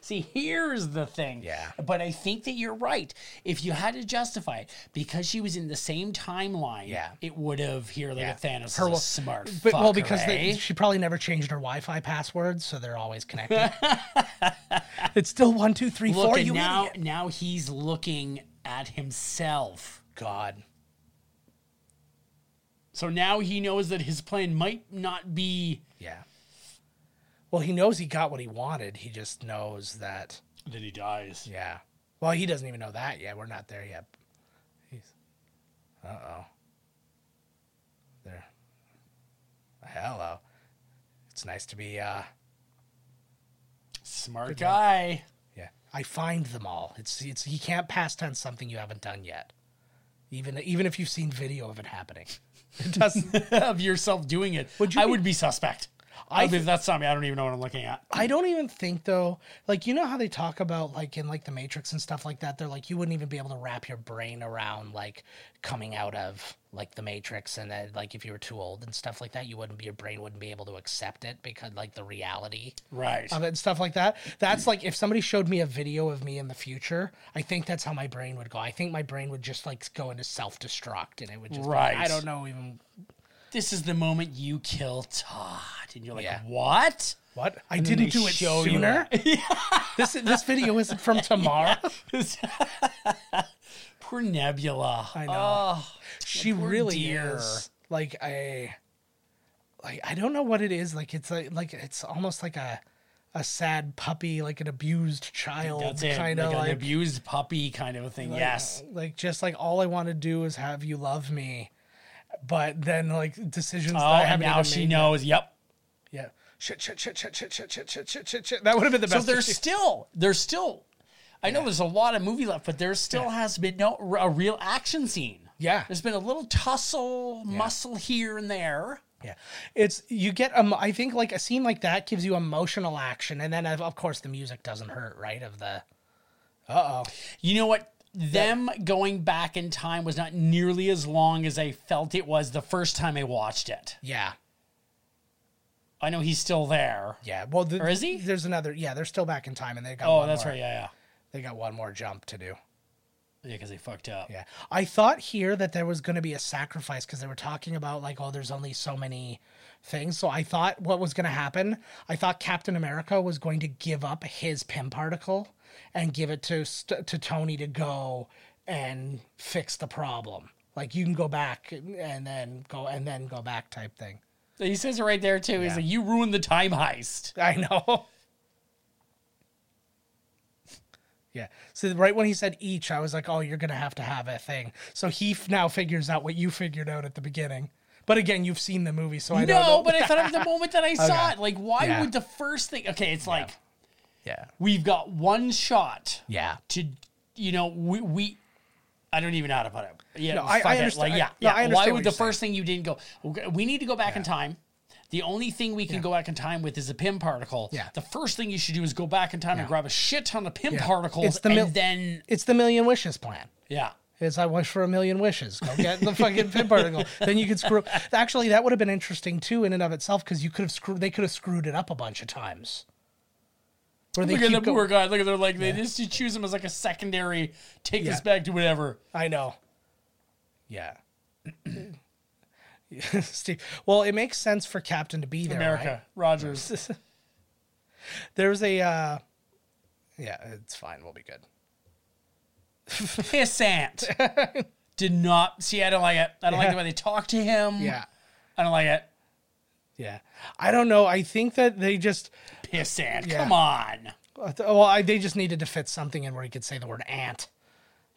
A: See, here's the thing.
F: Yeah.
A: But I think that you're right. If you had to justify it, because she was in the same timeline,
F: Yeah.
A: it would have here like
F: Yeah.
A: a Thanos
B: Her
A: is a
B: wa-
A: smart.
B: But well,
A: fucker,
B: because they,
A: eh?
B: she probably never changed her Wi-Fi passwords, so they're always connected. it's still one, two, three, four.
A: look, and
B: You
A: now
B: idiot.
A: now he's looking at himself.
B: God.
A: So now he knows that his plan might not be
F: Yeah.
B: Well, he knows he got what he wanted. He just knows that.
A: that he dies.
F: Yeah.
B: Well, he doesn't even know that yet. We're not there yet. He's, uh oh. There.
F: Hello. It's nice to be. uh
A: Smart guy.
F: Yeah.
B: I find them all. It's it's you can't past tense something you haven't done yet. Even even if you've seen video of it happening. It doesn't
A: of yourself doing it,
B: Would you
A: I
B: be-
A: would be suspect. I mean, that's not me. I don't even know what I'm looking at.
B: I don't even think though, like you know how they talk about like in like the Matrix and stuff like that, they're like you wouldn't even be able to wrap your brain around like coming out of like the Matrix and that like if you were too old and stuff like that, you wouldn't be your brain wouldn't be able to accept it because like the reality.
A: Right.
B: of it and stuff like that. That's like if somebody showed me a video of me in the future, I think that's how my brain would go. I think my brain would just like go into self destruct and it would just be like,
A: Right.
B: I don't know even
A: this is the moment you kill Todd, and you're like,
F: Yeah.
A: "What?
B: what I
A: then
B: didn't
A: they
B: do it
A: show you
B: sooner. this this video isn't from tomorrow.
A: Poor Nebula."
B: I know.
A: Oh,
B: she
A: poor
B: really
A: dear.
B: is like I like I don't know what it is. Like it's like like it's almost like a a sad puppy, like an abused child,
A: that's it.
B: kind
A: Oh, like,
B: of like, uh,
A: an abused puppy kind of a thing. yes.
B: Like just like all I want to do is have you love me. but then like decisions.
A: Oh,
B: that I
A: and
B: haven't
A: now
B: even
A: she
B: made yet.
A: knows. Yep.
B: Yeah. Shit, shit, shit, shit, shit, shit, shit, shit, shit, shit, shit. That would have been the
A: So
B: best.
A: there's still there's still. I know there's a lot of movie left, but there still has been no a real action scene.
B: Yeah.
A: There's been a little tussle, muscle here and there.
B: Yeah, it's you get um. I think like a scene like that gives you emotional action, and then of of course the music doesn't hurt, right? Of the
A: You know what? Them going back in time was not nearly as long as I felt it was the first time I watched it.
B: yeah,
A: I know he's still there.
B: yeah. Well, the,
A: Or is he?
B: There's another. Yeah, they're still back in time, and they got.
A: Oh,
B: Oh,
A: that's
B: more,
A: right. Yeah,
B: They got one more jump to do.
A: yeah. Yeah, because they fucked up.
B: Yeah, I thought here that there was going to be a sacrifice because they were talking about like, oh, there's only so many things. So I thought what was going to happen, I thought Captain America was going to give up his pim particle and give it to st- to Tony to go and fix the problem. Like you can go back and- and then go and then go back type thing.
A: He says it right there, too. He's like, You ruined the time heist.
B: I know. Yeah. So right when he said each, I was like, "Oh, you're gonna have to have a thing." So he f- now figures out what you figured out at the beginning. But again, you've seen the movie, so I don't
A: no,
B: know.
A: but I thought of the moment that I saw it. Like, why
B: Yeah.
A: would the first thing. Okay, it's like,
F: Yeah.
A: We've got one shot
F: Yeah.
A: to, you know, we. we I don't even know how to put it. Yeah,
B: No, I-
A: fuck
B: I
A: it.
B: understand-
A: Like, yeah,
B: no, I
A: yeah.
B: understand
A: Why
B: what
A: would the
B: you're saying.
A: first thing you didn't go? "Okay, We need to go back in time. The only thing we can go back in time with is a pim particle.
B: Yeah.
A: The first thing you should do is go back in time and grab a shit ton of pim particles,
B: It's the
A: and
B: mil-
A: then
B: it's the million wishes plan.
A: yeah,
B: It's I wish for a million wishes. Go get the fucking pin particle. Then you could screw. Actually, that would have been interesting too, in and of itself, because you could have screwed. They could have screwed it up a bunch of times. Where they
A: Look at the
B: keep go-
A: poor guy. Look at they're like they just you choose him as like a secondary. Take
B: Yeah.
A: this back to whatever.
B: I know.
F: Yeah.
B: Steve. Well, it makes sense for Captain to be there.
A: America
B: right?
A: Rogers.
B: There's a. Uh, yeah, it's fine. We'll be good.
A: Pissant. Did not see. I don't like it. I don't like the way they talk to him.
B: Yeah.
A: I don't like it.
B: Yeah. I don't know. I think that they just.
A: Pissant.
B: Yeah.
A: Come on.
B: Well, I, they just needed to fit something in where he could say the word ant.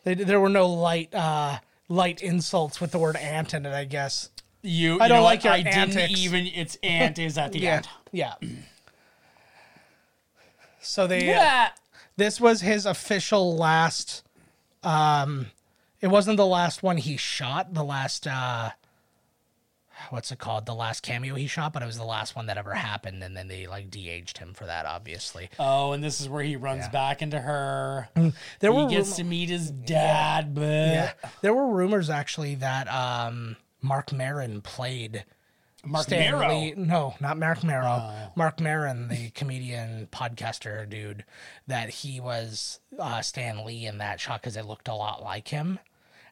B: They, there were no light uh, light insults with the word ant in it, I guess.
A: You. you
B: don't
A: know what?
B: like your
A: I didn't
B: antics.
A: even. It's ant is at the end.
B: Yeah. So they. uh,
A: Yeah.
B: This was his official last. Um, it wasn't the last one he shot. The last. Uh, what's it called? The last cameo he shot, but it was the last one that ever happened, and then they like de-aged him for that, obviously.
A: Oh, and this is where he runs back into her. He
B: There were
A: gets
B: rumo-
A: to meet his dad. But
B: yeah, there were rumors actually that um, Mark Maron played
A: Mark
B: Stan
A: Marrow. Oh.
B: Lee- No, not Mark Marrow. Mark Maron, the comedian podcaster dude, that he was uh, Stan Lee in that shot because it looked a lot like him.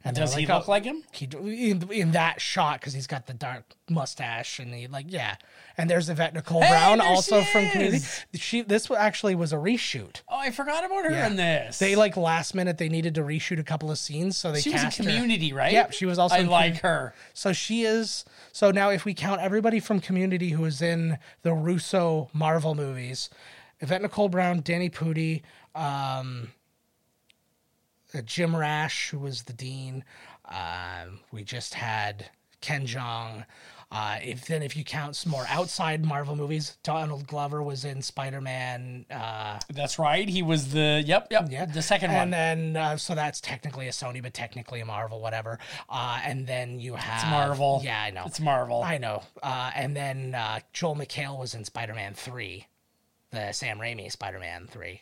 B: And they're
A: Does he
B: oh,
A: look like him?
B: He d- in, in that shot because he's got the dark mustache and he like yeah. And there's Yvette Nicole Brown
A: there she
B: also from Community.
A: is!
B: She this wa- actually was a reshoot.
A: Oh, I forgot about her in this.
B: They like last minute they needed to reshoot a couple of scenes, so they
A: She was in
B: cast her.
A: Community, right?
B: Yep, she was also
A: I
B: in
A: like
B: Commu-
A: her.
B: So she is. So now, if we count everybody from Community who is in the Russo Marvel movies, Yvette Nicole Brown, Danny Pudi, um, uh, Jim Rash, who was the dean, um, we just had Ken Jeong. Uh, if then, if you count some more outside Marvel movies, Donald Glover was in Spider Man. Uh,
A: That's right. He was the yep yep
B: yeah.
A: the second
B: and
A: one.
B: then uh, so that's technically a Sony, but technically a Marvel, whatever. Uh, and then you have
A: Marvel.
B: Yeah, I know.
A: It's Marvel.
B: I know. Uh, and then uh, Joel McHale was in Spider Man 3, the Sam Raimi Spider Man 3.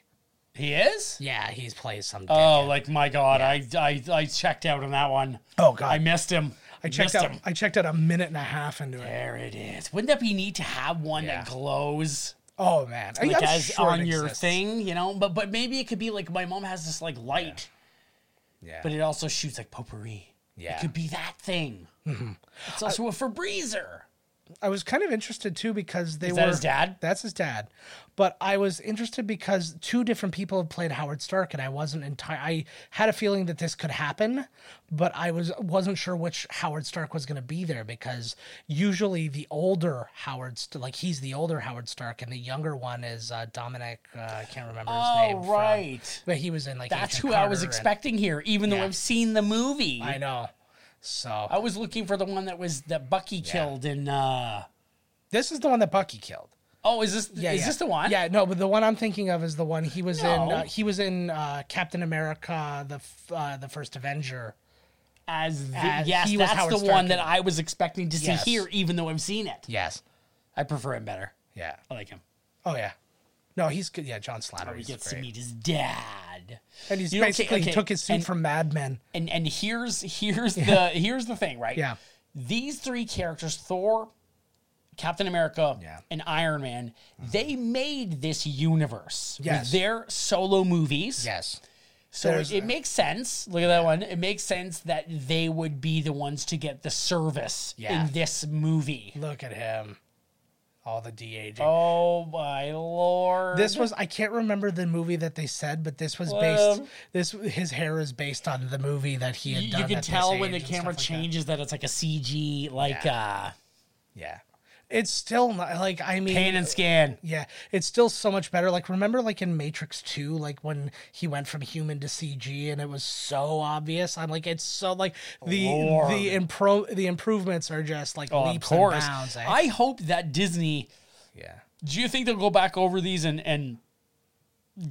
A: he is.
B: Yeah, he plays some.
A: Oh, like my God, I, I I checked out on that one.
B: Oh, God.
A: I missed him.
B: I checked
A: missed
B: out. I checked out a minute and a half into it.
A: There it is. Wouldn't that be neat to have one that glows
B: Oh man, I-
A: like
B: I'm
A: as
B: sure it
A: on your
B: exists.
A: thing, you know? But but maybe it could be like my mom has this like light,
F: Yeah.
A: but it also shoots like potpourri.
F: Yeah.
A: it could be that thing.
B: Mm-hmm.
A: It's also a Febreze.
B: I was kind of interested too because they
A: Is
B: were.
A: that his dad?
B: That's his dad. But I was interested because two different people have played Howard Stark, and I wasn't entire. I had a feeling that this could happen, but I was wasn't sure which Howard Stark was going to be there because usually the older Howard, St- like he's the older Howard Stark, and the younger one is uh, Dominic. Uh, I can't remember his
A: Oh,
B: name. from-
A: right.
B: but he was in like
A: That's
B: Agent
A: who I was
B: Carter and-
A: expecting here, even though
B: Yeah.
A: I've seen the movie.
B: I know.
F: So
A: I was looking for the one that was that Bucky killed in. uh
B: This is the one that Bucky killed.
A: Oh, is this is this the one?
B: Yeah, no, but the one I'm thinking of is the one he was in.
A: No.
B: Uh, he was in uh, Captain America, the f- uh, the first Avenger.
A: As the,
B: As
A: yes,
B: he was
A: that's
B: Howard
A: the
B: Stark
A: one
B: in
A: that
B: it.
A: I was expecting to see
F: Yes.
A: here, even though I've seen it.
F: yes,
A: I prefer him better.
F: yeah,
A: I like him.
B: Oh yeah, no, he's good. Yeah, John Slattery.
A: He
B: is
A: gets to
F: great.
A: meet his dad.
B: And he's
A: You know, okay,
B: basically
A: okay,
B: took his suit
A: and-
B: from Mad Men.
A: and and here's here's the here's the thing, right?
B: Yeah.
A: These three characters, Thor, Captain America,
F: Yeah.
A: and Iron Man, they made this universe
B: Yes.
A: with their solo movies.
F: yes,
A: So
B: There's-
A: it, it makes sense. Look at that one. It makes sense that they would be the ones to get the service
F: Yeah.
A: in this movie.
B: Look at him. All the de aging.
A: Oh my lord!
B: This was I can't remember the movie that they said, but this was
A: Well-
B: based. This his hair is based on the movie that he had
A: Um, you, you
B: done.
A: can
B: at this
A: tell when the
B: age and
A: camera
B: stuff like that.
A: changes that. it's like a CG, like uh,
F: yeah,
B: It's still not like I mean.
A: pan and scan.
B: Yeah, it's still so much better. Like remember like in Matrix 2 like when he went from human to CG and it was so obvious. I'm like it's so like the
A: Lord.
B: the impro the improvements are just like
A: Oh, of
B: leaps and
A: course.
B: bounds. eh?
A: I hope that Disney
F: yeah.
A: Do you think they'll go back over these and and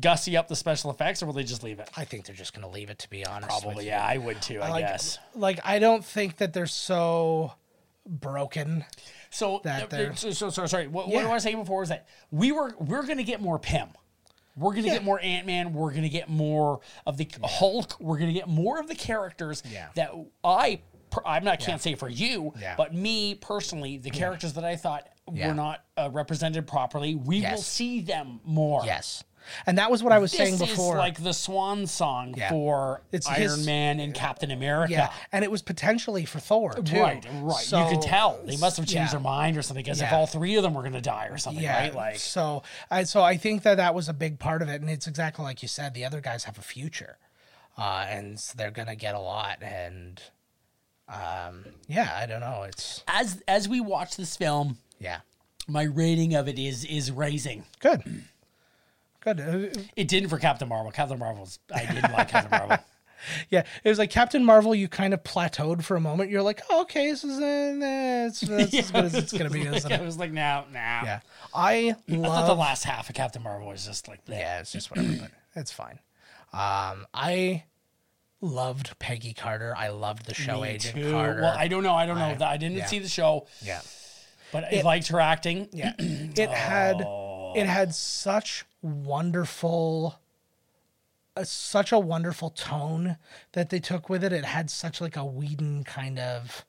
A: gussy up the special effects, or will they just leave it?
B: I think they're just going to leave it to be honest.
A: Probably, yeah. I would too. I,
B: like,
A: guess.
B: Like I don't think that they're so broken.
A: So,
B: that
A: uh,
B: they're-
A: so, so sorry. sorry. What,
B: Yeah.
A: what I was saying before was that we were we're gonna get more Pym. We're gonna get more Ant Man. We're gonna get more of the Hulk. We're gonna get more of the characters
F: Yeah.
A: that I per- I'm not can't say for you,
F: Yeah.
A: but me personally, the characters that I thought
F: Yeah.
A: were not uh, represented properly, we will
F: Yes.
A: see them more.
F: Yes.
B: And that was what I was
A: this
B: saying before.
A: is like the swan song
F: Yeah. uh,
A: for
B: It's
A: Iron
B: his-
A: Man and Captain America.
B: yeah, and it was potentially for Thor too.
A: Right, right.
B: So-
A: you could tell they must have changed
B: yeah.
A: their mind or something because if
B: Yeah.
A: all three of them were going to die or something, right? Like,
B: so, I, so I think that that was a big part of it, and it's exactly like you said. The other guys have a future, uh, and s- they're gonna get a lot. And um, yeah, I don't know. It's
A: as as we watch this film,
F: Yeah.
A: my rating of it is is raising.
B: good, good. Uh,
A: It didn't for Captain Marvel. Captain Marvel's I didn't like Captain Marvel.
B: Yeah, it was like Captain Marvel. You kind of plateaued for a moment. You're like, oh, okay, this is uh, it's, it's as good as it's gonna be, isn't
A: It
B: it?
A: was like, no, no.
B: Yeah, I
A: I thought the
B: love.
A: last half of Captain Marvel was just like, bleh.
F: Yeah, it's just whatever. But
B: It's fine. Um, I loved Peggy Carter. I loved the show
A: Me
B: Agent
A: too.
B: Carter.
A: Well, I don't know. I don't know. I, didn't see the show,
F: yeah,
A: but I liked her acting.
B: Yeah. It had it had such wonderful uh, such a wonderful tone that they took with it. It had such like a Whedon kind of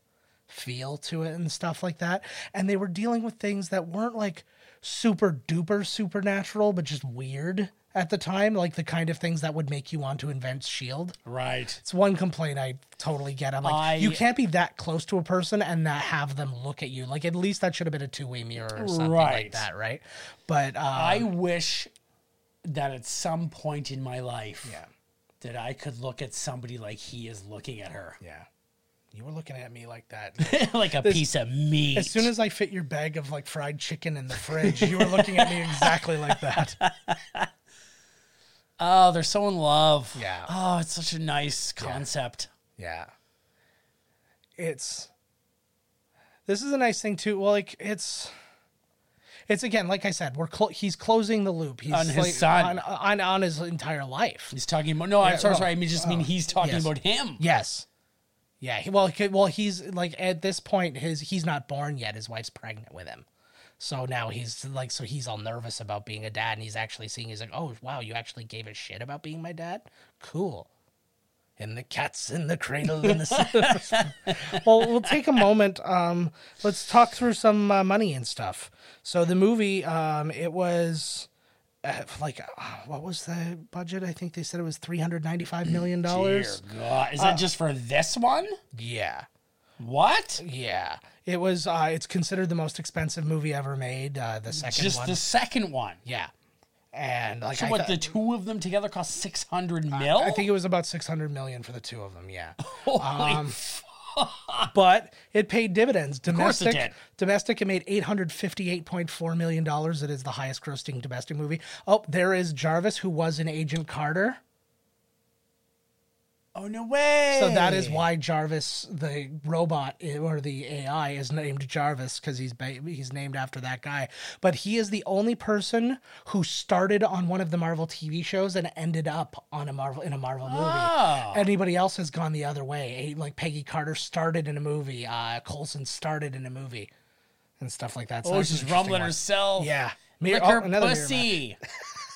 B: feel to it and stuff like that. And they were dealing with things that weren't like super duper supernatural, but just weird at the time, like the kind of things that would make you want to invent shield.
A: Right.
B: It's one complaint I totally get. I'm like,
A: I-
B: you can't be that close to a person and not have them look at you. Like, at least that should have been a two way mirror or something like
A: Right.
B: that, right? But uh,
A: I wish that at some point in my life that I could look at somebody like he is looking at her.
F: yeah. You were looking at me like that.
A: like a piece of meat.
B: as soon as I fit your bag of like fried chicken in the fridge, you were looking at me exactly like that.
A: oh, they're so in love.
F: Yeah.
A: Oh, it's such a nice concept.
F: Yeah,
B: It's this is a nice thing too. Well, like it's. It's again, like I said, we're clo- he's closing the loop. He's
A: On his
B: like,
A: son.
B: on, on on his entire life.
A: He's talking about no, I'm
B: Yeah,
A: sorry,
B: well,
A: sorry. I mean just mean he's talking
B: yes.
A: about him.
B: Yes. Yeah. He, well, he- well, he's like at this point, his he's not born yet. His wife's pregnant with him, so now he's like, so he's all nervous about being a dad, and he's actually seeing. He's like, oh wow, you actually gave a shit about being my dad. Cool. And the cat's in the cradle. In the well, we'll take a moment. Um, let's talk through some uh, money and stuff. So the movie, um, it was uh, like, uh, what was the budget? I think they said it was three hundred ninety-five million
A: Dear
B: dollars.
A: God. Is
B: Uh,
A: that just for this one?
F: yeah,
A: What?
F: yeah.
B: It was. Uh, it's considered the most expensive movie ever made. Uh, the second
A: Just
B: one.
A: the second one.
B: yeah. And like
A: So
B: I,
A: what
B: thought-
A: the two of them together cost six hundred mil?
B: I think it was about six hundred million for the two of them. Yeah. Um,
A: Holy
B: but it paid dividends.
A: course
B: Domestic.
A: it did.
B: Domestic. It made eight hundred fifty-eight point four million dollars. It is the highest grossing domestic movie. Oh, there is Jarvis, who was an Agent Carter.
A: Oh no way!
B: So that is why Jarvis, the robot i- or the AI, is named Jarvis because he's ba- he's named after that guy. But he is the only person who started on one of the Marvel TV shows and ended up on a Marvel in a Marvel movie.
A: Oh. Ah.
B: Anybody else has gone the other way. Eh, Like Peggy Carter started in a movie. Uh, Colson started in a movie, and stuff like that. So
A: Oh,
B: that's an
A: she's
B: interesting
A: rumbling
B: one.
A: herself.
B: Yeah, Mir-
A: Lick
B: oh,
A: her
B: another mirror match.
A: pussy.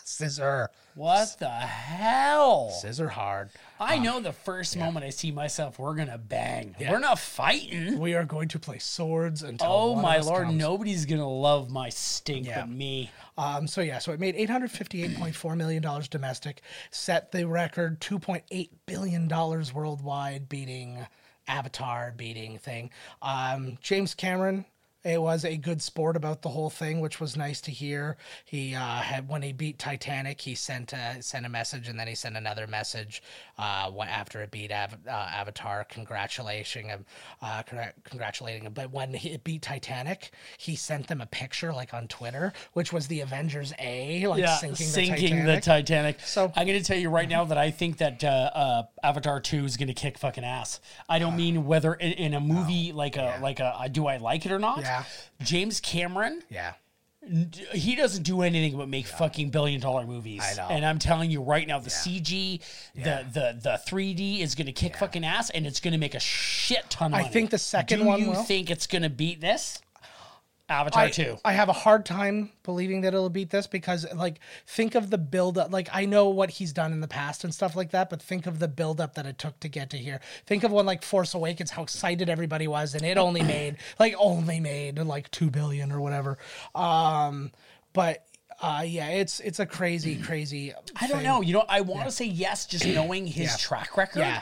B: Scissor,
A: What the hell?
B: scissor hard.
A: I know the first moment I see myself, we're gonna bang. We're not fighting.
B: We are going to play swords until.
A: Oh
B: one of
A: my
B: us
A: lord,
B: comes.
A: nobody's gonna love my stink
B: Yeah.
A: but me.
B: Um, so yeah, so it made eight hundred fifty-eight point four million dollars domestic, set the record two point eight billion dollars worldwide, beating Avatar, beating thing. Um, James Cameron. It was a good sport about the whole thing, which was nice to hear. He uh, had when he beat Titanic, he sent a, sent a message, and then he sent another message uh, wha- after it beat Av- uh, Avatar, congratulating him, uh, congr- congratulating him. But when he, it beat Titanic, he sent them a picture like on Twitter, which was the Avengers A, like
A: yeah,
B: sinking,
A: sinking
B: the
A: the
B: Titanic.
A: Titanic.
B: So-
A: I'm going to tell you right now that I think that uh, uh, Avatar Two is going to kick fucking ass. I don't mean whether in, in a movie like a like a uh, do I like it or not.
B: Yeah.
A: James Cameron,
B: yeah,
A: he doesn't do anything but make fucking billion dollar movies.
B: I know.
A: And I'm telling you right now, the CG, the the the 3D is going to kick fucking ass, and it's going to make a shit ton of
B: I
A: money.
B: think the second
A: Do
B: one
A: you
B: will.
A: think it's going to beat this? Avatar
B: I,
A: Two.
B: I have a hard time believing that it'll beat this because, like, think of the build up. Like, I know what he's done in the past and stuff like that, but think of the build up that it took to get to here. Think of when, like, Force Awakens, how excited everybody was, and it only made, like, only made like two billion or whatever. Um, but uh, yeah, it's it's a crazy, crazy.
A: I don't
B: thing.
A: know. You know, I want to say yes, just knowing his
B: Yeah.
A: track record.
B: Yeah.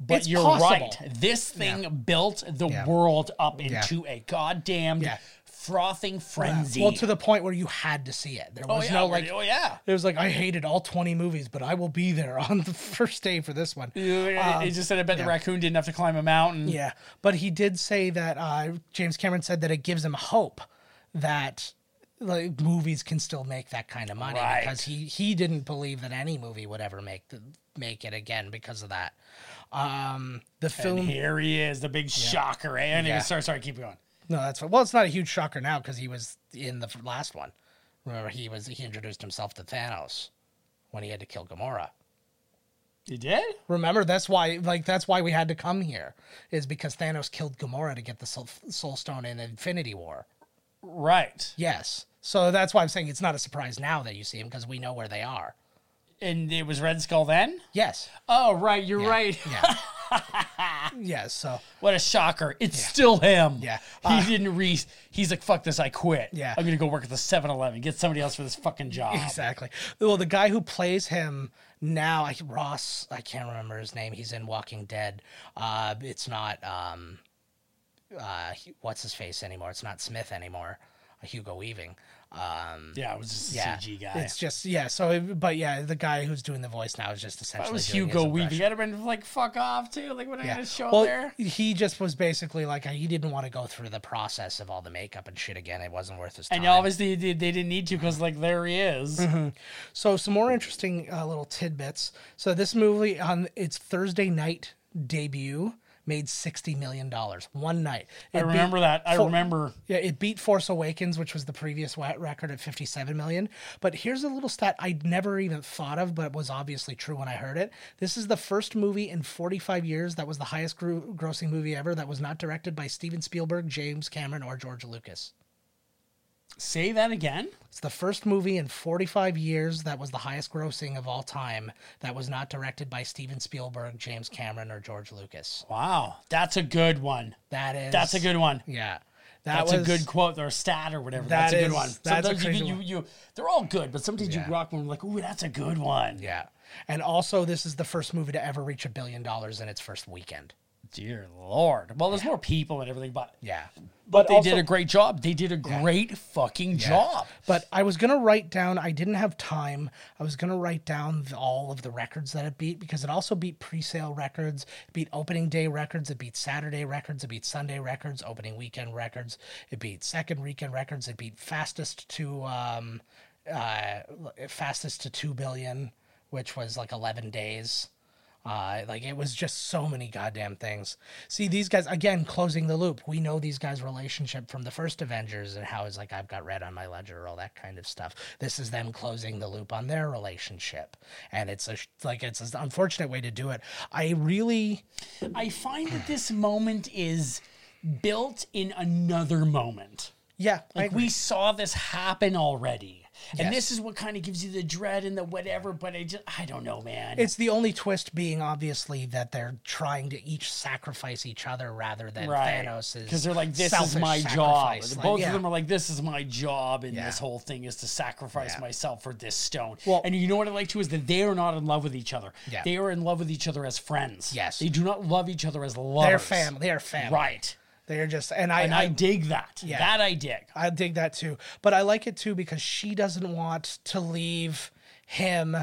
A: But
B: It's
A: you're
B: possible.
A: right. This thing built the
B: Yeah.
A: world up into a goddamned
B: Yeah.
A: frothing frenzy.
B: Well, to the point where you had to see it. There
A: oh,
B: was
A: yeah,
B: no
A: we're-
B: like.
A: oh yeah.
B: It was like I hated all twenty movies, but I will be there on the first day for this one.
A: It just said, I bet the raccoon didn't have to climb a mountain.
B: Um, Yeah, but he did say that uh, James Cameron said that it gives him hope that like movies can still make that kind of money
A: Right.
B: because he he didn't believe that any movie would ever make the, make it again because of that. Um, the
A: And
B: film,
A: here he is, the big shocker. eh? And he
B: Yeah.
A: was- sorry, sorry, keep going.
B: no, that's well, it's not a huge shocker now because he was in the f- last one. Remember, he was he introduced himself to Thanos when he had to kill Gamora.
A: You did?
B: Remember, that's why like that's why we had to come here is because Thanos killed Gamora to get the Soul, Soul Stone in Infinity War.
A: Right.
B: Yes. So that's why I'm saying it's not a surprise now that you see them because we know where they are.
A: And it was Red Skull then?
B: Yes.
A: Oh, right. You're right.
B: Yeah. yes. So
A: What a shocker. It's still him.
B: Yeah. Uh,
A: he didn't re he's like, fuck this, I quit.
B: Yeah.
A: I'm gonna go work at the 7 Eleven, get somebody else for this fucking job.
B: exactly. Well, the guy who plays him now, I, Ross, I can't remember his name. He's in Walking Dead. Uh, it's not um, uh, he- what's his face anymore. It's not Smith anymore. Uh, Hugo Weaving. Um,
A: Yeah, it was just a
B: yeah.
A: CG guy.
B: It's just yeah. So, it- but yeah, the guy who's doing the voice now is just essentially
A: that was
B: doing his
A: Hugo Weaving.
B: impression.
A: I'd have been like, fuck off too. Like, what am I gonna show
B: well,
A: up there?
B: He just was basically like uh, he didn't want to go through the process of all the makeup and shit again. It wasn't worth his time.
A: And obviously they, they didn't need to because like there he is.
B: Mm-hmm. So some more interesting uh, little tidbits. So this movie on its Thursday night debut made sixty million dollars one night.
A: I
B: It beat-
A: remember that. I
B: Fo-
A: remember
B: Yeah, it beat Force Awakens, which was the previous wa- record at 57 million. But here's a little stat I'd never even thought of, but was obviously true when I heard it. This is the first movie in 45 years that was the highest gro- grossing movie ever that was not directed by Steven Spielberg, James Cameron, or George Lucas.
A: say that again.
B: It's the first movie in 45 years that was the highest grossing of all time that was not directed by Steven Spielberg, James Cameron, or George Lucas.
A: Wow. That's a good one.
B: That is.
A: That's a good one.
B: Yeah. That
A: That's
B: was
A: a good quote or stat or whatever. that's
B: That
A: a
B: is-
A: good one.
B: that's a
A: Sometimes you,
B: crazy
A: get- you,
B: one.
A: you, they're all good, but sometimes
B: Yeah.
A: you rock one like, ooh, that's a good one.
B: Yeah. And also, this is the first movie to ever reach a billion dollars in its first weekend.
A: Dear Lord. Well, there's more people and everything, but
B: Yeah.
A: but they
B: also-
A: did a great job. They did a great fucking job.
B: But I was going to write down, I didn't have time. I was going to write down the, all of the records that it beat because it also beat pre sale records, beat opening day records, it beat Saturday records, it beat Sunday records, opening weekend records, it beat second weekend records, it beat fastest to. Um, uh, fastest to 2 billion, which was like 11 days. Uh, like it was just so many goddamn things. See these guys again closing the loop. We know these guys' relationship from the first Avengers and how it's like I've got red on my ledger, all that kind of stuff. This is them closing the loop on their relationship, and it's a sh- like it's an unfortunate way to do it. I really
A: I find that this moment is built in another moment.
B: yeah I
A: Like
B: agree.
A: we saw this happen already. And
B: Yes.
A: this is what kind of gives you the dread and the whatever, but I just I don't know, man.
B: It's the only twist being obviously that they're trying to each sacrifice each other rather than
A: right.
B: Thanos is
A: Because they're like, this is
B: selfish
A: my job.
B: sacrifice. Like,
A: Both
B: yeah.
A: of them are like, this is my job, and
F: Yeah.
A: this whole thing is to sacrifice
F: Yeah.
A: myself for this stone.
B: Well-
A: and you know what I like too is that they are not in love with each other.
B: Yeah.
A: They are in love with each other as friends.
B: Yes.
A: They do not love each other as lovers.
B: they're family. They're family.
A: Right.
B: They're just and I
A: And I,
B: I,
A: dig that.
B: Yeah.
A: That I dig.
B: I dig that too. But I like it too because she doesn't want to leave him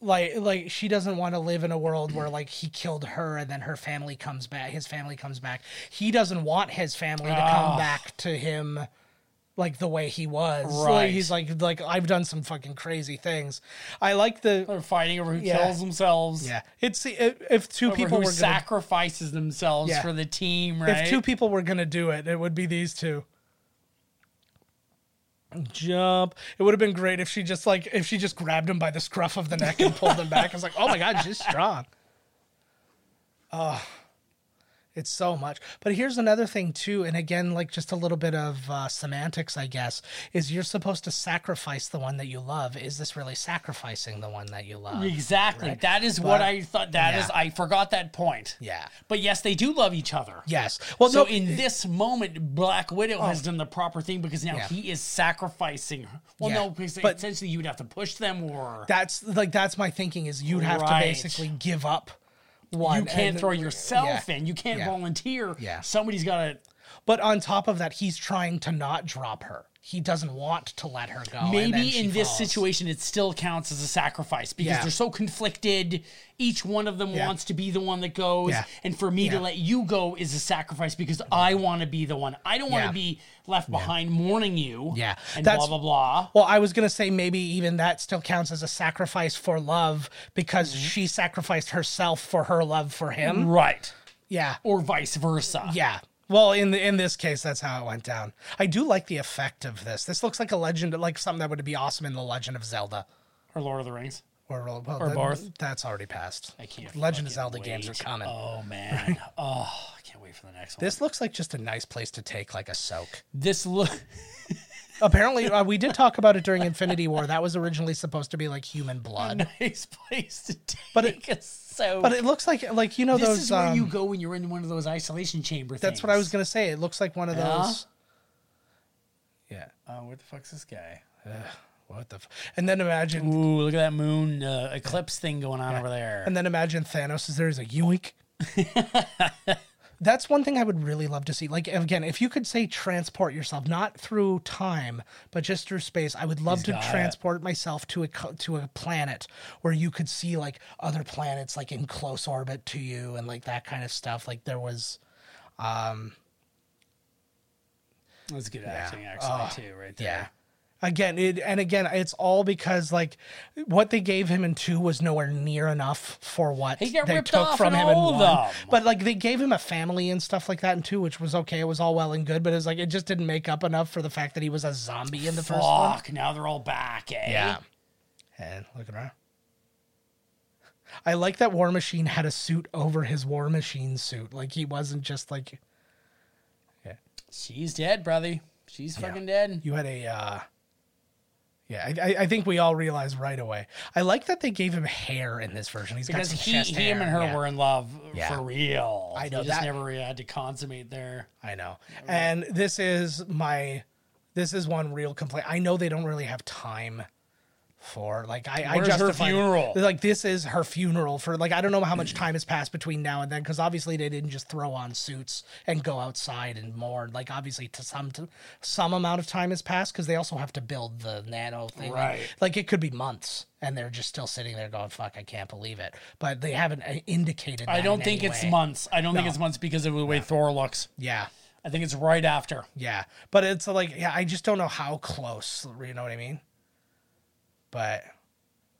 B: like like she doesn't want to live in a world where like he killed her and then her family comes back his family comes back. He doesn't want his family to
A: Ah.
B: come back to him like the way he was. Like,
A: Right.
B: he's like like I've done some fucking crazy things. I like the
A: They're fighting over who
B: Yeah.
A: kills themselves.
B: yeah. It's if, if two
A: Over
B: people
A: who
B: were gonna,
A: sacrifices themselves
B: Yeah.
A: for the team, right?
B: If two people were gonna do it, it would be these two. Jump. It would have been great if she just like if she just grabbed him by the scruff of the neck and pulled him back. It's like, oh my god, she's strong. Oh. It's so much. But here's another thing too, and again, like just a little bit of uh, semantics, I guess, is you're supposed to sacrifice the one that you love. Is this really sacrificing the one that you love?
A: exactly. That is what
B: But-
A: I thought. That is.
B: Yeah.
A: I forgot that point.
B: Yeah.
A: But yes, they do love each other.
B: Yes. Well,
A: So
B: no, Oh.
A: in this moment, Black Widow has done the proper thing because now
B: Yeah.
A: he is sacrificing her. Well,
B: Yeah.
A: no, because
B: But-
A: essentially you would have to push them, or
B: that's like that's my thinking is you'd have
A: Right.
B: to basically give up one
A: you can't
B: and-
A: throw yourself
B: yeah.
A: in. You can't
B: Yeah.
A: volunteer.
B: Yeah.
A: somebody's got to.
B: but on top of that he's trying to not drop her he doesn't want to let her go Oh, and then
A: Maybe
B: she
A: in this
B: falls.
A: situation, it still counts as a sacrifice because
B: Yeah.
A: they're so conflicted. Each one of them
B: Yeah.
A: wants to be the one that goes,
B: Yeah.
A: and for me to
B: Yeah.
A: let you go is a sacrifice because I want to be the one. I don't want to
B: Yeah.
A: be left behind mourning you.
B: Yeah.
A: and
B: That's-
A: blah blah blah.
B: well i was going to say maybe even that still counts as a sacrifice for love because
A: Mm-hmm.
B: she sacrificed herself for her love for him
A: Right,
B: yeah
A: or vice versa.
B: yeah well in the, in this case that's how it went down i do like the effect of this this looks like a legend like something that would be awesome in the legend of zelda
A: or Lord of the Rings.
B: or well,
A: Or
B: that-
A: Barth.
B: That's already passed.
A: I can't.
B: Legend of
A: fucking
B: Zelda games are
A: wait.
B: coming.
A: Oh man. oh, I can't wait for the next one.
B: This looks like just a nice place to take like a soak.
A: This look.
B: Apparently, uh, we did talk about it during Infinity War. That was originally supposed to be like human blood,
A: nice place to take
B: But
A: but
B: it-
A: it, so.
B: but it looks like like you know
A: this
B: those.
A: is where you
B: um,
A: go when you're in one of those isolation chamber.
B: that's what I was gonna say. It looks like one of
A: Yeah?
B: those. Yeah.
A: gonna. Oh, where the fuck's this guy?
B: What the? F- and then imagine,
A: Ooh, look at that moon uh, eclipse thing going on over there.
B: and then imagine Thanos is there. He's like yoink. That's one thing I would really love to see. Like again, if you could say transport yourself not through time, but just through space, I would love to transport myself to a co- to a planet where you could see like other planets like in close orbit to you and like that kind of stuff. Like there was
A: That's good acting, actually, too, right there.
B: Again, it, and again, it's all because like what they gave him in two was nowhere near enough for what
A: He got
B: they
A: ripped
B: took
A: off
B: from
A: in
B: him in
A: all of
B: one.
A: them.
B: But like they gave him a family and stuff like that in two, which was okay. It was all well and good, but it's like it just didn't make up enough for the fact that he was a zombie in the first one.
A: Fuck, now they're all back, eh?
B: Yeah. And look around. I like that War Machine had a suit over his War Machine suit. Like he wasn't just like
A: She's dead, brother. She's fucking dead.
B: you had a uh yeah, I, I- I think we all realized right away. I like that they gave him hair in this version. He's
A: Because
B: got some
A: he,
B: chest
A: him
B: hair.
A: and her
B: yeah.
A: were in love
B: Yeah.
A: for real.
B: I know
A: They just
B: that-
A: never really had to consummate their
B: I know.
A: Mm-hmm.
B: And this is my this is one real complaint. I know they don't really have time for like I, I
A: Where's her
B: justified it.
A: funeral?
B: Like this is her funeral for like I don't know how much time has passed between now and then because obviously they didn't just throw on suits and go outside and mourn. Like obviously to some to some amount of time has passed because they also have to build the nano thing.
A: Right.
B: Like it could be months and they're just still sitting there going, "Fuck, I can't believe it." But they haven't uh, indicated.
A: I
B: that
A: don't
B: in
A: think
B: any
A: it's
B: way.
A: months. I don't think it's months because of the way Thor looks.
B: Yeah.
A: I think it's right after.
B: Yeah, but it's like yeah, I just don't know how close. You know what I mean? But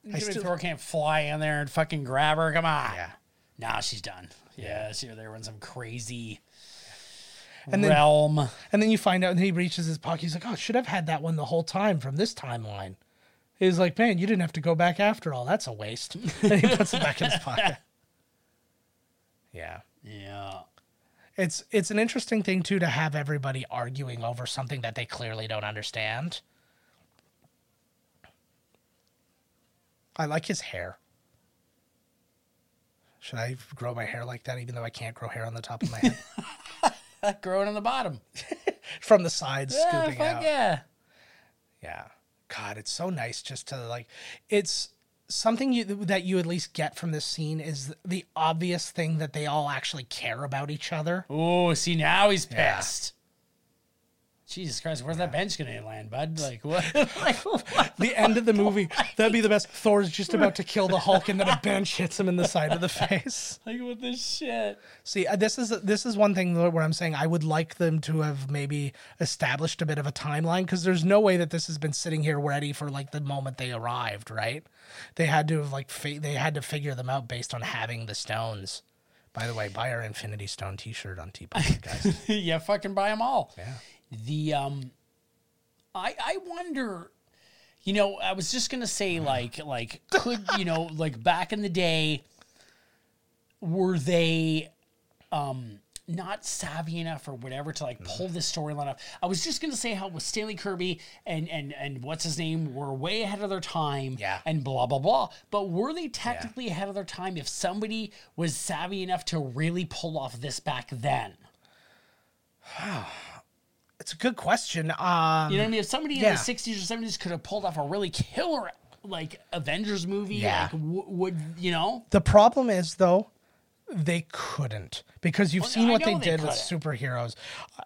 A: Jimmy
B: still-
A: Thor can't fly in there and fucking grab her. Come on.
F: Yeah.
A: Nah, she's done. Yeah, she they were in some crazy
B: And then-
A: realm.
B: And then you find out, and he reaches his pocket. He's like, "Oh, should have had that one the whole time from this timeline." He's like, "Man, you didn't have to go back after all. That's a waste." and he puts it back in his pocket.
F: Yeah.
A: yeah.
B: It's it's an interesting thing too to have everybody arguing over something that they clearly don't understand. I like his hair. Should I grow my hair like that, even though I can't grow hair on the top of my head?
A: Uh, Growing on the bottom.
B: From the sides,
A: Yeah,
B: scooping
A: fuck
B: out.
A: yeah.
B: Yeah. God, it's so nice just to like it's something you that you at least get from this scene is the obvious thing that they all actually care about each other.
A: Oh, see now he's pissed. Jesus Christ, where's that bench gonna land, bud? Like what? like, what?
B: The end of the movie, that'd be the best. Thor's just about to kill the Hulk and then a bench hits him in the side of the face.
A: like what the shit?
B: See, uh, this is this is one thing though where I'm saying I would like them to have maybe established a bit of a timeline because there's no way that this has been sitting here ready for like the moment they arrived, right? They had to have like fi- they had to figure them out based on having the stones. By the way, buy our Infinity Stone T-shirt on T-Public, guys.
A: yeah, fucking buy them all. The um, I I wonder. You know, I was just gonna say like like could you know like back in the day, were they um not savvy enough or whatever to like pull this storyline up? I was just gonna say how with Stanley Kirby and and and what's his name were way ahead of their time.
F: Yeah.
A: And blah blah blah. But were they technically ahead of their time if somebody was savvy enough to really pull off this back then?
B: it's a good question. Um,
A: You know what I mean? If somebody in
B: yeah.
A: the sixties or seventies could have pulled off a really killer like Avengers movie,
B: Yeah.
A: like w- would you know?
B: The problem is though, they couldn't because you've seen
A: I
B: what
A: know
B: they,
A: they
B: did with
A: couldn't.
B: superheroes.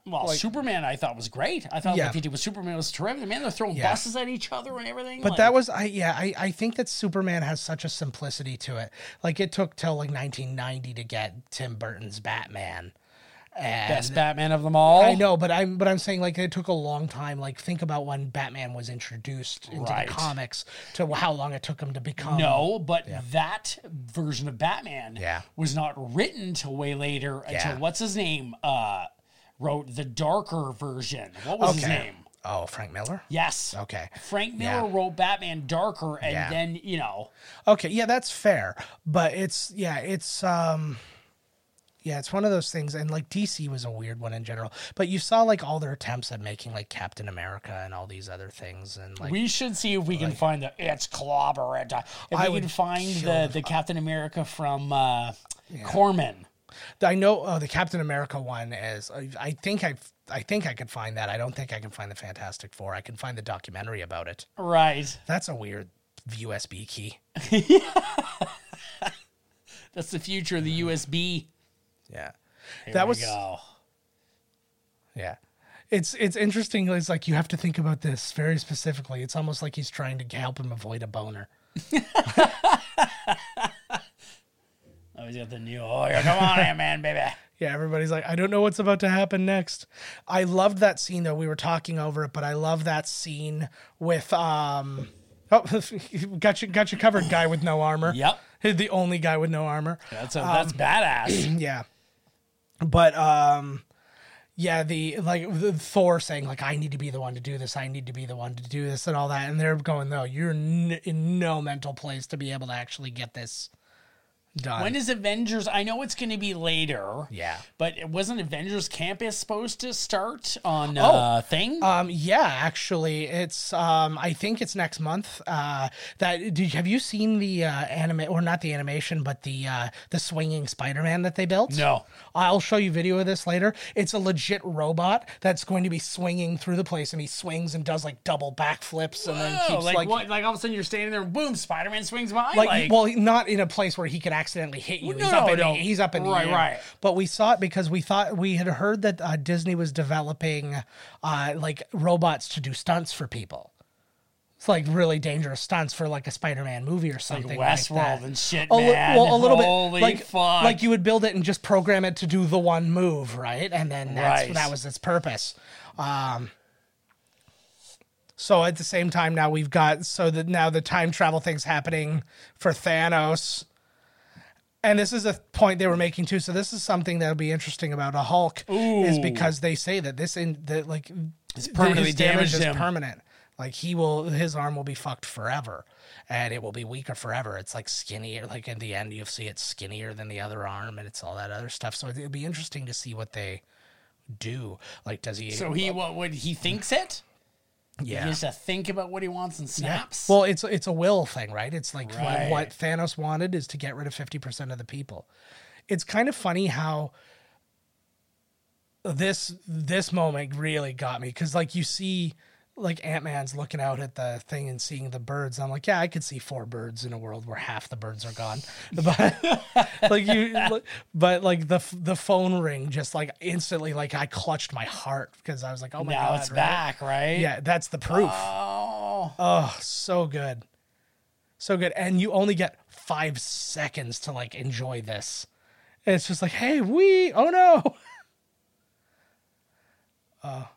A: Well, Superman I thought was great. I thought
B: Yeah.
A: what they did with Superman was terrific. Man, they're throwing
B: Yeah.
A: buses at each other and everything.
B: But
A: like-
B: that was I yeah I, I think that Superman has such a simplicity to it. Like it took till like 1990 to get Tim Burton's Batman. And
A: best Batman of them all.
B: I know, but I'm but I'm saying like it took a long time. Like think about when Batman was introduced into
A: Right.
B: the comics to how long it took him to become.
A: No, but that version of Batman
F: Yeah.
A: was not written till way later
F: Yeah.
A: until what's his name uh wrote the darker version. What was his
B: Okay.
A: name?
B: Oh, Frank Miller.
A: Yes.
F: Okay.
A: Frank
F: Yeah.
A: Miller wrote Batman Darker and
F: Yeah.
A: then, you know,
B: Okay, yeah, that's fair. But it's yeah, it's um yeah, it's one of those things and like DC was a weird one in general. But you saw like all their attempts at making like Captain America and all these other things and like
A: We should see if we can find the it's clobber. If
B: I
A: we can
B: would
A: find
B: kill
A: the, the Captain America from uh, Corman.
B: I know uh, the Captain America one is. I, I think I. I think I could find that. I don't think I can find the Fantastic Four. I can find the documentary about it.
A: Right.
B: That's a weird USB key.
A: That's the future of the USB.
F: Yeah.
A: Here
B: That
A: we
B: was-
A: go.
F: Yeah.
B: It's it's interesting. It's like you have to think about this very specifically. It's almost like he's trying to help him avoid a boner.
A: Oh, he's got the new. Oh, here, come on, in, man, baby.
B: Yeah, everybody's like, I don't know what's about to happen next. I loved that scene though. We were talking over it, but I love that scene with um. Oh, got you, got you covered, guy with no armor.
A: Yep.
B: the only guy with no armor.
A: That's a, that's
B: Um,
A: badass.
B: Yeah. But um yeah, the like the Thor saying like I need to be the one to do this, I need to be the one to do this and all that and they're going no, you're n- in no mental place to be able to actually get this done.
A: When is Avengers? I know it's going to be later.
F: Yeah.
A: But it wasn't Avengers Campus supposed to start on uh, thing?
B: um yeah, actually it's um I think it's next month. Uh that did, have you seen the uh anime or not the animation but the uh the swinging Spider-Man that they built?
A: no.
B: I'll show you video of this later. It's a legit robot that's going to be swinging through the place, and he swings and does like double backflips, and then
A: Oh,
B: keeps
A: like,
B: like.
A: what? Like all of a sudden you're standing there, boom! Spider Man swings by.
B: Like, well, not in a place where he could accidentally hit you.
A: Well,
B: he's,
A: no,
B: up in
A: no.
B: the, he's up in the
A: Right,
B: air.
A: right.
B: But we saw it because we thought we had heard that uh, Disney was developing uh, like robots to do stunts for people. It's like really dangerous stunts for like a Spider-Man movie or something like,
A: Westworld
B: that.
A: and shit,
B: a, li-
A: man.
B: well, a little
A: Holy
B: bit like
A: fuck.
B: like you would build it and just program it to do the one move, right? And then that's,
A: Right.
B: that was its purpose. Um, So at the same time, now we've got so that now the time travel thing's happening for Thanos. And this is a point they were making too. So this is something that'll be interesting about a Hulk is because they say that this in that like it's
A: permanently damaged
B: is
A: him.
B: permanent. Like he will, his arm will be fucked forever, and it will be weaker forever. It's like skinnier. Like in the end, you'll see it's skinnier than the other arm, and it's all that other stuff. So it'll be interesting to see what they do. Like, does he?
A: So he what what he thinks it?
B: yeah.
A: He has to think about what he wants and snaps.
B: Well, it's it's a will thing, right? It's like what-
A: Right.
B: what Thanos wanted is to get rid of fifty percent of the people. It's kind of funny how this this moment really got me because like you see like Ant Man's looking out at the thing and seeing the birds. I'm like, yeah, I could see four birds in a world where half the birds are gone, but like you, but like the f- the phone ring just like instantly like I clutched my heart because I was like, oh my
A: now
B: god,
A: it's
B: right?
A: back, right?
B: Yeah, that's the proof.
A: Oh,
B: Oh, so good. So good. And you only get five seconds to like enjoy this. And it's just like, hey, we, oh no.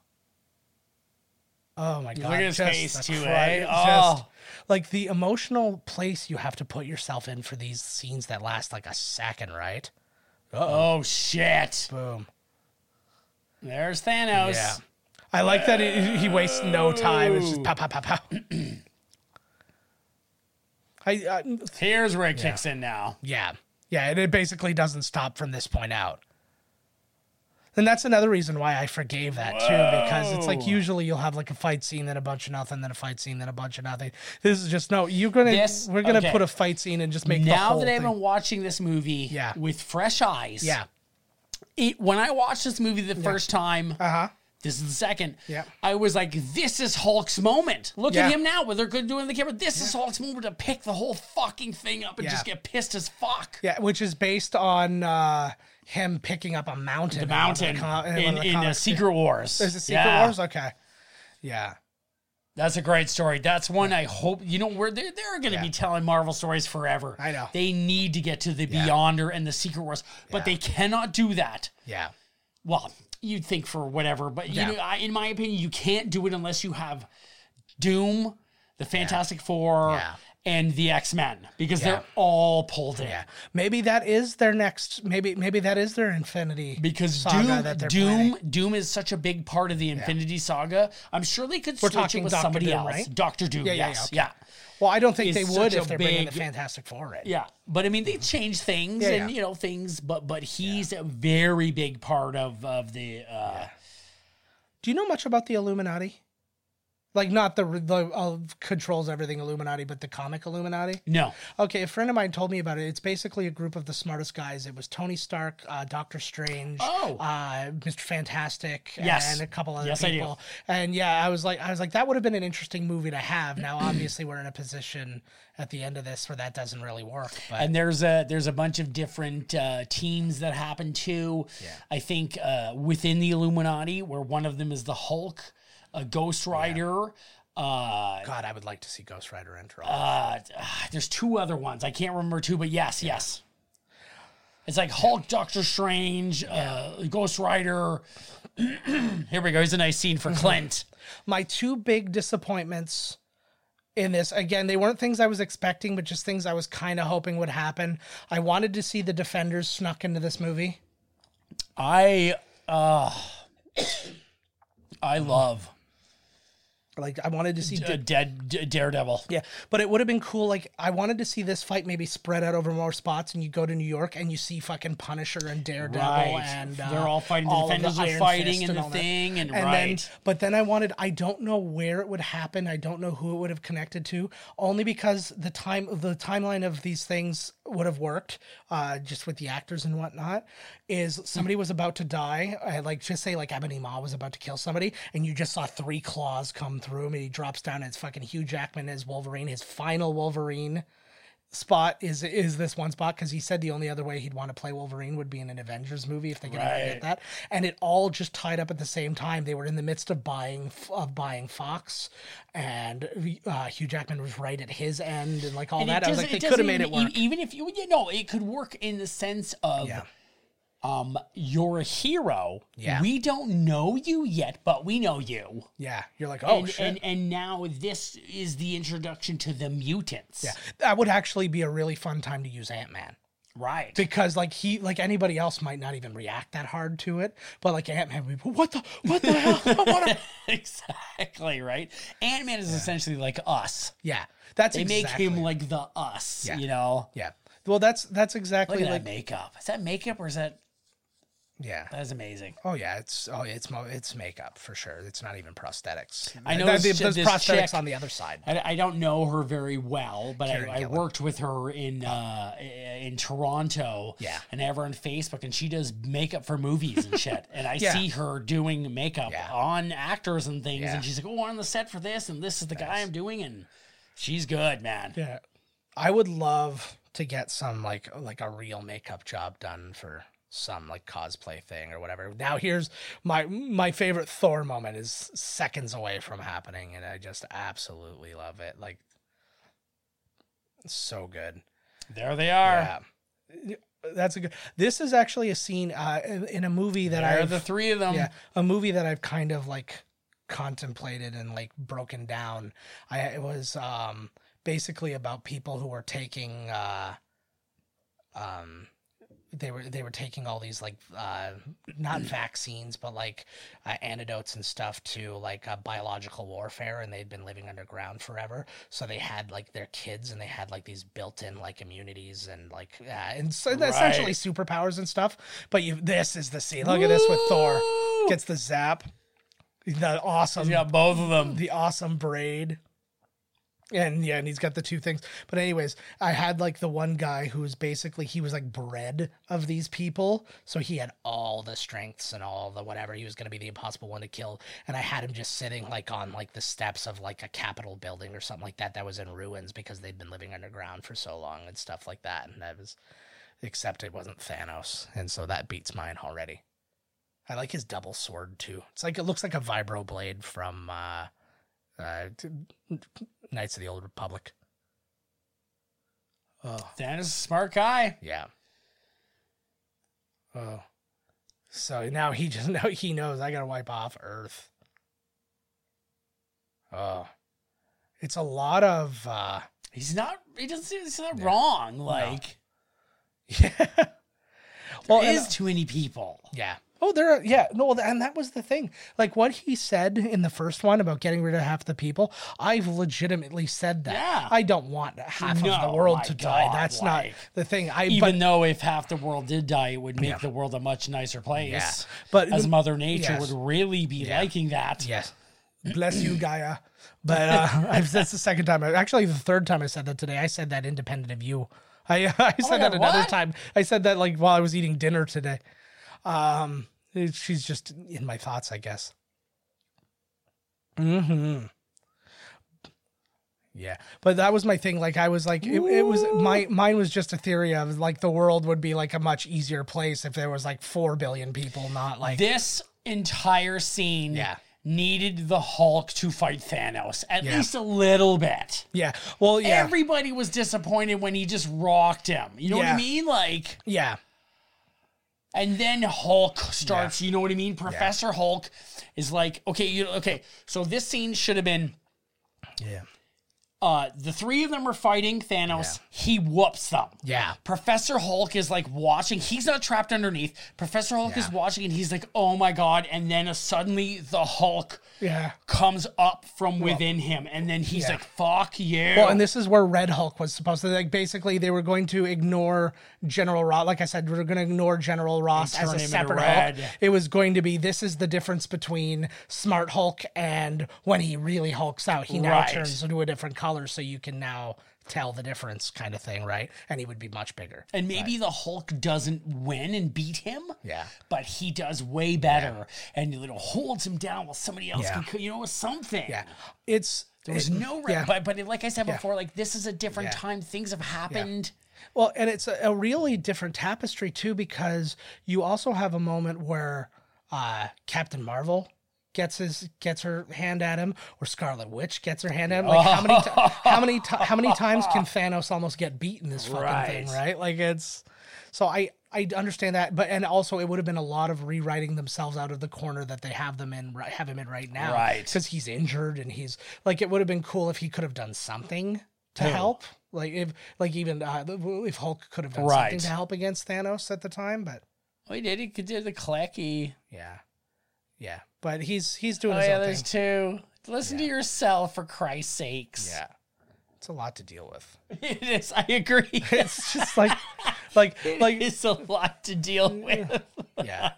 B: Uh, Oh. Oh my God.
A: Look at his
B: just
A: face
B: the
A: too,
B: cry-
A: eh?
B: just-
A: Oh.
B: like the emotional place you have to put yourself in for these scenes that last like a second, right?
A: oh shit!
B: Boom.
A: There's Thanos.
B: Yeah. I like that he, he wastes no time. It's just pop, pop, pop, pop. I, I,
A: Here's where it kicks in now.
B: Yeah. Yeah, and it basically doesn't stop from this point out. And that's another reason why I forgave that too, because it's like usually you'll have like a fight scene, then a bunch of nothing, then a fight scene, then a bunch of nothing. This is just no. You're gonna
A: This-
B: we're gonna
A: okay.
B: put a fight scene and just make the
A: now
B: whole
A: that I've
B: thing.
A: been watching this movie
B: Yeah.
A: with fresh eyes,
B: yeah,
A: it, when I watched this movie the first time,
B: uh huh.
A: this is the second,
B: Yeah.
A: I was like, this is Hulk's moment. Look
B: Yeah.
A: at him now, what they're good doing in the camera. This is Hulk's moment to pick the whole fucking thing up and
B: Yeah.
A: just get pissed as fuck.
B: Yeah, which is based on uh him picking up a mountain.
A: The
B: in one of
A: mountain
B: co- in, one
A: in,
B: of the
A: in uh,
B: comics.
A: Secret Wars.
B: There's a Secret
A: Yeah.
B: Wars. Okay. Yeah.
A: That's a great story. That's one I hope you know where they're, they're going to be telling Marvel stories forever.
B: I know.
A: they need to get to the Beyonder and the Secret Wars, but they cannot do that.
B: Yeah.
A: Well, you'd think for whatever, but you
B: Yeah.
A: know, I, in my opinion, you can't do it unless you have Doom, the Fantastic Four,
B: Yeah.
A: and the X Men because
B: Yeah.
A: they're all pulled in.
B: Yeah. Maybe that is their next maybe maybe that is their infinity.
A: Because
B: saga
A: Doom,
B: that they're
A: Doom,
B: planning.
A: Doom is such a big part of the Infinity Saga. I'm sure they could switch
B: talking
A: it with
B: Dr.
A: somebody
B: Doom,
A: else.
B: right?
A: Doctor Doom,
B: Yeah, yeah, yeah,
A: yes,
B: okay.
A: yeah.
B: Well, I don't think
A: is
B: they would
A: such a
B: if they're bringing the
A: big-
B: Fantastic Four in.
A: Yeah, but I mean they change things
B: Yeah,
A: and
B: yeah.
A: you know things, but but he's a very big part of of the. Uh,
B: Do you know much about the Illuminati? Like not the the uh, controls everything Illuminati, but the comic Illuminati.
A: No,
B: Okay, a friend of mine told me about it. It's basically a group of the smartest guys. It was Tony Stark, uh, Doctor Strange,
A: Oh.
B: uh, Mr. Fantastic,
A: Yes.
B: and a couple other
A: Yes, I do.
B: people. And yeah, I was like, I was like, that would have been an interesting movie to have. Now, obviously, we're in a position at the end of this where that doesn't really work. But
A: and there's a there's a bunch of different uh, teams that happen too. I think uh, within the Illuminati, where one of them is the Hulk, a Ghost Rider. Uh,
B: God, I would like to see Ghost Rider enter. all
A: uh, there's two other ones I can't remember two, but yes, yes. It's like Hulk, Doctor Strange, uh, Ghost Rider. Here we go. Here's a nice scene for Clint.
B: my two big disappointments in this again they weren't things i was expecting but just things i was kind of hoping would happen i wanted to see the defenders snuck into this movie
A: I uh I love
B: like i wanted to see
A: a dead d- Daredevil.
B: yeah but it would have been cool like i wanted to see this fight maybe spread out over more spots and you go to new york and you see fucking punisher and daredevil and uh,
A: they're all fighting. The
B: all of
A: defenders are
B: Iron Fist
A: fighting and the
B: all that.
A: thing, and,
B: and
A: right.
B: then but then I wanted I don't know where it would happen. I don't know who it would have connected to. Only because the time the timeline of these things would have worked, uh, just with the actors and whatnot, is somebody was about to die. I like just say like Ebony Maw was about to kill somebody, and you just saw three claws come through him, and he drops down. And it's fucking Hugh Jackman as Wolverine, his final Wolverine spot is is this one spot because he said the only other way he'd want to play Wolverine would be in an Avengers movie if they could ever get that, and it all just tied up at the same time. They were in the midst of buying of buying Fox, and uh, Hugh Jackman was right at his end, and like all
A: And
B: that.
A: it
B: I was
A: doesn't- e-
B: like, they
A: doesn't
B: could have made it
A: even-
B: work.
A: Even if you, you know, it could work in the sense of
B: Yeah.
A: um, you're a hero.
F: Yeah.
A: We don't know you yet, but we know you.
B: Yeah, you're like, oh
A: and,
B: shit.
A: and and now this is the introduction to the mutants.
B: yeah, that would actually be a really fun time to use Ant Man
A: Right.
B: because like he like anybody else might not even react that hard to it, but like Ant Man, what the what the hell? What a-"
A: exactly, right? Ant Man is essentially like us.
B: yeah, that's
A: They
B: exactly,
A: make him like the us,
B: Yeah.
A: you know?
B: yeah. Well, that's that's
A: Look
B: exactly
A: at that
B: like
A: makeup. Is that makeup or is that
F: Yeah.
A: that is amazing?
F: Oh yeah, it's oh it's mo- it's makeup for sure. It's not even prosthetics.
A: I know
B: there's,
A: this,
B: there's
A: this
B: prosthetics
A: chick-
B: on the other side.
A: I, I don't know her very well, but
F: Karen
A: I, I
F: Gillan.
A: worked with her in uh, in Toronto.
F: Yeah.
A: and I have her on Facebook, and she does makeup for movies and shit. And I
F: Yeah.
A: see her doing makeup
F: Yeah.
A: on actors and things,
F: Yeah.
A: and she's like, "Oh, I'm on the set for this, and this is the guy I'm doing," and she's good, man.
B: Yeah,
F: I would love to get some like like a real makeup job done for some like cosplay thing or whatever. Now here's my my favorite Thor moment is seconds away from happening and I just absolutely love it. Like it's so good.
A: There they are.
F: Yeah.
B: that's a good. This is actually a scene uh, in, in a movie that
A: There
B: I
A: are the three of them.
B: yeah, a movie that I've kind of like contemplated and like broken down. I it was um basically about people who were taking uh um they were they were taking all these like uh not vaccines but like uh, antidotes and stuff to like uh, biological warfare and they'd been living underground forever so they had like their kids and they had like these built-in like immunities and like uh, and so essentially superpowers and stuff but you this is the scene look at this with thor
A: Woo!
B: gets the zap the awesome
A: He's got both of them.
B: um, the awesome braid. And yeah, and he's got the two things. But anyways, I had like the one guy who was basically he was like bred of these people, so he had all the strengths and all the whatever. He was going to be the impossible one to kill, and I had him just sitting like on like the steps of like a capitol building or something like that that was in ruins because they'd been living underground for so long and stuff like that. And that was, except it wasn't Thanos, and so that beats mine already. I like his double sword too. It's like it looks like a vibro blade from uh, uh, t- Knights of the Old Republic. Oh
A: That is a smart guy.
F: yeah,
B: oh. So now he just know he knows I gotta wipe off Earth.
F: oh
B: It's a lot of uh
A: He's not. He doesn't. He's not wrong. Like
B: yeah.
A: well,
B: Well,
A: there
B: and- uh,
A: is too many people.
F: yeah,
B: Oh, there are yeah no, and that was the thing. Like what he said in the first one about getting rid of half the people, I've legitimately said that.
A: Yeah.
B: I don't want half of
A: No,
B: the world
A: my
B: to die.
A: God,
B: That's
A: like-
B: not the thing. I
A: even
B: but,
A: though if half the world did die, it would make the world a much nicer place.
F: Yeah.
B: but
A: As Mother Nature
B: Yes.
A: would really be liking that.
F: yes,
B: bless you gaia but uh I've, that's the second time I, actually the third time i said that today i said that independent of you i, I said that
A: God,
B: another
A: Oh, what?
B: time i said that like while i was eating dinner today um it- she's just in my thoughts i guess mm-hmm yeah but that was my thing like i was like it, it was my mine was just a theory of like the world would be like a much easier place if there was like 4 billion people not like
A: This entire scene
F: Yeah.
A: needed the Hulk to fight Thanos, at
B: Yeah.
A: least a little bit.
B: yeah well yeah
A: Everybody was disappointed when he just rocked him. You know what I
B: Yeah.
A: mean? Like,
B: yeah
A: and then Hulk starts. You know what I mean? Professor Hulk is like, okay, you okay. So this scene should have been
B: yeah
A: uh, the three of them are fighting Thanos. He whoops them.
F: yeah,
A: Professor Hulk is like watching. He's not trapped underneath. Professor Hulk is watching and he's like, oh my God. And then uh, suddenly the Hulk
B: yeah
A: comes up from within him. And then he's like, fuck you.
B: Well, and this is where Red Hulk was supposed to like basically they were going to ignore General Ross. Like I said, we are going to ignore General Ross
A: And
B: as
A: turn
B: a
A: him into
B: separate
A: red.
B: Hulk. It was going to be this is the difference between Smart Hulk and when he really hulks out, he now
A: Right.
B: turns into a different color, so you can now tell the difference, kind of thing, right? And he would be much bigger.
A: and maybe the Hulk doesn't win and beat him.
F: Yeah.
A: But he does way better. And you know, holds him down while somebody else
F: Yeah.
A: can, co- you know, something.
B: Yeah, it's
A: There was no, re-
B: yeah.
A: but, but like I said before, like this is a different time. Things have happened.
B: Well, and it's a, a really different tapestry too, because you also have a moment where uh, Captain Marvel gets his gets her hand at him, or Scarlet Witch gets her hand at him. Like how many ti- how many ti- how many times can Thanos almost get beat in this fucking thing,
A: Right.
B: right? Like it's so I I understand that, but and also it would have been a lot of rewriting themselves out of the corner that they have them in, ri- have him in right now,
A: Right.
B: Because he's injured and he's like, it would have been cool if he could have done something to
A: Who?
B: help, like if like even uh, if Hulk could have done something
A: Right.
B: to help against Thanos at the time, but
A: Oh, he did. He could do the clicky.
B: yeah, yeah, but he's he's
A: Oh
B: doing his
A: yeah,
B: own
A: there's
B: thing.
A: two. Listen to yourself for Christ's sakes.
B: Yeah, it's a lot to deal with.
A: it is. I agree.
B: It's just like, like,
A: like
B: like,
A: it's a lot to deal with.
B: yeah.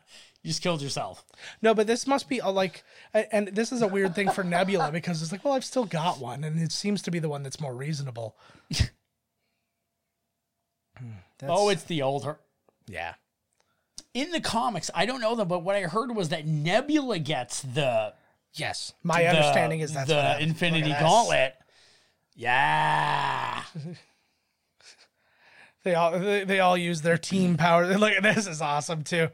A: You just killed yourself.
B: No, but this must be a, like, a- and this is a weird thing for Nebula because it's like, well, I've still got one, and it seems to be the one that's more reasonable. Hmm, that's-
A: Oh, it's the old her.
B: yeah,
A: In the comics, I don't know them, but what I heard was that Nebula gets the
B: yes. My
A: the-
B: understanding is that's
A: the
B: what happened.
A: Infinity
B: Look at this.
A: Gauntlet. Yeah.
B: They all they, they all use their team power. Look, this is awesome too.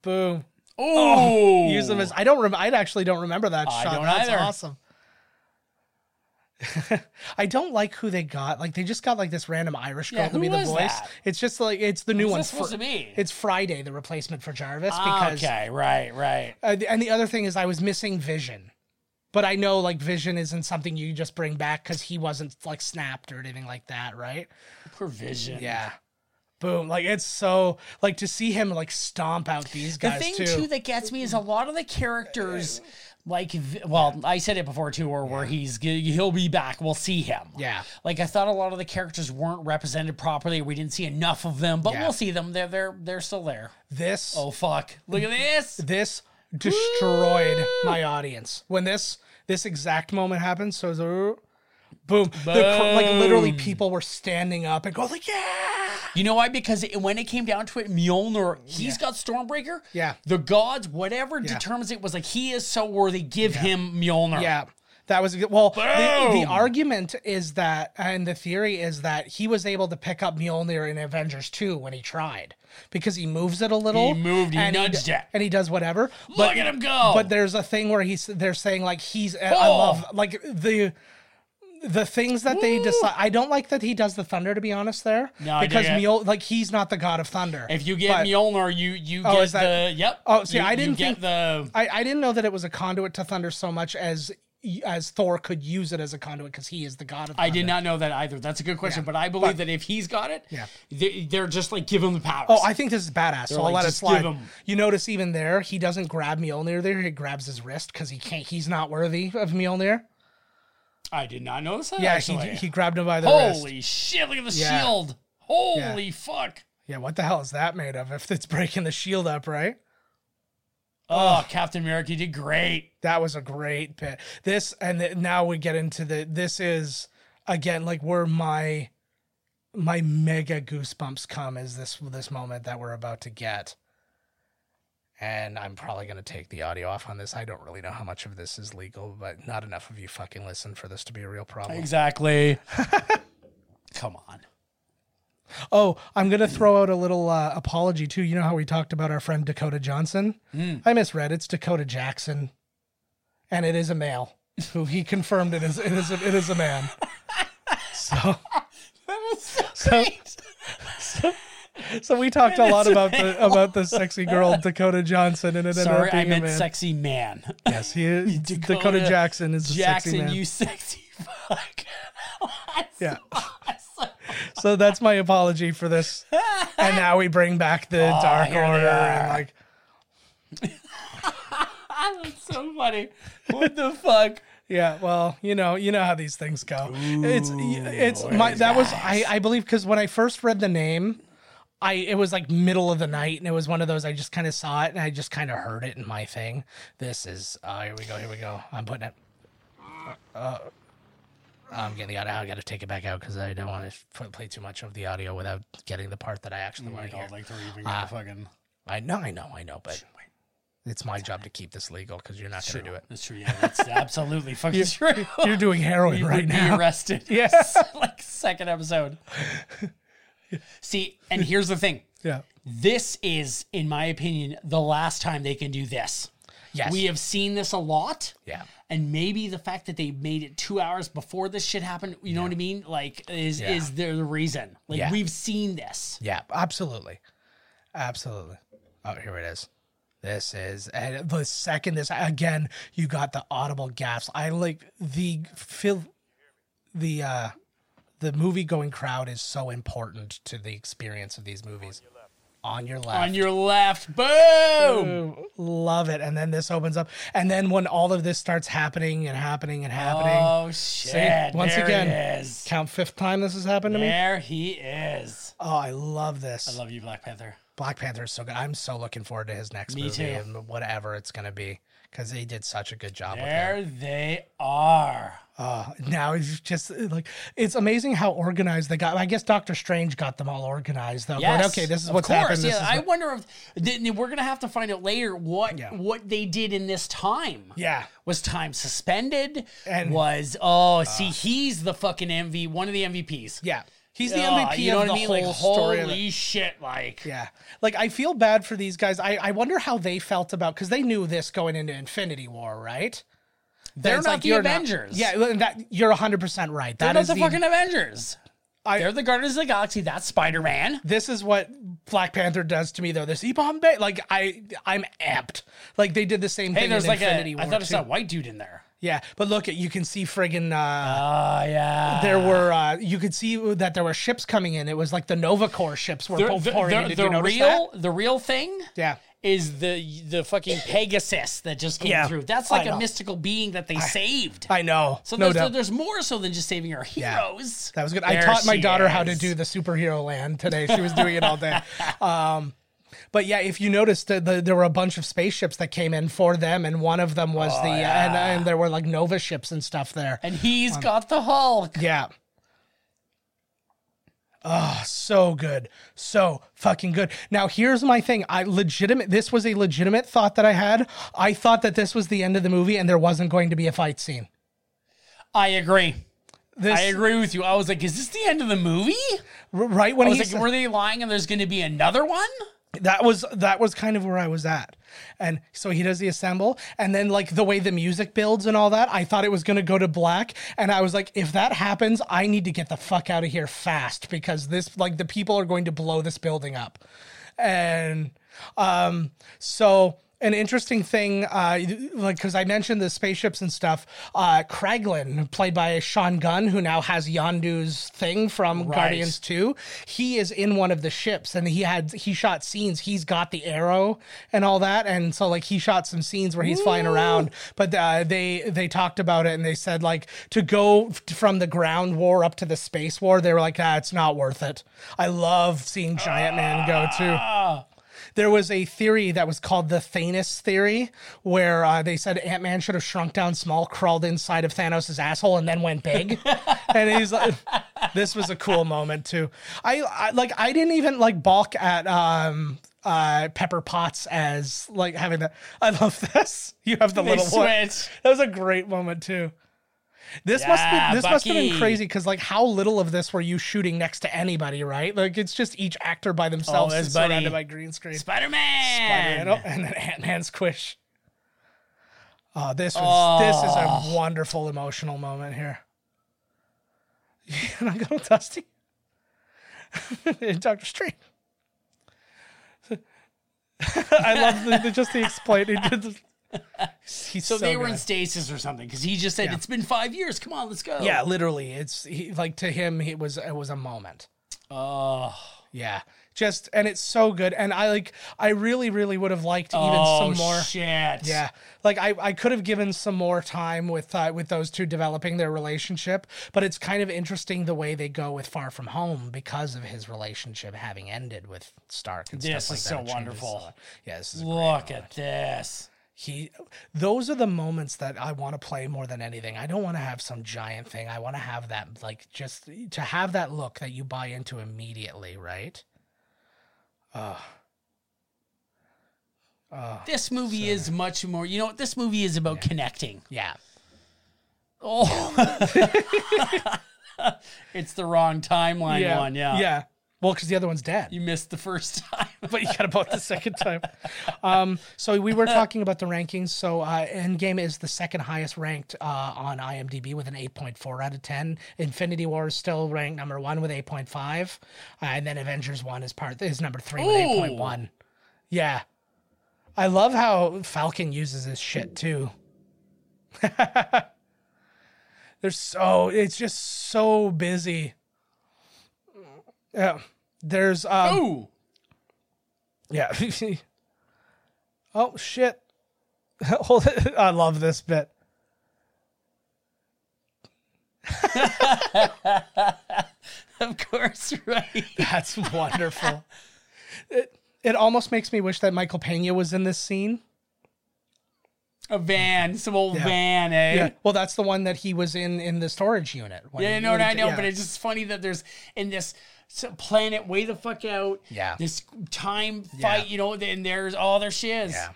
B: Boom.
A: Oh,
B: Use them as I don't. Rem- I actually don't remember that
A: I
B: shot.
A: don't
B: That's
A: either.
B: awesome. I don't like who they got. Like they just got like this random Irish girl
A: Yeah,
B: to be
A: who
B: the
A: was
B: voice.
A: that?
B: It's just like it's the new
A: Who's
B: one.
A: this supposed to be?
B: It's Friday, the replacement for Jarvis.
A: Ah,
B: Because
A: okay, right, right.
B: uh, the- and the other thing is, I was missing Vision, but I know like Vision isn't something you just bring back because he wasn't like snapped or anything like that, right?
A: Provision.
B: Yeah. Boom! Like it's so like to see him like stomp out these
A: The
B: guys
A: thing too. that gets me is a lot of the characters, like, v- well, I said it before too, or where he's g- he'll be back, we'll see him.
B: Yeah.
A: Like I thought a lot of the characters weren't represented properly. We didn't see enough of them, but
B: Yeah.
A: we'll see them. They're they're they're still there.
B: this
A: Oh fuck! Look at this.
B: this destroyed my audience when this this exact moment happened so it was a- boom, The cr- like literally people were standing up and going like yeah
A: You know why? Because it, when it came down to it, Mjolnir, he's got Stormbreaker.
B: Yeah.
A: The gods, whatever determines it, was like he is so worthy. Give him Mjolnir.
B: yeah that was well the, the argument is that and the theory is that he was able to pick up Mjolnir in Avengers 2 when he tried because he moves it a little
A: He moved, he
B: and
A: nudged
B: d-
A: it.
B: and he does whatever
A: Look at him go.
B: but there's a thing where he's they're saying like he's uh, I love like the the things that they decide. I don't like that he does the thunder to be honest there
A: No, I
B: because
A: dig it.
B: Mjol like he's not the god of thunder.
A: if you get
B: But
A: Mjolnir, you you
B: Oh,
A: get
B: is that-
A: the yep.
B: Oh, see,
A: You-
B: I
A: you
B: didn't
A: get
B: think-
A: the
B: I I didn't know that it was a conduit to thunder so much as as Thor could use it as a conduit because he is the god of. Thunder.
A: I did not know that either. That's a good question,
B: Yeah.
A: but I believe
B: But-
A: that if he's got it,
B: Yeah.
A: they, they're just like give him the powers.
B: Oh, I think this is badass. So I'll
A: like,
B: let it
A: "Just give
B: slide.
A: him-
B: You notice even there, he doesn't grab Mjolnir there. He grabs his wrist because he can't. He's not worthy of Mjolnir.
A: I did not notice that.
B: Yeah, he,
A: actually.
B: he grabbed him by the wrist.
A: holy shit! Look at the
B: Yeah.
A: shield. Holy fuck!
B: Yeah, what the hell is that made of if it's breaking the shield up, right?
A: Oh, Captain America, you did great.
B: That was a great bit. This and th- now we get into the this is again like where my my mega goosebumps come is this this moment that we're about to get. And I'm probably going to take the audio off on this. I don't really know how much of this is legal, but not enough of you fucking listen for this to be a real problem.
A: Exactly. Come on.
B: Oh, I'm gonna throw out a little uh, apology too. You know how we talked about our friend Dakota Johnson?
A: Mm.
B: I misread. It's Dakota Jackson, and it is a male. Who he confirmed it is. It is. A, it is a man. So, so, so, so we talked a lot about the about the sexy girl Dakota Johnson, and it ended
A: Sorry,
B: up
A: I
B: being
A: meant
B: a man.
A: sexy man.
B: Yes, he is.
A: Dakota
B: Dakota, Jackson is a sexy
A: Jackson,
B: man.
A: you sexy fuck. That's
B: Yeah.
A: awesome.
B: so that's my apology for this. And now we bring back the Dark
A: Oh, here they
B: Order and
A: are.
B: like.
A: Ah, That's so funny. What the fuck?
B: Yeah, well, you know, you know how these things go. it's it's my that was I I believe because when I first read the name, I it was like middle of the night and it was one of those I just kind of saw it and I just kind of heard it in my thing. This is uh, here we go, here we go. I'm putting it. Uh, I'm getting the audio. I got to take it back out because I don't want to play too much of the audio without getting the part that I actually want to hear.
A: like they're even
B: Ah.
A: fucking.
B: I know, I know, I know, but it's my job to keep this legal because you're not going to do it.
A: That's true. Yeah, that's absolutely fucking true.
B: You're doing heroin
A: you
B: right
A: would
B: now.
A: be arrested.
B: Yes.
A: like second episode. See, and here's the thing.
B: Yeah.
A: This is, in my opinion, the last time they can do this.
B: Yes.
A: We have seen this a lot.
B: Yeah.
A: And maybe the fact that they made it two hours before this shit happened, you know what I mean? Like, is
B: Yeah.
A: is there the reason? Like,
B: Yeah.
A: we've seen this.
B: Yeah, absolutely. Absolutely. Oh, here it is. This is and the second this again, you got the audible gasps. I like the feel the uh the movie going crowd is so important to the experience of these movies. On your left.
A: On your left, boom.
B: Ooh, love it. And then this opens up. And then when all of this starts happening and happening and happening.
A: Oh shit!
B: Once
A: there
B: again.
A: it is.
B: Count fifth time this has happened to me.
A: there he is.
B: Oh, I love this.
A: I love you, Black Panther.
B: Black Panther is so good. I'm so looking forward to his next
A: Me
B: movie
A: too.
B: and whatever it's gonna be because they did such a good job. With it.
A: There they are.
B: Uh, now it's just uh, like it's amazing how organized they got. I guess Doctor Strange got them all organized though.
A: Yes,
B: Going, okay, this is
A: of
B: what's
A: course,
B: happened. This
A: Yeah,
B: is
A: I
B: what-
A: wonder if th- we're gonna have to find out later what
B: Yeah.
A: what they did in this time.
B: yeah,
A: Was time suspended?
B: And- Uh.
A: was oh, see, he's the fucking MV, one of the MVPs.
B: yeah. He's the
A: Oh,
B: MVP
A: you know
B: of
A: what
B: the
A: I mean?
B: whole
A: like,
B: story. of it.
A: holy shit! Like,
B: Yeah. Like I feel bad for these guys. I, I wonder how they felt about because they knew this going into Infinity War, right?
A: They're
B: It's
A: not
B: like,
A: the
B: you're
A: Avengers.
B: yeah, well, that you're 100 percent right.
A: they're
B: That
A: not
B: is
A: the,
B: the-
A: fucking Avengers.
B: I-
A: They're the Guardians of the Galaxy. That's Spider Man.
B: this is what Black Panther does to me though. This Ebon Bay, like I I'm amped. Like they did the same
A: Hey,
B: thing.
A: there's
B: in
A: like
B: Infinity
A: a.
B: War
A: I thought I saw a
B: too.
A: white dude in there.
B: Yeah, but look at you can see friggin' uh,
A: Oh yeah.
B: there were uh, you could see that there were ships coming in. It was like the Nova Corps ships were
A: The-
B: po-
A: the-
B: pouring
A: the-
B: in. Did
A: the
B: you notice
A: real the real thing
B: that? Yeah.
A: is the the fucking Pegasus that just came
B: Yeah,
A: through. That's
B: I
A: like a
B: know.
A: mystical being that they saved.
B: I know.
A: so
B: no
A: there's,
B: doubt.
A: there's more so than just saving our heroes.
B: That was good. I
A: There
B: taught my
A: she
B: daughter how to
A: is.
B: do the superhero land today. She was doing it all day. Um, but yeah, if you noticed, uh, the, there were a bunch of spaceships that came in for them, and one of them was
A: Oh,
B: the uh, and, and there were like Nova ships and stuff there.
A: And he's got the Hulk.
B: Yeah. Oh, so good. So fucking good. Now here's my thing. I legitimate this was a legitimate thought that I had. I thought that this was the end of the movie and there wasn't going to be a fight scene.
A: I agree.
B: This
A: I agree with you. I was like, is this the end of the movie?
B: r- right when
A: I
B: he
A: was
B: said-
A: like, were they lying and there's going to be another one?
B: that was that was kind of where I was at. And so he does the assemble and then like the way the music builds and all that, I thought it was going to go to black and I was like if that happens, I need to get the fuck out of here fast because this like the people are going to blow this building up. And um so an interesting thing, uh, like because I mentioned the spaceships and stuff. Uh, Kraglin, played by Sean Gunn, who now has Yondu's thing from Guardians Two, he is in one of the ships, and he had he shot scenes. He's got the arrow and all that, and so like he shot some scenes where he's flying around. But uh, they they talked about it, and they said like to go f- from the ground war up to the space war, they were like, ah, it's not worth it. I love seeing Giant Man go too there was a theory that was called the Thanos theory, where uh, they said Ant Man should have shrunk down small, crawled inside of Thanos' asshole, and then went big. and he's like, "This was a cool moment too." I, I like, I didn't even like balk at um, uh, Pepper Potts as like having that. I love this. You have the
A: They
B: little one.
A: switch.
B: That was a great moment too. This must
A: Yeah,
B: be this must have been
A: Bucky.
B: crazy because like how little of this were you shooting next to anybody, right? Like it's just each actor by themselves
A: Oh,
B: and
A: this buddy.
B: surrounded by green screen.
A: Spider
B: Spider-Man,
A: Man.
B: oh, and then Ant Man squish. Oh, this was this is a wonderful emotional moment here. and I go Dusty, Doctor Strange. I love the, the- just the explaining. He's
A: So, they were in
B: good.
A: stasis or something because he just said,
B: Yeah.
A: it's been five years. Come on, let's go.
B: yeah, literally. It's he, like to him, it was it was a moment.
A: Oh.
B: Yeah, just and it's so good. And I like I really really would have liked even
A: oh,
B: some more.
A: shit.
B: Yeah, like I, I could have given some more time with uh, with those two developing their relationship, but it's kind of interesting the way they go with Far From Home because of his relationship having ended with Stark. And
A: This
B: stuff like
A: is
B: that.
A: so
B: It changes
A: wonderful.
B: a lot. Yeah, this is a
A: Look at this.
B: he those are the moments that I want to play more than anything. I don't want to have some giant thing. I want to have that like just to have that look that you buy into immediately, right?
A: This movie is much more. You know what? This movie is about connecting.
B: Yeah.
A: Oh. it's the wrong timeline one. Yeah.
B: Yeah. Well, because the other one's dead.
A: You missed the first time.
B: but you got about the second time. Um, so we were talking about the rankings. So uh, Endgame is the second highest ranked uh, on IMDb with an 8.4 out of 10. Infinity War is still ranked number one with 8.5, uh, and then Avengers One is part is number three with 8.1. Yeah, I love how Falcon uses this shit too. They're so it's just so busy. Yeah, there's um,
A: Ooh.
B: yeah. oh shit. Hold it. I love this bit.
A: Of course, right.
B: That's wonderful. it, it almost makes me wish that Michael Pena was in this scene.
A: A van, some old van, eh? Yeah.
B: Well, that's the one that he was in in the storage unit. when
A: Yeah,
B: he-
A: no,
B: when
A: no,
B: he-
A: I know,
B: yeah.
A: but it's just funny that there's in this s- planet way the fuck out.
B: Yeah.
A: This time
B: Yeah.
A: fight, you know, and there's all there she is.
B: Yeah.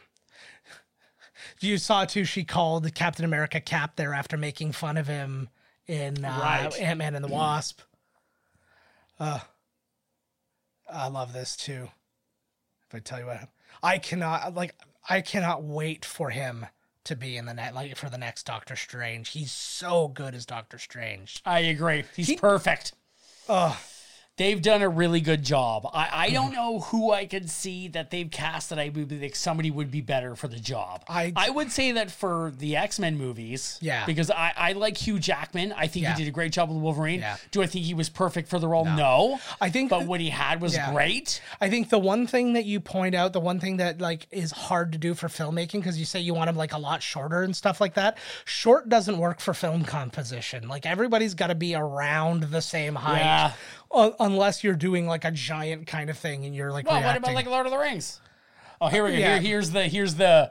B: you saw too. She called Captain America Cap there after making fun of him in uh,
A: Right.
B: Ant Man and the Wasp. Uh, I love this too. If I tell you what, I cannot like I cannot wait for him to be in the net like for the next Doctor Strange. He's so good as Doctor Strange.
A: I agree. He's perfect. They've done a really good job. I, I
B: Mm-hmm.
A: don't know who I could see that they've cast that I would be like somebody would be better for the job.
B: I-
A: I would say that for the X Men movies,
B: Yeah.
A: because I, I like Hugh Jackman. I think
B: Yeah.
A: he did a great job with Wolverine.
B: Yeah.
A: Do I think he was perfect for the role? No,
B: I think
A: but what he had was
B: Yeah.
A: great.
B: I think the one thing that you point out, the one thing that like is hard to do for filmmaking, because you say you want them like a lot shorter and stuff like that. Short doesn't work for film composition. Like everybody's got to be around the same height,
A: Yeah.
B: Un- unless you're doing like a giant kind of thing and you're like.
A: Well, Oh, what
B: reacting.
A: about like Lord of the Rings? Oh, here we go.
B: Yeah.
A: Here, here's the here's the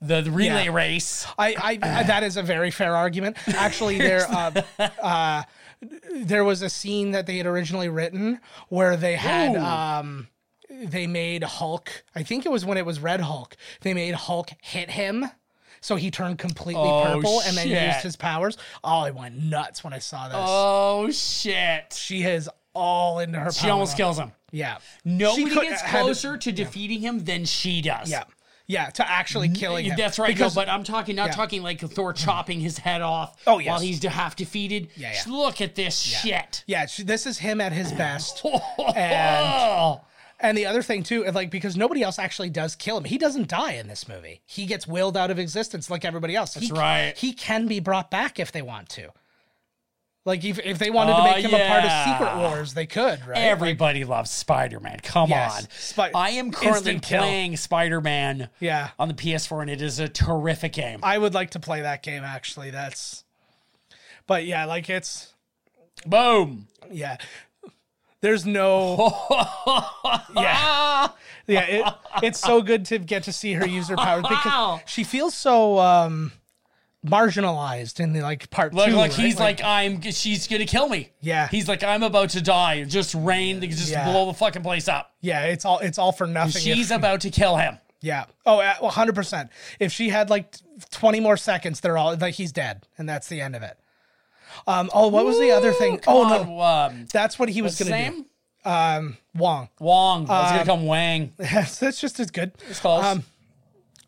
A: the, the relay
B: Yeah.
A: race.
B: I, I that is a very fair argument. Actually, there uh, uh, there was a scene that they had originally written where they had um, they made Hulk. I think it was when it was Red Hulk. They made Hulk hit him. So he turned completely
A: Oh,
B: purple and then
A: shit.
B: used his powers. Oh, I went nuts when I saw this.
A: Oh shit! Oh,
B: she is all into her
A: She
B: power.
A: almost kills him.
B: Yeah.
A: Nobody
B: could-
A: gets
B: had-
A: closer to defeating him than she does.
B: Yeah. Yeah, to actually killing him.
A: That's right.
B: Because
A: no, but I'm talking not
B: Yeah.
A: talking like Thor chopping his head off
B: Oh, yes.
A: while he's de- half defeated.
B: Yeah, yeah.
A: Just Look at this shit.
B: yeah, she, this is him at his best.
A: oh,
B: And the other thing too, like because nobody else actually does kill him. He doesn't die in this movie. He gets willed out of existence like everybody else. That's he,
A: right.
B: He can be brought back if they want to. Like if, if they wanted to
A: Oh,
B: make him a part
A: yeah.
B: of Secret Wars, they could, right?
A: everybody loves Spider-Man. Come
B: Yes.
A: on.
B: Spi-
A: I am currently
B: instant kill.
A: playing Spider-Man
B: yeah.
A: on the PS4 and it is a terrific game.
B: I would like to play that game actually. That's But yeah, like it's
A: Boom.
B: yeah. There's no Yeah. Yeah, it, it's so good to get to see her use her powers
A: Wow.
B: because she feels so um marginalized in the like part
A: Look,
B: two.
A: look,
B: right?
A: he's like, I'm she's gonna kill me.
B: Yeah.
A: He's like, I'm about to die. Just rain, just
B: Yeah.
A: blow the fucking place up.
B: Yeah, it's all it's all for nothing. if-
A: She's about to kill him.
B: yeah. Oh, uh, 100%. If she had like t- 20 more seconds, they're all like he's dead and that's the end of it. Um oh, what was the other thing?
A: Come
B: Oh
A: on,
B: no.
A: um,
B: That's what he was
A: his
B: going to
A: name?
B: do. Wong.
A: Wong. I was gonna come Wang.
B: that's just as good.
A: It's close.
B: Um,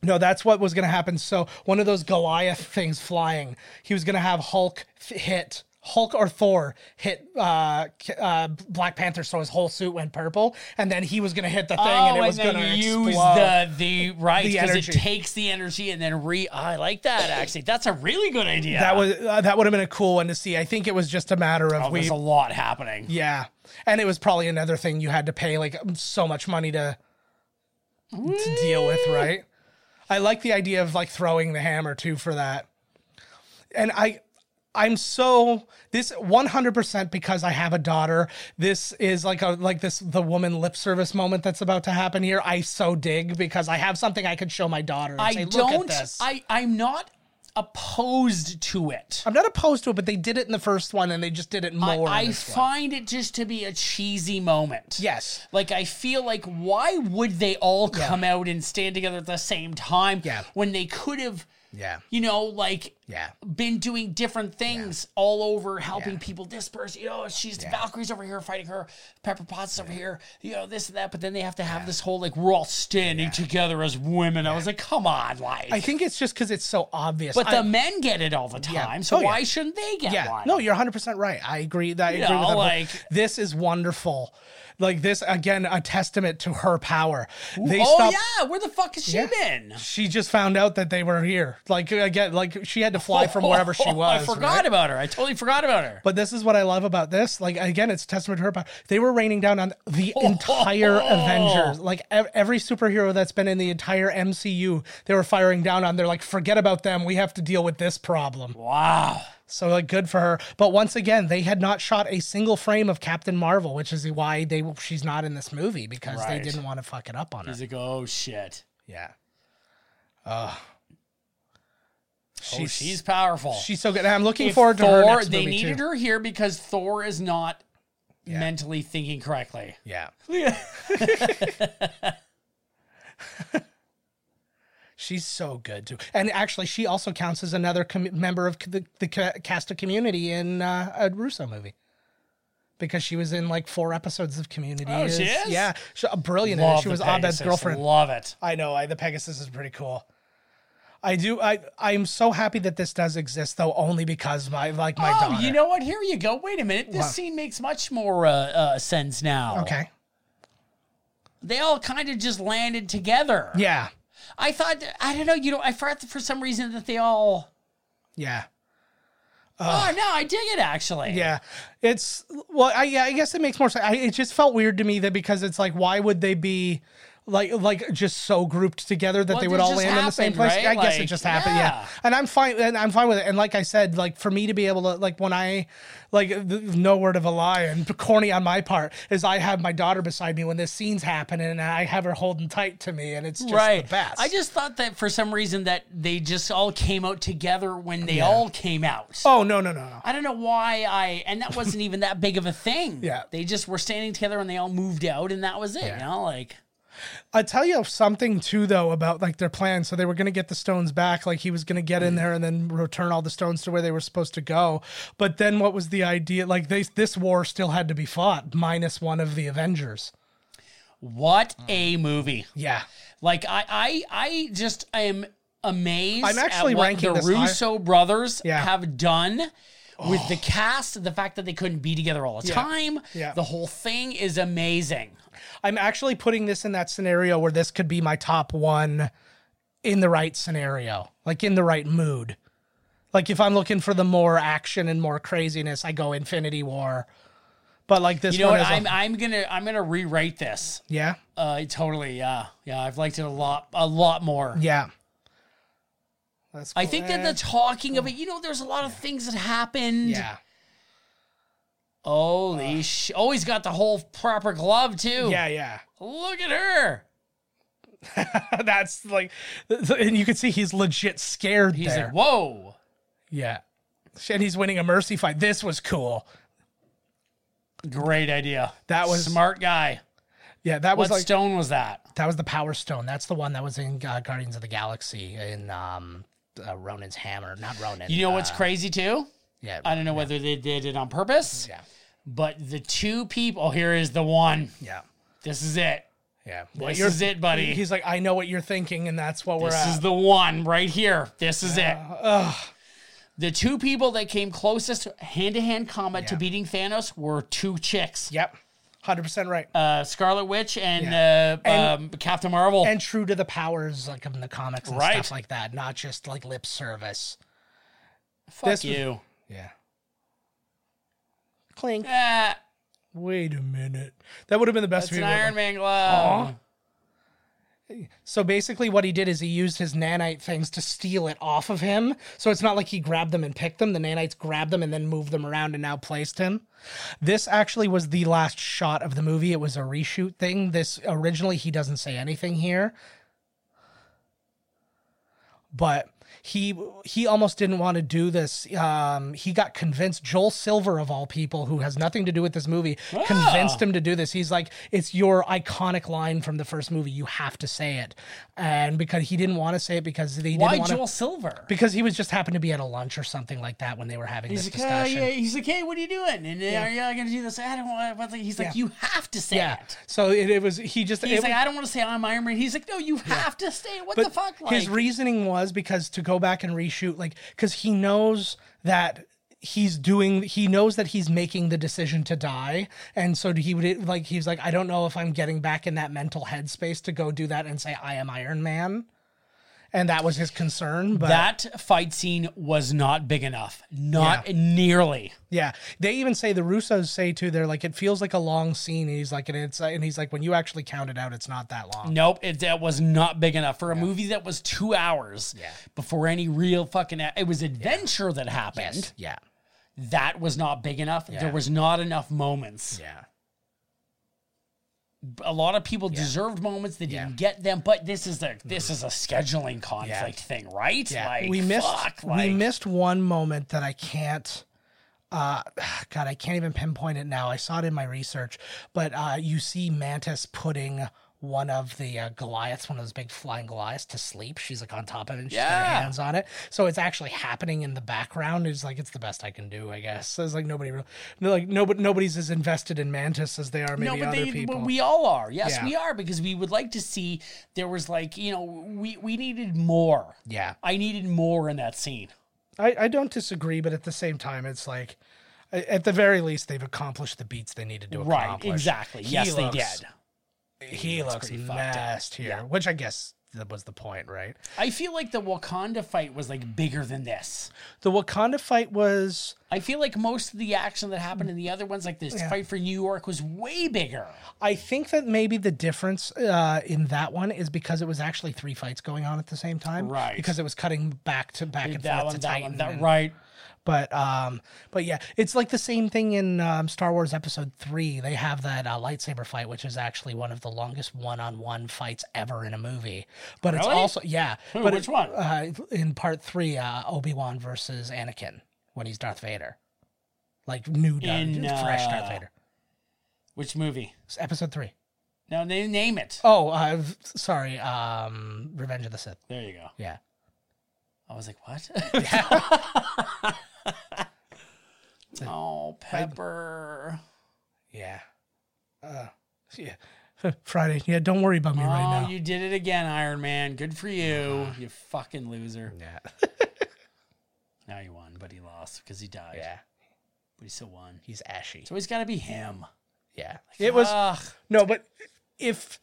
B: No, that's what was going to happen. So one of those Goliath things flying, he was going to have Hulk f- hit Hulk or Thor hit uh, K- uh, Black Panther, so his whole suit went purple, and then he was going to hit the thing,
A: Oh,
B: and it was going to
A: use
B: explode.
A: the the right
B: The
A: because it
B: energy.
A: takes the energy and then re. I like that actually. That's a really good idea.
B: That was uh, that would have been a cool one to see. I think it was just a matter of
A: Oh,
B: we,
A: there's a lot happening.
B: yeah, and it was probably another thing you had to pay like so much money to to deal with, right? I like the idea of like throwing the hammer too for that, and I. I'm so this 100% because I have a daughter. This is like a like this the woman lip service moment that's about to happen here. I so dig because I have something I could show my daughter. And
A: I
B: say, Look
A: don't.
B: at this.
A: I I'm not opposed to it.
B: I'm not opposed to it, but they did it in the first one, and they just did it
A: I,
B: more. in
A: I
B: this one.
A: find it just to be a cheesy moment.
B: yes,
A: Like I feel like why would they all come out and stand together at the same time
B: Yeah.
A: when they could have
B: yeah,
A: you know, like
B: Yeah.
A: been doing different things all over, helping people disperse. You know, she's Valkyrie's over here fighting her, Pepper Potts is over here, you know, this and that. But then they have to have this whole like we're all standing together as women. I was like, come on, like.
B: I think it's just because it's so obvious.
A: but
B: I-
A: the men get it all the time, so
B: Oh, yeah.
A: why shouldn't they get
B: yeah,
A: one?
B: no, you're 100 percent right. I agree. That I
A: You
B: agree
A: know,
B: with that.
A: like-
B: this is wonderful. Like this again, a testament to her power. They
A: oh
B: stopped.
A: yeah, where the fuck has she
B: Yeah.
A: been?
B: She just found out that they were here. Like again, like she had to fly from wherever she was.
A: I forgot
B: right?
A: about her. I totally forgot about her.
B: But this is what I love about this. Like again, it's testament to her power. They were raining down on the entire
A: Oh.
B: Avengers. Like ev- every superhero that's been in the entire MCU, they were firing down on. They're like, forget about them. We have to deal with this problem.
A: wow.
B: So like good for her. But once again, they had not shot a single frame of Captain Marvel, which is why they she's not in this movie because
A: Right.
B: they didn't want to fuck it up on her.
A: He's like, oh shit.
B: Yeah. Oh.
A: She's, oh, she's powerful.
B: she's so good. And I'm looking
A: If
B: forward to
A: Thor,
B: her next
A: they
B: movie
A: needed
B: too.
A: her here because Thor is not mentally thinking correctly.
B: Yeah. She's so good too, and actually, she also counts as another com- member of c- the, the ca- cast of Community in uh, a Russo movie, because she was in like four episodes of Community.
A: Oh, she is?
B: yeah, she, uh, brilliant. in it. She
A: the
B: was
A: Pegasus.
B: Abed's girlfriend.
A: Love it.
B: I know. I the Pegasus is pretty cool. I do. I I am so happy that this does exist though, only because my like my
A: oh,
B: daughter.
A: you know what? Here you go. Wait a minute. This
B: What?
A: scene makes much more uh, uh, sense now.
B: Okay.
A: They all kind of just landed together.
B: Yeah.
A: I thought, I don't know, you know, I thought for some reason that they all.
B: Yeah.
A: oh, no, I dig it actually.
B: Yeah, it's well. I yeah, I guess it makes more sense. I, it just felt weird to me that because it's like, why would they be like like just so grouped together that
A: Well,
B: they
A: it
B: would all
A: just
B: land in the same
A: happened,
B: place? I
A: right?
B: guess it
A: Like,
B: just happened. Yeah.
A: yeah.
B: and I'm fine. And I'm fine with it. And like I said, like for me to be able to like when I like th- no word of a lie and corny on my part is I have my daughter beside me when this scene's happening and I have her holding tight to me and it's just
A: right.
B: the best.
A: I just thought that for some reason that they just all came out together when they all came out.
B: oh no no no no.
A: I don't know why I and that wasn't even that big of a thing.
B: Yeah.
A: They just were standing together and they all moved out and that was it. You know, like
B: I tell you something too, though, about like their plan. So they were going to get the stones back. Like he was going to get in there and then return all the stones to where they were supposed to go. But then what was the idea? Like they, this war still had to be fought, minus one of the Avengers.
A: what a movie.
B: Yeah.
A: Like I I I just am amazed
B: I'm actually
A: at what
B: ranking
A: the
B: this high.
A: Russo brothers
B: Yeah. Oh.
A: have done with the cast, the fact that they couldn't be together all the time.
B: Yeah.
A: The whole thing is amazing.
B: I'm actually putting this in that scenario where this could be my top one in the right scenario, like in the right mood. Like if I'm looking for the more action and more craziness, I go Infinity War. But like this
A: You know
B: one
A: what?
B: is a-
A: I'm I'm gonna I'm gonna rewrite this.
B: yeah.
A: Uh totally, yeah. Yeah, I've liked it a lot a lot more.
B: Yeah. That's
A: I think that the talking of it, you know, there's a lot of things that happened.
B: Oh. Yeah. Uh.
A: Holy sh! Oh, he's got the whole proper glove too.
B: Yeah, yeah.
A: Look at her.
B: That's like and you can see he's legit scared
A: He's
B: there.
A: like, whoa.
B: Yeah. And he's winning a mercy fight. This was cool.
A: Great idea.
B: That was-
A: smart guy.
B: Yeah, that was
A: What
B: like
A: stone was that?
B: that was the power stone. That's the one that was in uh, Guardians of the Galaxy in um uh, Ronan's hammer, not Ronan.
A: You know what's
B: uh,
A: crazy too?
B: yeah.
A: I don't know whether they did it on purpose,
B: yeah.
A: but the two people. Oh, here is the one.
B: Yeah.
A: This is it.
B: Yeah. What
A: This
B: you're-
A: is it, buddy.
B: He's like, I know what you're thinking, and that's what we're
A: This
B: at.
A: is the one right here. This is it.
B: Ugh.
A: The two people that came closest hand to hand combat to beating Thanos were two chicks.
B: Yep. Hundred percent right.
A: uh, Scarlet Witch and, uh,
B: And-
A: um, Captain Marvel.
B: and true to the powers like in the comics and
A: Right.
B: stuff like that, not just like lip service.
A: Fuck
B: this was-
A: you.
B: Yeah. Clink.
A: Ah,
B: Wait a minute. That would have been the best
A: that's an
B: video.
A: Iron Man glove.
B: So basically, what he did is he used his nanite things to steal it off of him. So it's not like he grabbed them and picked them. The nanites grabbed them and then moved them around and now placed him. This actually was the last shot of the movie. It was a reshoot thing. This originally he doesn't say anything here, but he he almost didn't want to do this. Um, he got convinced. Joel Silver of all people, who has nothing to do with this movie, convinced him to do this. He's like, "It's your iconic line from the first movie. You have to say it." And because he didn't want to say it because they
A: Why
B: didn't want
A: Joel
B: to,
A: Silver?
B: because he was just happened to be at a lunch or something like that when they were having
A: He's
B: this
A: like, "Uh,
B: discussion.
A: yeah. He's like, hey, what are you doing? And uh, are you going to do this? I don't want. but like- He's like,
B: Yeah.
A: you have to say
B: Yeah.
A: it.
B: So it, it was he just
A: He's
B: it
A: like,
B: was-
A: I don't want to say I'm Iron Man. He's like, no, you have to say it. What the fuck? Like,
B: his reasoning was because to go back and reshoot, like, because he knows that he's doing, he knows that he's making the decision to die, and so he would like, he's like, I don't know if I'm getting back in that mental headspace to go do that and say I am Iron Man, and that was his concern. But
A: that fight scene was not big enough. Not nearly.
B: yeah, they even say the Russos say too, they're like, it feels like a long scene, and he's like, and it's, and he's like, when you actually count it out, it's not that long.
A: Nope, it, that was not big enough for a movie that was two hours before any real fucking. a- It was adventure that happened.
B: Yeah.
A: That was not big enough. There was not enough moments.
B: Yeah.
A: A lot of people deserved moments. They didn't get them. But this is a this is a scheduling conflict thing, right?
B: Yeah,
A: Like
B: we missed
A: fuck, like,
B: we missed one moment that I can't. Uh, God, I can't even pinpoint it now. I saw it in my research, but uh, you see Mantis putting one of the uh, Goliaths, one of those big flying Goliaths, to sleep. She's like on top of it, and she's got her
A: Yeah.
B: hands on it. So it's actually happening in the background. It's like it's the best I can do, I guess. So it's like nobody, re- no, like nobody, nobody's as invested in Mantis as they are
A: No,
B: maybe
A: but
B: other
A: they,
B: people.
A: but we all are. Yes,
B: Yeah.
A: we are because we would like to see there was like you know we we needed more.
B: yeah,
A: I needed more in that scene.
B: I, I don't disagree, but at the same time, it's like, a- at the very least, they've accomplished the beats they needed to
A: Right,
B: accomplish.
A: exactly. yes, they
B: looks-
A: did.
B: He looks
A: pretty fucked up.
B: messed here, which I guess that was the point, right?
A: I feel like the Wakanda fight was like bigger than this.
B: The Wakanda fight was.
A: I feel like most of the action that happened in the other ones, like this fight for New York, was way bigger.
B: I think that maybe the difference uh, in that one is because it was actually three fights going on at the same time,
A: Right.
B: Because it was cutting back to back and
A: That
B: forth
A: one,
B: to
A: that
B: Titan.
A: one, that
B: and-
A: right.
B: But um, but yeah, it's like the same thing in um, Star Wars Episode Three. They have that uh, lightsaber fight, which is actually one of the longest one-on-one fights ever in a movie. But it's
A: Really?
B: also yeah.
A: Who,
B: but
A: which
B: it-
A: one?
B: Uh, in Part Three, uh, Obi Wan versus Anakin when he's Darth Vader, like new Darth,
A: In,
B: fresh Darth
A: uh,
B: Vader.
A: Which movie?
B: It's episode Three.
A: No, name, name it.
B: Oh, uh, v- sorry, um, Revenge of the Sith.
A: There you go.
B: Yeah.
A: I was like, what? oh, Pepper.
B: Yeah. Uh, yeah. Friday. Yeah. Don't worry about me right
A: Oh,
B: now.
A: you did it again, Iron Man. Good for you, you fucking loser.
B: yeah.
A: Now he won, but he lost because he died.
B: yeah.
A: But he still won.
B: He's ashy.
A: It's always got to be him.
B: Yeah. It was
A: Ugh.
B: no, but if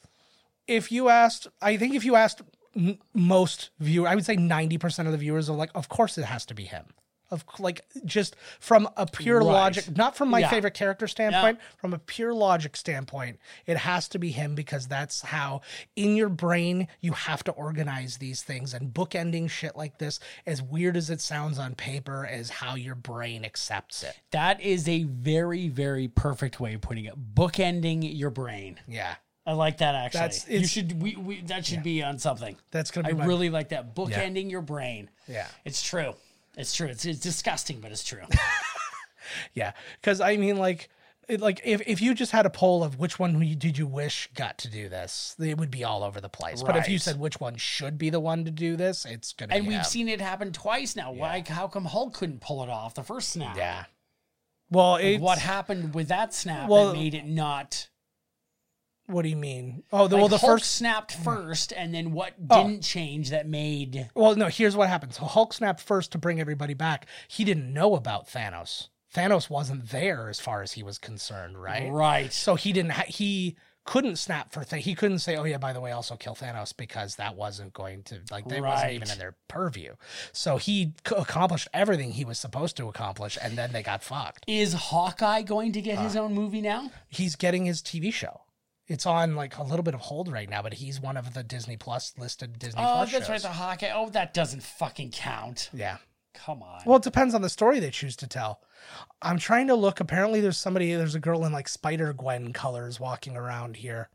B: if you asked, I think if you asked m- most viewer, I would say 90% of the viewers are like, of course it has to be him. Of c- like just from a pure
A: Right.
B: logic, not from my
A: Yeah.
B: favorite character standpoint, from a pure logic standpoint, it has to be him because that's how in your brain you have to organize these things and bookending shit like this, as weird as it sounds on paper, is how your brain accepts it.
A: That is a very, very perfect way of putting it. Bookending your brain.
B: Yeah.
A: I like that actually.
B: That's-
A: you
B: it's-
A: should we, we that should be on something.
B: That's gonna
A: I
B: be my-
A: really like that. Bookending your brain.
B: Yeah.
A: It's true. It's true. It's, it's disgusting, but it's true.
B: Yeah, because I mean, like, it, like if, if you just had a poll of which one we- did you wish got to do this, it would be all over the place. But if you
A: Right.
B: said which one should be the one to do this, it's gonna.
A: and
B: be him.
A: we've seen it happen twice now. Why how come Hulk couldn't pull it off the first snap?
B: Yeah. Well, it's,
A: What
B: what?
A: happened with that snap
B: Well-
A: that made it not
B: What do you mean? Oh, the,
A: like
B: well, the
A: Hulk
B: first. Mm.
A: snapped first and then what
B: Oh.
A: didn't change that made
B: Well, no. Here's what happened. So Hulk snapped first to bring everybody back. He didn't know about Thanos. Thanos wasn't there as far as he was concerned, right?
A: right.
B: So he didn't. Ha- he couldn't snap for thing. He couldn't say, "Oh yeah, by the way, also kill Thanos," because that wasn't going to like that wasn't even
A: Right.
B: in their purview. So he c- accomplished everything he was supposed to accomplish, and then they got fucked.
A: Is Hawkeye going to get
B: Uh,
A: his own movie now?
B: He's getting his TV show. It's on like a little bit of hold right now, but he's one of the Disney Plus listed Disney
A: Oh,
B: Plus
A: that's right,
B: shows.
A: the Hawkeye. Oh, that doesn't fucking count.
B: Yeah.
A: Come on.
B: Well, it depends on the story they choose to tell. I'm trying to look. Apparently, there's somebody. There's a girl in like Spider Gwen colors walking around here.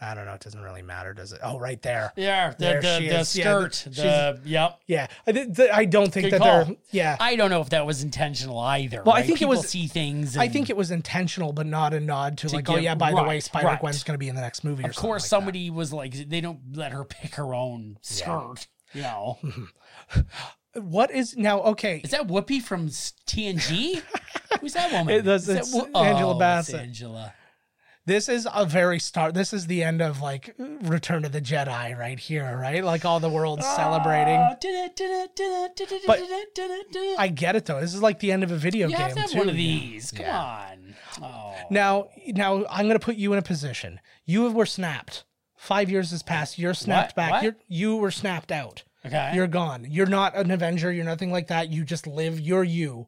B: I don't know. It doesn't really matter, does it? Oh, right there.
A: Yeah, the,
B: There
A: the,
B: she
A: the
B: is. Yeah,
A: skirt. the, yep.
B: Yeah, I, th- th- I don't think
A: Good
B: that
A: call.
B: they're. Yeah,
A: I don't know if that was intentional either.
B: Well, I
A: right?
B: think it
A: People
B: was-
A: see things.
B: I
A: and
B: think it was intentional, but not a nod to, like, oh
A: get-
B: yeah, by the way,
A: right,
B: Spider
A: right.
B: Gwen's going to be in the next movie.
A: Of course, somebody was like, they don't let her pick her own skirt. You know,
B: What is now? Okay,
A: is that Whoopi from S- TNG? Who's that woman?
B: It does-
A: Is that
B: it's
A: Who-
B: Angela
A: oh,
B: Bassett.
A: It's Angela.
B: this is a very star. This is the end of like Return of the Jedi right here, right? Like all the world's
A: Ah.
B: celebrating. But I get it though. This is like the end of a video
A: You
B: game
A: have to have
B: too.
A: one of
B: you know?
A: these. Come on. Oh.
B: Now, now I'm going to put you in a position. You were snapped. Five years has passed. You're snapped
A: What?
B: back.
A: What?
B: You're, you were snapped out.
A: Okay.
B: You're gone. You're not an Avenger. You're nothing like that. You just live. You're you.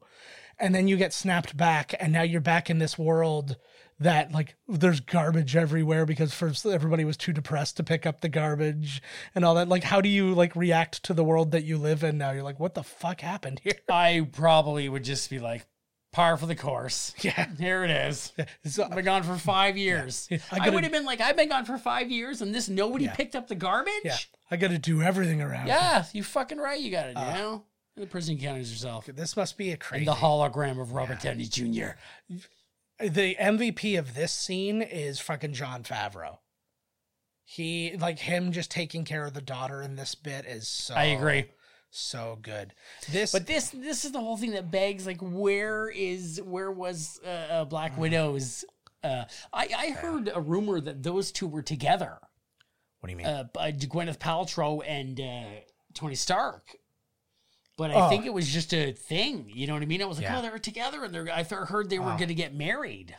B: And then you get snapped back, and now you're back in this world that like there's garbage everywhere because first everybody was too depressed to pick up the garbage and all that. Like, how do you like react to the world that you live in now? You're like, what the fuck happened here?
A: I probably would just be like, par for the course.
B: Yeah.
A: Here it is.
B: So-
A: I've been gone for five years.
B: I
A: I,
B: gotta-
A: would have been like, I've been gone for five years and this nobody picked up the garbage?
B: yeah, I got to do everything around. here.
A: Yeah, you fucking right. You got it now. The prison counters herself.
B: this must be a Uh, crazy.
A: And the hologram of Robert Downey Jr.
B: the MVP of this scene is fucking John Favreau. He like him just taking care of the daughter in this bit is so
A: I agree.
B: so good. This
A: But this this is the whole thing that begs like where is where was uh, uh,
B: Mm.
A: Black Widow's? Uh, I I heard a rumor that those two were together.
B: what do you mean?
A: Uh, by Gwyneth Paltrow and uh, Tony Stark. But I
B: Oh.
A: think it was just a thing. You know what I mean? I was like,
B: Yeah. Oh.
A: oh, they were together, and they're. I thought- heard they were going to get married,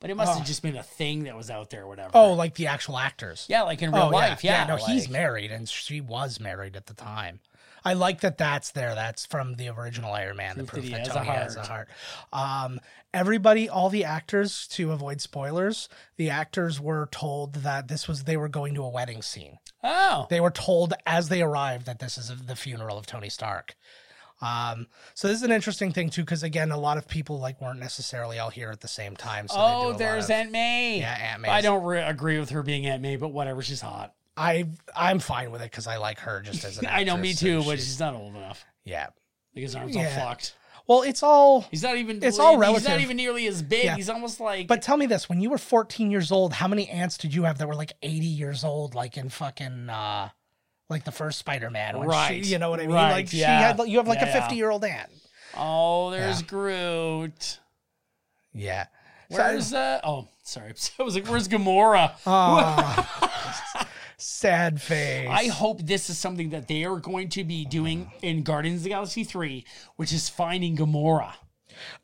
A: but it must have just been a thing that was out there, or whatever.
B: oh, like the actual actors.
A: yeah, like in real life. Yeah,
B: Oh, no, he's
A: like-
B: married and she was married at the time. I like that that's there. That's from the original Iron Man, the proof
A: that he
B: that
A: has a
B: Tony has a heart. Um, everybody, all the actors, to avoid spoilers, the actors were told that this was they were going to a wedding scene.
A: Oh,
B: They were told as they arrived that this is the funeral of Tony Stark. Um, so this is an interesting thing too, because again, a lot of people like weren't necessarily all here at the same time. So they do a
A: oh,
B: lot
A: there's
B: of-
A: Aunt May.
B: Yeah, Aunt May.
A: I don't re- agree with her being Aunt May, but whatever, she's hot.
B: I I'm fine with it because I like her just as an.
A: I know, me
B: actress,
A: too,
B: and
A: but
B: she's-
A: she's not old enough.
B: yeah.
A: Like his arms all
B: Yeah.
A: fucked.
B: Well, it's all.
A: He's not even.
B: It's all
A: He's not
B: relative.
A: even nearly as big.
B: Yeah.
A: He's almost like.
B: But tell me this: when you were 14 years old, how many aunts did you have that were like 80 years old, like in fucking, uh like the first Spider-Man? When she-
A: Right.
B: you know what I mean?
A: Right,
B: Like
A: yeah.
B: she had, like, you have like
A: Yeah,
B: a
A: yeah.
B: 50 year old aunt.
A: oh, there's
B: Yeah.
A: Groot.
B: Yeah. So-
A: Where's uh? Oh, sorry. I was like, "Where's Gamora?"
B: Oh. Aw. sad face.
A: I hope this is something that they are going to be doing in Guardians of the Galaxy three, which is finding Gamora.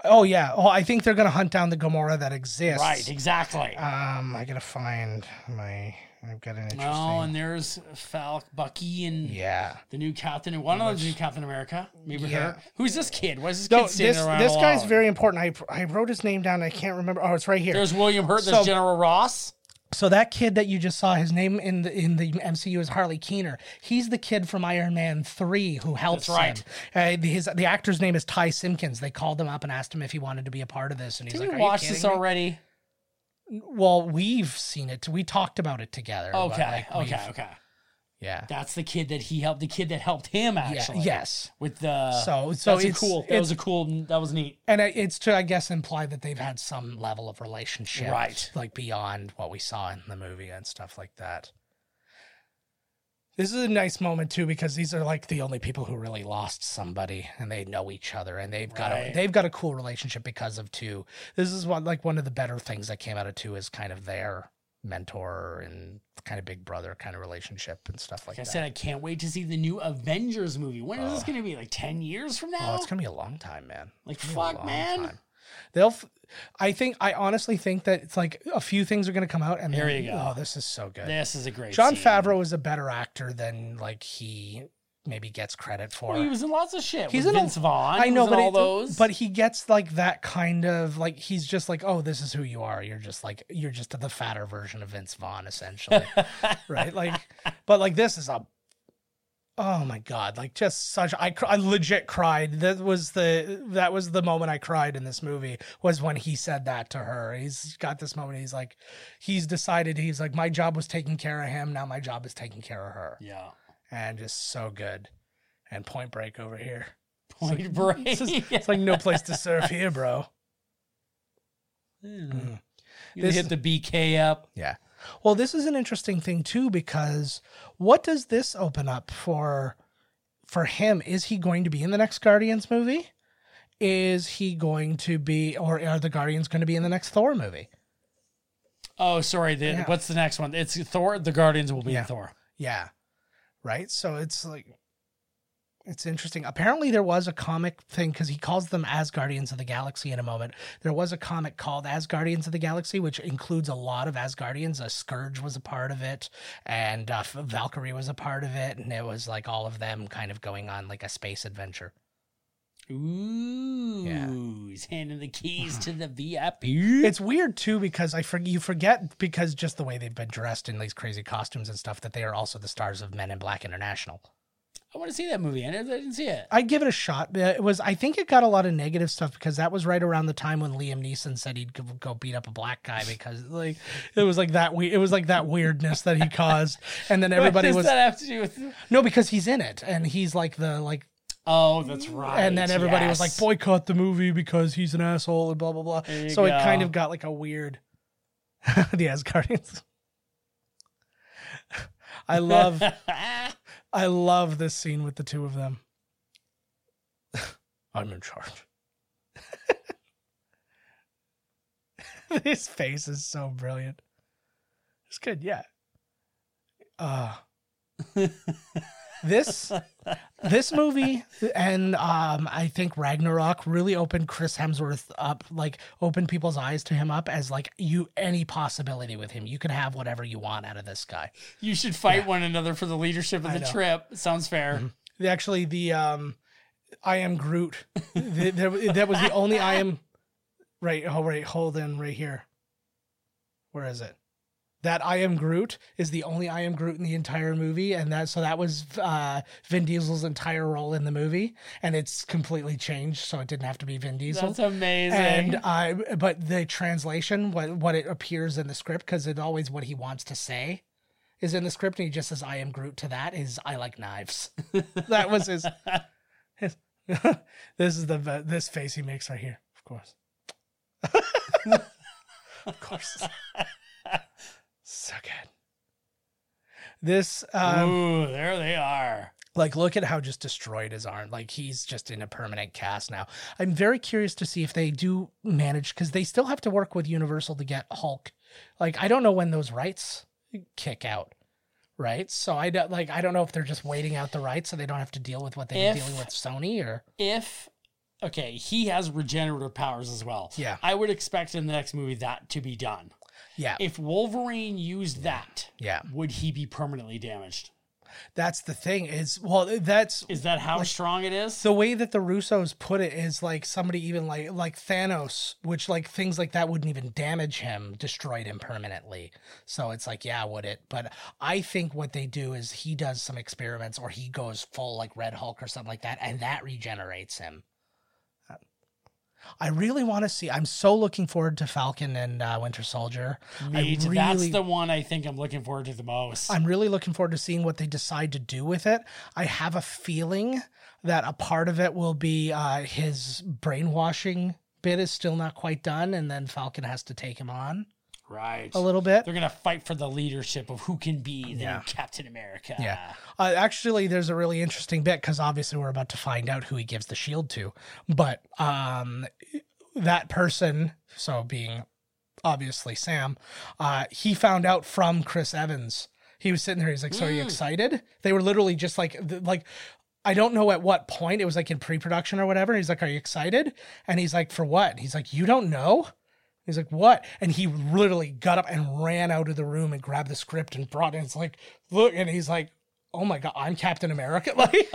B: oh yeah. Oh, I think they're gonna hunt down the Gamora that exists.
A: Right, exactly.
B: Um, I gotta find my. I've got an interesting.
A: oh, and there's Falk, Bucky, and
B: yeah.
A: the new Captain, and one of them's new Captain America. Maybe
B: Yeah.
A: her. Who's this kid? Why is this
B: No,
A: kid
B: this
A: sitting around?
B: this guy's
A: alone?
B: very important. I I wrote his name down. I can't remember. Oh, it's right here.
A: There's William Hurt. There's
B: So-
A: General Ross.
B: So that kid that you just saw, his name in the in the MCU is Harley Keener. He's the kid from Iron Man three who helps
A: That's right.
B: him. Uh, the- his the actor's name is Ty Simpkins. They called him up and asked him if he wanted to be a part of this, and he's
A: Did not
B: like,
A: you
B: "Are you
A: watch this
B: kidding me?"
A: already?
B: Well, we've seen it. We talked about it together. but,
A: Okay,
B: like, we've-
A: okay, okay.
B: yeah,
A: That's the kid that he helped. The kid that helped him
B: yeah,
A: actually.
B: yes.
A: With the
B: So- so
A: that's a
B: it's-
A: cool. That
B: it's-
A: was a cool. That was neat.
B: And I- it's to, I guess, imply that they've had some level of relationship,
A: Right.
B: Like beyond what we saw in the movie and stuff like that. This is a nice moment too because these are like the only people who really lost somebody and they know each other and they've got a,
A: Right.
B: they've got a cool relationship because of two. This is one like one of the better things that came out of two is kind of their mentor and kind of big brother kind of relationship and stuff
A: Like
B: like
A: I
B: that.
A: said, I can't wait to see the new Avengers movie. When is this
B: Ugh.
A: going to be? Like 10 years from
B: Oh,
A: now?
B: it's gonna be a long time, man.
A: Like,
B: It's gonna be a
A: fuck,
B: long
A: man.
B: They'll. F- I think I honestly think that it's like a few things are gonna come out, and
A: There
B: then-
A: you go.
B: Oh, this is so good.
A: this is a great
B: John
A: scene.
B: Favreau is a better actor than like he maybe gets credit for.
A: Well, Oh, he was in lots of shit.
B: He's
A: He's with
B: in a-
A: Vince Vaughn.
B: I
A: He
B: know,
A: was in
B: but
A: all
B: it-
A: those.
B: but he gets like that kind of like he's just like, oh, this is who you are. You're just like you're just the fatter version of Vince Vaughn, essentially, right? Like, but like this is a oh my god like just such I, cr- I legit cried that was the that was the moment i cried in this movie was when he said that to her he's got this moment he's like he's decided he's like my job was taking care of him now my job is taking care of her
A: Yeah.
B: and just so good and point break over here
A: Point break.
B: it's like no place to serve here bro
A: you
B: Hmm. this-
A: hit the BK up.
B: Yeah. Well, this is an interesting thing too because what does this open up for for him? Is he going to be in the next Guardians movie? Is he going to be or are the Guardians going to be in the next Thor movie?
A: Oh, sorry. The,
B: Yeah.
A: What's the next one? It's Thor. The Guardians will be
B: Yeah.
A: in Thor.
B: Yeah. Right? So it's like it's interesting. Apparently there was a comic thing cuz he calls them as Guardians of the Galaxy in a moment. There was a comic called As Guardians of the Galaxy which includes a lot of As Guardians. A Scourge was a part of it and uh, Valkyrie was a part of it and it was like all of them kind of going on like a space adventure.
A: Ooh. He's handing the keys to the VIP.
B: It's weird too because I for, you forget because just the way they've been dressed in these crazy costumes and stuff that they are also the stars of Men in Black International.
A: I want to see that movie. I never- I didn't see it.
B: I give it a shot. Uh, It was I think it got a lot of negative stuff because that was right around the time when Liam Neeson said he'd go- go beat up a black guy because like it was like that we it was like that weirdness that he caused and then everybody
A: what does
B: was
A: that have to do with?
B: no because he's in it and he's like the like
A: Oh, that's right.
B: and then everybody was like
A: yes.
B: boycott the movie because he's an asshole and blah blah blah.
A: There you
B: So it kind
A: go.
B: of got like a weird the Asgardians. I love I love this scene with the two of them. I'm in charge. His face is so brilliant. It's good, yeah. Uh, this this movie and um, I think Ragnarok really opened Chris Hemsworth up, like opened people's eyes to him up as like you any possibility with him. You can have whatever you want out of this guy.
A: you should fight one another for the leadership of
B: I
A: the
B: know. Mm-hmm.
A: trip. Sounds fair.
B: The- actually the um i am groot The- there- that was the only i am right oh right hold in right here where is it that i am groot is the only i am groot in the entire movie and that so that was uh vin diesel's entire role in the movie and it's completely changed so it didn't have to be vin diesel
A: That's amazing.
B: and I, but the translation, what what it appears in the script, because it always what he wants to say is in the script, and he just says, "I am Groot." To that is, "I like knives." that was his. his this is the ve- this face he makes right here, of course. of course, so good. This um,
A: Ooh, there they are.
B: like, look at how just destroyed his arm. Like, he's just in a permanent cast now. I'm very curious to see if they do manage because they still have to work with Universal to get Hulk. Like, I don't know when those rights kick out, right? So I don't like. I don't know if they're just waiting out the rights so they don't have to deal with what they're
A: If-
B: dealing with Sony or
A: If okay, he has regenerative powers as well.
B: Yeah.
A: I would expect in the next movie that to be done.
B: yeah,
A: If Wolverine used that,
B: yeah.
A: would he be permanently damaged?
B: That's the thing is well, that's
A: Is that how strong it is?
B: the way that the Russos put it is like somebody even like like Thanos, which like things like that wouldn't even damage him, destroyed him permanently. So it's like, yeah, would it? But I think what they do is he does some experiments or he goes full like Red Hulk or something like that, and that regenerates him. I really want to see. I'm so looking forward to Falcon and uh, Winter Soldier. I
A: Me too. That's
B: really-
A: the one I think I'm looking forward to the most.
B: I'm really looking forward to seeing what they decide to do with it. I have a feeling that a part of it will be uh, his brainwashing bit is still not quite done, and then Falcon has to take him on
A: right.
B: a little bit.
A: They're gonna fight for the leadership of who can be the
B: Yeah.
A: new Captain America.
B: Yeah. Uh, actually, there's a really interesting bit because obviously we're about to find out who he gives the shield to, but um, that person, so being obviously Sam, uh, he found out from Chris Evans. He was sitting there. He's like, "So are you excited?" They were literally just like, th- like. I don't know at what point it was like in pre-production or whatever. He's like, "Are you excited?" And he's like, "For what?" He's like, "You don't know." He's like, "What?" And he literally got up and ran out of the room and grabbed the script and brought it. It's like, look, and he's like, "Oh my god, I'm Captain America!" Like,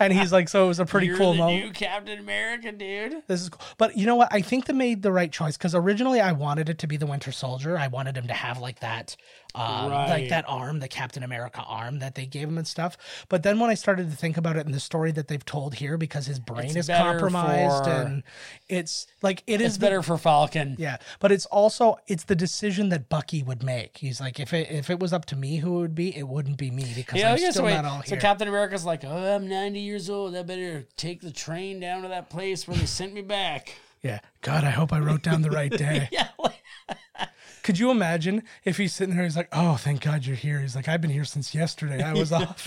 B: and he's like, so it was a pretty
A: You're
B: cool
A: the
B: moment.
A: new Captain America, dude.
B: This is cool. But you know what? I think they made the right choice because originally I wanted it to be the Winter Soldier. I wanted him to have like that, um,
A: Right.
B: like that arm, the Captain America arm that they gave him and stuff. But then when I started to think about it in the story that they've told here, because his brain
A: It's
B: is
A: better
B: compromised
A: for-
B: and it's like it is
A: It's
B: the-
A: better for Falcon.
B: yeah, but it's also it's the decision that Bucky would make. He's like, if it if it was up to me, who it would be? It wouldn't be me because
A: Yeah,
B: I'm
A: yeah,
B: still
A: so, wait,
B: not all
A: so
B: here.
A: Captain America's like, oh, I'm 90 years old. I better take the train down to that place where they sent me back.
B: yeah, God, I hope I wrote down the right day.
A: Yeah, like,
B: Could you imagine if he's sitting there? He's like, "Oh, thank God you're here." He's like, "I've been here since yesterday. I was off."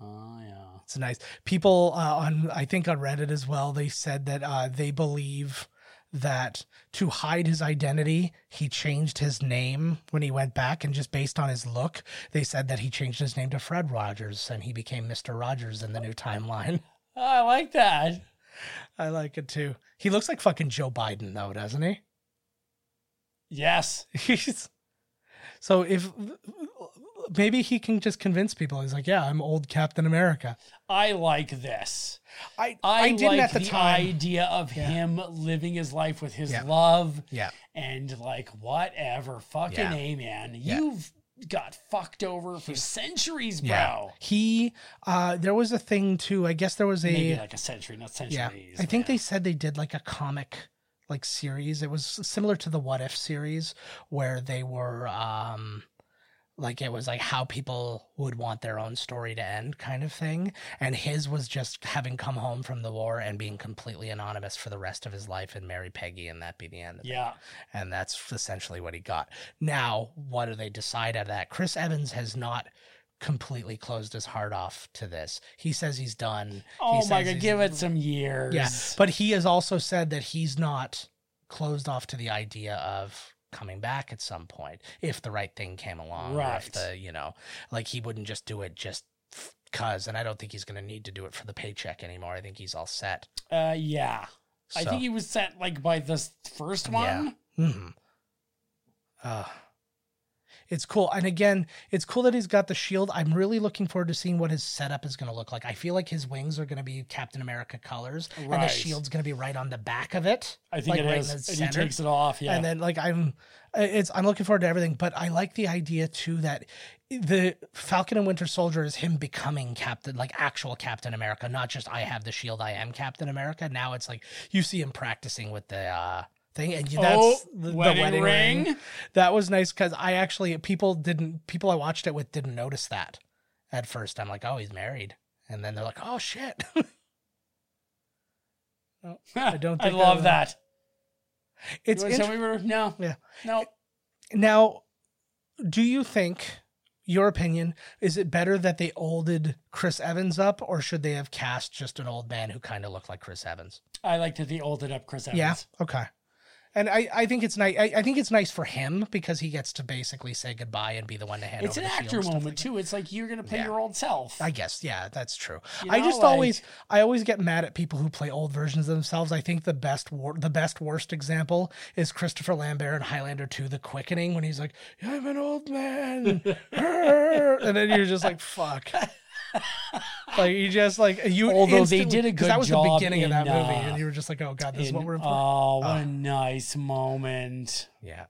A: oh, yeah.
B: It's nice. People uh, on, I think on Reddit as well, they said that uh, they believe that to hide his identity, he changed his name when he went back, and just based on his look, they said that he changed his name to Fred Rogers, and he became Mister Rogers in the new timeline.
A: Oh, I like that.
B: I like it too. He looks like fucking Joe Biden, though, doesn't he?
A: Yes.
B: He's- so if maybe he can just convince people he's like yeah i'm old captain america
A: I like this.
B: i
A: I,
B: i, didn't
A: like
B: at the, time
A: idea of him living his life with his
B: Yeah.
A: love
B: yeah
A: and like whatever. Fucking
B: Yeah.
A: A man.
B: Yeah.
A: You've got fucked over for centuries, bro.
B: yeah he uh there was a thing too i guess there was a
A: Maybe like a century, not
B: yeah
A: centuries.
B: i think
A: man.
B: they said they did like a comic like series it was similar to the what if series where they were um like it was like how people would want their own story to end kind of thing and his was just having come home from the war and being completely anonymous for the rest of his life and marry peggy and that be the end of it
A: Yeah.
B: and that's essentially what he got. Now, what do they decide out of that? Chris Evans has not completely closed his heart off to this. He says he's done.
A: Oh
B: he
A: my god,
B: says he's-
A: give it some years.
B: Yeah, but he has also said that he's not closed off to the idea of coming back at some point if the right thing came along. or
A: Right.
B: If the you know, like he wouldn't just do it just. f- Cause, and I don't think he's going to need to do it for the paycheck anymore. I think he's all set.
A: Uh, yeah. I
B: So-
A: think he was sent like by this first one.
B: Yeah. hmm Uh, it's cool. And again, it's cool that he's got the shield. I'm really looking forward to seeing what his setup is going to look like. I feel like his wings are going to be Captain America colors, and the
A: Right.
B: shield's going to be right on the back of it.
A: I think
B: like
A: it
B: right
A: is.
B: in the
A: And he
B: center.
A: takes it off. Yeah.
B: And then like I'm it's I'm looking forward to everything, but I like the idea too that the Falcon and Winter Soldier is him becoming Captain, like actual Captain America, not just I have the shield, I am Captain America. Now it's like you see him practicing with the uh thing and you- that's
A: oh,
B: the, the
A: wedding, ring.
B: That was nice cuz I actually people didn't people I watched it with didn't notice that at first. I'm like, "Oh, he's married." And then they're like, "Oh shit."
A: I
B: don't
A: I
B: think I
A: love
B: will.
A: that.
B: it's
A: you wanna
B: interesting.
A: tell me where- no.
B: Yeah.
A: No.
B: Now, do you think, your opinion, is it better that they olded Chris Evans up, or should they have cast just an old man who kind of looked like Chris Evans?
A: I like that they olded up Chris Evans.
B: Yeah. Okay. And I, I think it's nice. I, I think it's nice for him because he gets to basically say goodbye and be the one to hand
A: It's an
B: over the shield
A: actor
B: and stuff
A: moment
B: like that.
A: too. It's like you're gonna play
B: Yeah.
A: your old self.
B: I guess, yeah, that's true.
A: You
B: I
A: know,
B: just
A: like-
B: always, I always get mad at people who play old versions of themselves. I think the best, wor- the best worst example is Christopher Lambert in Highlander 2, The Quickening, when he's like, "I'm an old man," and then you're just like, "Fuck." Like you just like you.
A: Although they
B: instantly-
A: did a
B: 'cause
A: good
B: that was the
A: job
B: beginning
A: in,
B: of that movie,
A: uh,
B: and you were just like, "Oh god, this is
A: And-
B: what we're in for."
A: oh, what a nice moment.
B: yeah,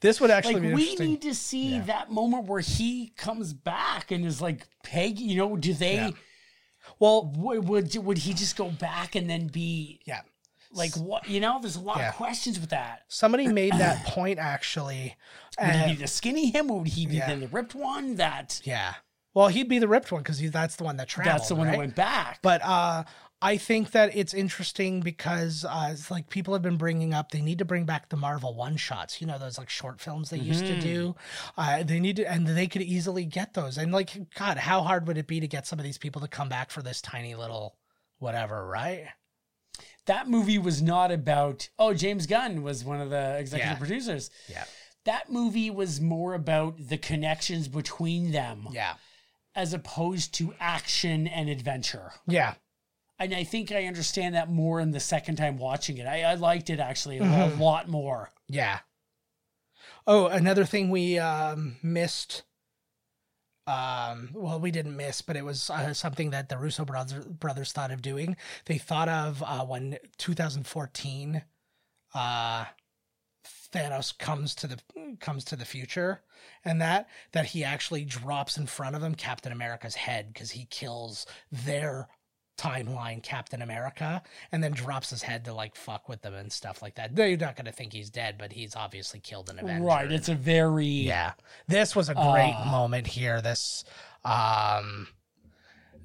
B: this would actually
A: Like
B: be
A: we
B: interesting.
A: need to see
B: Yeah.
A: that moment where he comes back and is like Peggy, you know, do they
B: Yeah.
A: well would, would would he just go back and then be
B: yeah,
A: like what you know, there's a lot
B: Yeah.
A: of questions with that.
B: somebody made that point actually.
A: Would
B: and-
A: he be the skinny him? Would he be
B: Yeah.
A: then the ripped one? That
B: Yeah. Well, he'd be the ripped one because that's the one that traveled.
A: that's the one that
B: right?
A: went back.
B: But uh, I think that it's interesting because uh, it's like people have been bringing up they need to bring back the Marvel one shots. You know those like short films they used to do.
A: Mm-hmm.
B: Uh, they need to, and they could easily get those. And like, God, how hard would it be to get some of these people to come back for this tiny little whatever, right?
A: that movie was not about oh james gunn was one of the executive
B: Yeah.
A: producers
B: Yeah.
A: that movie was more about the connections between them
B: Yeah.
A: as opposed to action and adventure
B: Yeah.
A: and i think i understand that more in the second time watching it i, I liked it actually a lo-
B: Mm-hmm.
A: lot more
B: Yeah. Oh, another thing we um, missed um, well, we didn't miss, but it was uh, something that the Russo brothers, brothers thought of doing. They thought of uh, when 2014 uh, Thanos comes to the comes to the future, and that that he actually drops in front of him Captain America's head because he kills their timeline Captain America, and then drops his head to like fuck with them and stuff like that. They're not gonna think he's dead, but he's obviously killed an Avenger.
A: Right. It's a very
B: Yeah. This was a great moment here. This, um,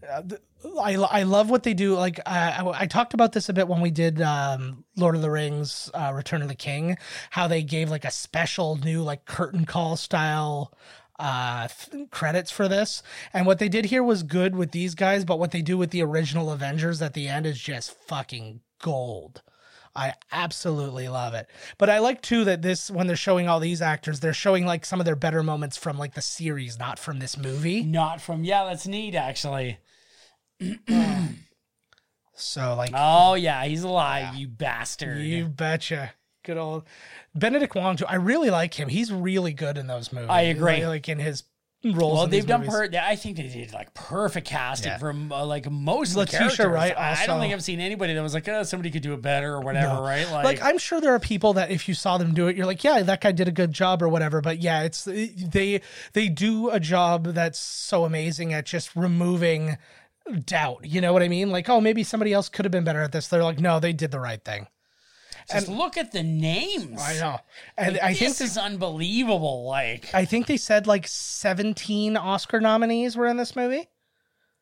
B: uh, th- I, lo- I love what they do. Like I, I, I talked about this a bit when we did um, Lord of the Rings, uh, Return of the King, how they gave like a special new like curtain call style uh th- credits for this and what they did here was good with these guys but what they do with the original avengers at the end is just fucking gold I absolutely love it. But I like too that this when they're showing all these actors, they're showing like some of their better moments from like the series, not from this movie.
A: Not from yeah, that's neat actually.
B: So like
A: Oh yeah, he's alive, you bastard.
B: you betcha. Good old Benedict Wong too. I really like him. He's really good in those movies.
A: I agree.
B: Like, like in his roles.
A: well,
B: in
A: they've
B: these
A: done
B: movies.
A: per. I think they did like perfect casting
B: Yeah.
A: from uh, like most of the
B: Letitia
A: characters.
B: Wright
A: I, I don't
B: also-
A: think I've seen anybody that was like, oh, somebody could do it better or whatever, right? Like,
B: like I'm sure there are people that if you saw them do it, you're like, yeah, that guy did a good job or whatever. But yeah, it's uh, they they do a job that's so amazing at just removing doubt. You know what I mean? Like, oh, maybe somebody else could have been better at this. They're like, no, they did the right thing.
A: just look at the names.
B: I know, and I
A: this
B: think this.
A: is unbelievable. Like,
B: I think they said like 17 Oscar nominees were in this movie.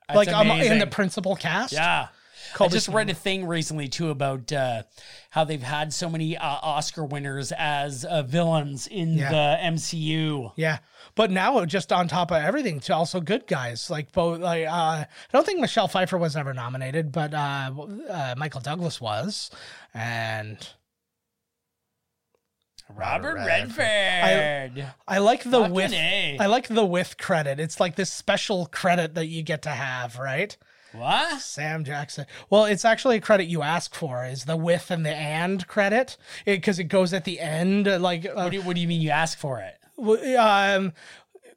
A: that's
B: like um, in
A: amazing.
B: the principal cast.
A: Yeah. I
B: Colby
A: just read a thing recently too about uh, how they've had so many uh, Oscar winners as uh, villains in
B: Yeah.
A: the MCU.
B: Yeah, but now just on top of everything, to also good guys like both. Like uh, I don't think Michelle Pfeiffer was ever nominated, but uh, uh, Michael Douglas was, and
A: Robert
B: Redford.
A: Redford.
B: I like the
A: Fucking
B: with.
A: A.
B: I like the with credit. It's like this special credit that you get to have, right?
A: what?
B: Sam Jackson. Well, it's actually a credit you ask for is the with and the and credit because it, goes at the end. uh, Like uh,
A: What do, you, what do you mean you ask for it?
B: w- um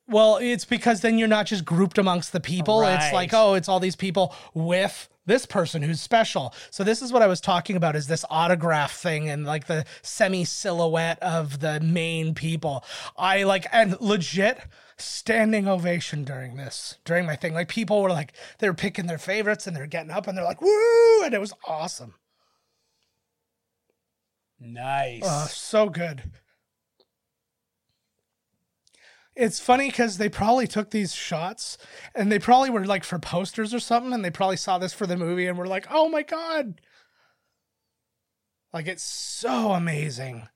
B: well it's because then you're not just grouped amongst the people it's
A: Right.
B: like oh it's all these people with this person who's special so this is what i was talking about is this autograph thing and like the semi silhouette of the main people i like and legit standing ovation during this during my thing like people were like they were picking their favorites and they're getting up and they're like woo and it was awesome
A: Nice.
B: Oh, so good. It's funny because they probably took these shots and they probably were like for posters or something, and they probably saw this for the movie and were like, oh my God. Like, it's so amazing.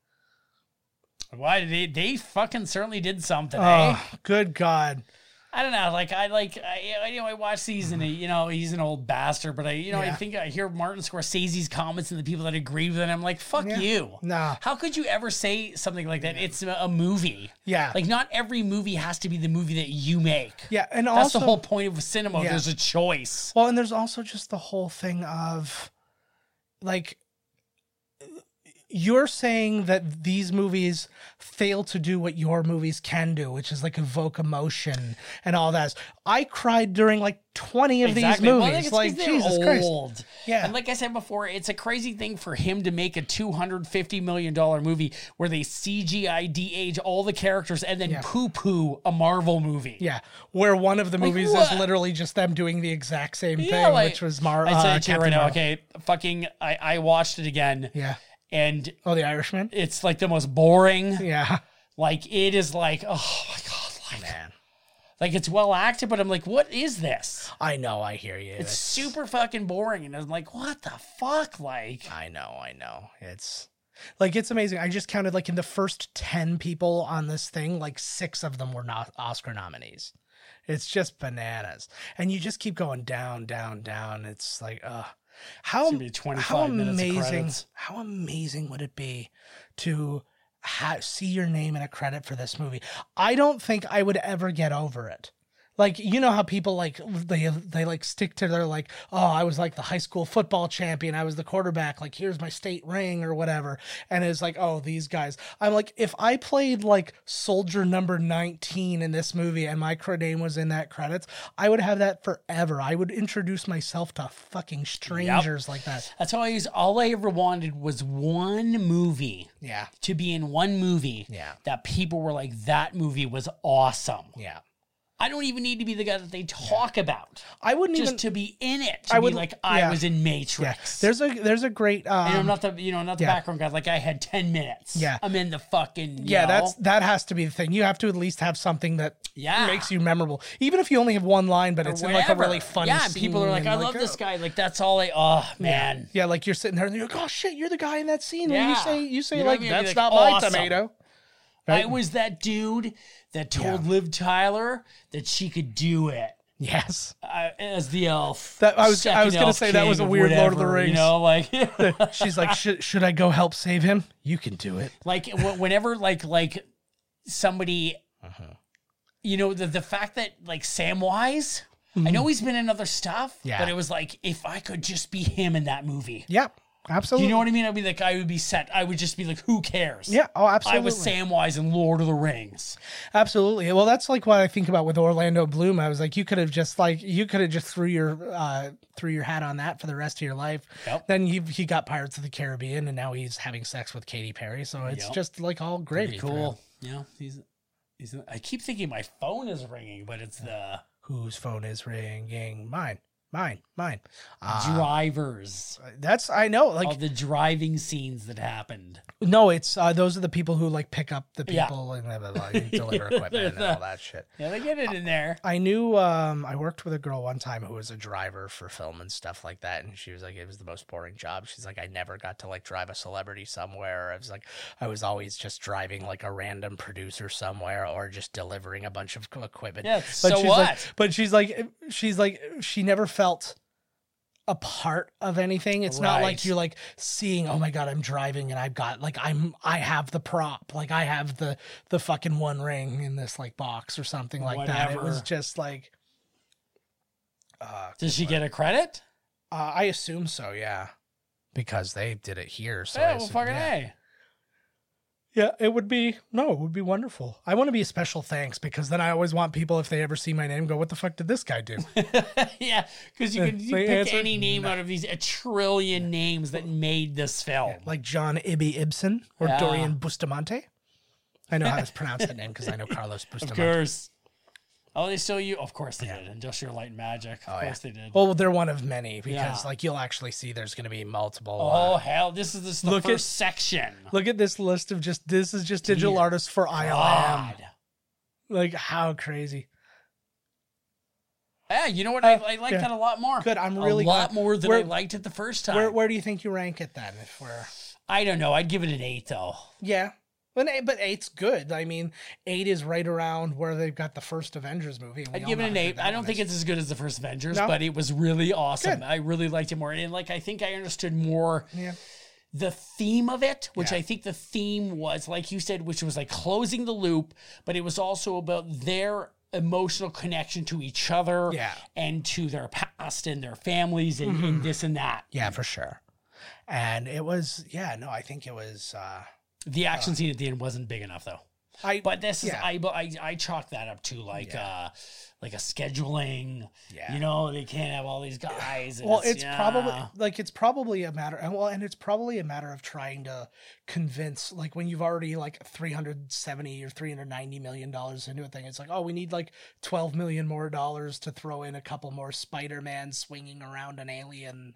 A: Why did they? They fucking certainly did something. eh?
B: Oh, good God.
A: I don't know. Like I like I I- you know I watch these and uh, you know he's an old bastard, but I you know I
B: Yeah.
A: think I hear Martin Scorsese's comments and the people that agree with it. and I'm like, fuck you.
B: Nah.
A: How could you ever say something like that? It's a a movie.
B: Yeah.
A: Like not every movie has to be the movie that you make.
B: yeah. And
A: That's
B: also,
A: the whole point of cinema.
B: Yeah.
A: There's a choice.
B: Well, and there's also just the whole thing of like you're saying that these movies fail to do what your movies can do, which is like evoke emotion and all that. I cried during like 20 of these
A: Well, I
B: movies.
A: think it's 'cause
B: like
A: they're
B: Jesus Christ.
A: old.
B: Yeah.
A: And like I said before, it's a crazy thing for him to make a two hundred fifty million dollar movie where they CGI de-age all the characters and then poo-poo a Marvel movie.
B: Yeah, where one of the movies is
A: what?
B: literally just them doing the exact same
A: Yeah,
B: thing,
A: like-
B: which was Mar-
A: I say
B: uh,
A: it to you
B: Captain
A: right now.
B: Marvel.
A: Okay, fucking. I I watched it again.
B: Yeah.
A: And
B: Oh, The Irishman.
A: it's like the most boring.
B: Yeah.
A: Like it is like oh my god, like,
B: Man,
A: like it's well acted, but I'm like, what is this?
B: I know. I hear you.
A: It's super fucking boring, and I'm like, what the fuck? Like
B: I know, I know. It's like it's amazing. I just counted like in the first 10 people on this thing, like 6 of them were not Oscar nominees. It's just bananas. And you just keep going down, down, down. It's like uh how,
A: gonna be 25
B: how
A: minutes of
B: amazing
A: credits.
B: how amazing would it be to ha- see your name in a credit for this movie? I don't think I would ever get over it. like you know how people like they they like stick to their like oh I was like the high school football champion I was the quarterback like here's my state ring or whatever and it's like oh these guys I'm like if I played like soldier number 19 in this movie and my cr- name was in that credits I would have that forever I would introduce myself to fucking strangers like that
A: That's how I used. All I ever wanted was one movie
B: yeah
A: to be in one movie.
F: Yeah.
A: That people were like, that movie was awesome.
F: Yeah.
A: I don't even need to be the guy that they talk about.
B: I wouldn't
A: Just
B: even
A: to be in it. To
B: I
A: be
B: would-
A: like, I
B: yeah.
A: was in
B: yeah.
A: Matrix.
B: there's a there's a great um,
A: and I'm not the you know, not the
B: yeah.
A: background guy. Like I had ten minutes.
B: Yeah.
A: I'm in the fucking you
B: Yeah,
A: know.
B: that's that has to be the thing. You have to at least have something that
A: Yeah.
B: makes you memorable, even if you only have one line, but it's in like a
A: Whatever.
B: really funny.
A: Yeah, and people are
B: scene
A: like,
B: and
A: I love this
B: oh.
A: guy. Like that's all I oh man.
B: Yeah, like you're sitting there and you're like, oh shit, you're the guy in that scene. where you
A: Yeah.
B: say you say
A: You know what I
B: like
A: mean? I'd be
B: that's
A: like,
B: not my
A: awesome.
B: tomato.
A: I was that dude that told
B: Yeah.
A: Liv Tyler that she could do it.
B: Yes,
A: I, as the elf.
B: That- I was- I
A: second
B: was gonna
A: elf
B: say that
A: king
B: was a
A: of
B: weird Lord of the
A: You
B: Rings.
A: know, like
B: she's like, should should I go help save him? You can do it.
A: like wh- whenever like like somebody,
B: Uh-huh.
A: you know, the the fact that like Samwise. I know he's been in other stuff,
B: Mm-hmm. Yeah.
A: but it was like if I could just be him in that movie.
B: Yeah,
A: Do
B: absolutely.
A: you know what I mean? I'd be like, I would be set. I would just be like, who cares?
B: Yeah, oh,
A: I
B: absolutely.
A: was Samwise in Lord of the Rings.
B: Absolutely. Well, that's like what I think about with Orlando Bloom. I was like, you could have just like you could have just threw your uh threw your hat on that for the rest of your life.
A: Yep.
B: Then he he got Pirates of the Caribbean, and now he's having sex with Katy Perry. So it's
A: Yep.
B: just like all gravy. for him.
A: Cool. Yeah, he's. He's. I keep thinking my phone is ringing, but it's the
B: Whose phone is ringing? Mine. Mine. Mine. Ah. Uh,
A: drivers.
B: That's I know. Like
A: all the driving scenes that happened.
B: no, it's uh, those are the people who like pick up the
A: Yeah.
B: people and blah, blah, blah, and deliver equipment and all that shit.
A: Yeah, they get it in there.
B: I knew um, I worked with a girl one time who was a driver for film and stuff like that, and she was like, it was the most boring job. She's like, I never got to like drive a celebrity somewhere. I was like, I was always just driving like a random producer somewhere or just delivering a bunch of equipment.
A: Yeah, so
B: she's Like,
A: what?
B: but she's like, she's like, she never felt a part of anything. It's not
A: Right.
B: like you're like seeing, oh my god, I'm driving and I've got like I'm I have the prop, like I have the the fucking one ring in this like box or something like that. It was
A: Whatever.
B: just like
A: Does she get a credit?
B: uh, I assume so, yeah, because they did it here. So I
A: yeah, well,
B: assume-
A: fucking
B: yeah.
A: a.
B: Yeah, it would be no, it would be wonderful. I want to be a special thanks because then I always want people if they ever see my name go, what the fuck did this guy do?
A: yeah, because you
B: Uh,
A: can you
B: they
A: pick
B: answer-
A: any name out of these a trillion names that made this film.
B: like John Ibby Ibsen or
A: Yeah.
B: Dorian Bustamante. I know how to pronounce that name because I know Carlos
A: of
B: Bustamante.
A: course. Oh, they still you? Of course they did. Industrial Light and Magic. Of course they did.
B: Well, they're one of many because
A: Yeah.
B: like you'll actually see there's going to be multiple. uh,
A: oh hell, this is this is the
B: Look at-
A: first section.
B: look at this list of just this is just digital
A: Dear
B: artists for ILM.
A: God.
B: Like how crazy.
A: Yeah, you know what?
B: Uh,
A: I, I like
B: yeah.
A: that a lot more.
B: Good, I'm really
A: a lot
B: glad.
A: more than I
B: Where-
A: liked it the first time.
B: Where where do you think you rank it then? If we're
A: I don't know. I'd give it an eight though.
B: yeah. But, eight, but eight's good. I mean, eight is right around where they've got the first Avengers movie. and we
A: I'd
B: all
A: give it
B: know
A: an
B: how good
A: eight.
B: that
A: I don't
B: one
A: think
B: is.
A: it's as good as the first Avengers,
B: No?
A: but it was really awesome.
B: Good.
A: I really liked it more. And like I think I understood more
B: Yeah.
A: the theme of it, which I think the theme was, like you said, which was like closing the loop, but it was also about their emotional connection to each other
B: Yeah. Mm-hmm.
A: and to their past and their families and, and this and that.
B: Yeah, for sure. And it was yeah, no, I think it was uh
A: The action scene at the end wasn't big enough though.
B: I
A: But this is
B: Yeah.
A: I, I I chalk that up to like uh like a scheduling.
B: Yeah.
A: You know, they can't have all these guys. and
B: well it's probably
A: yeah.
B: like it's probably a matter and well and it's probably a matter of trying to convince like when you've already like 370 or 390 million dollars into a thing it's like oh we need like 12 million more dollars to throw in a couple more spider-man swinging around an alien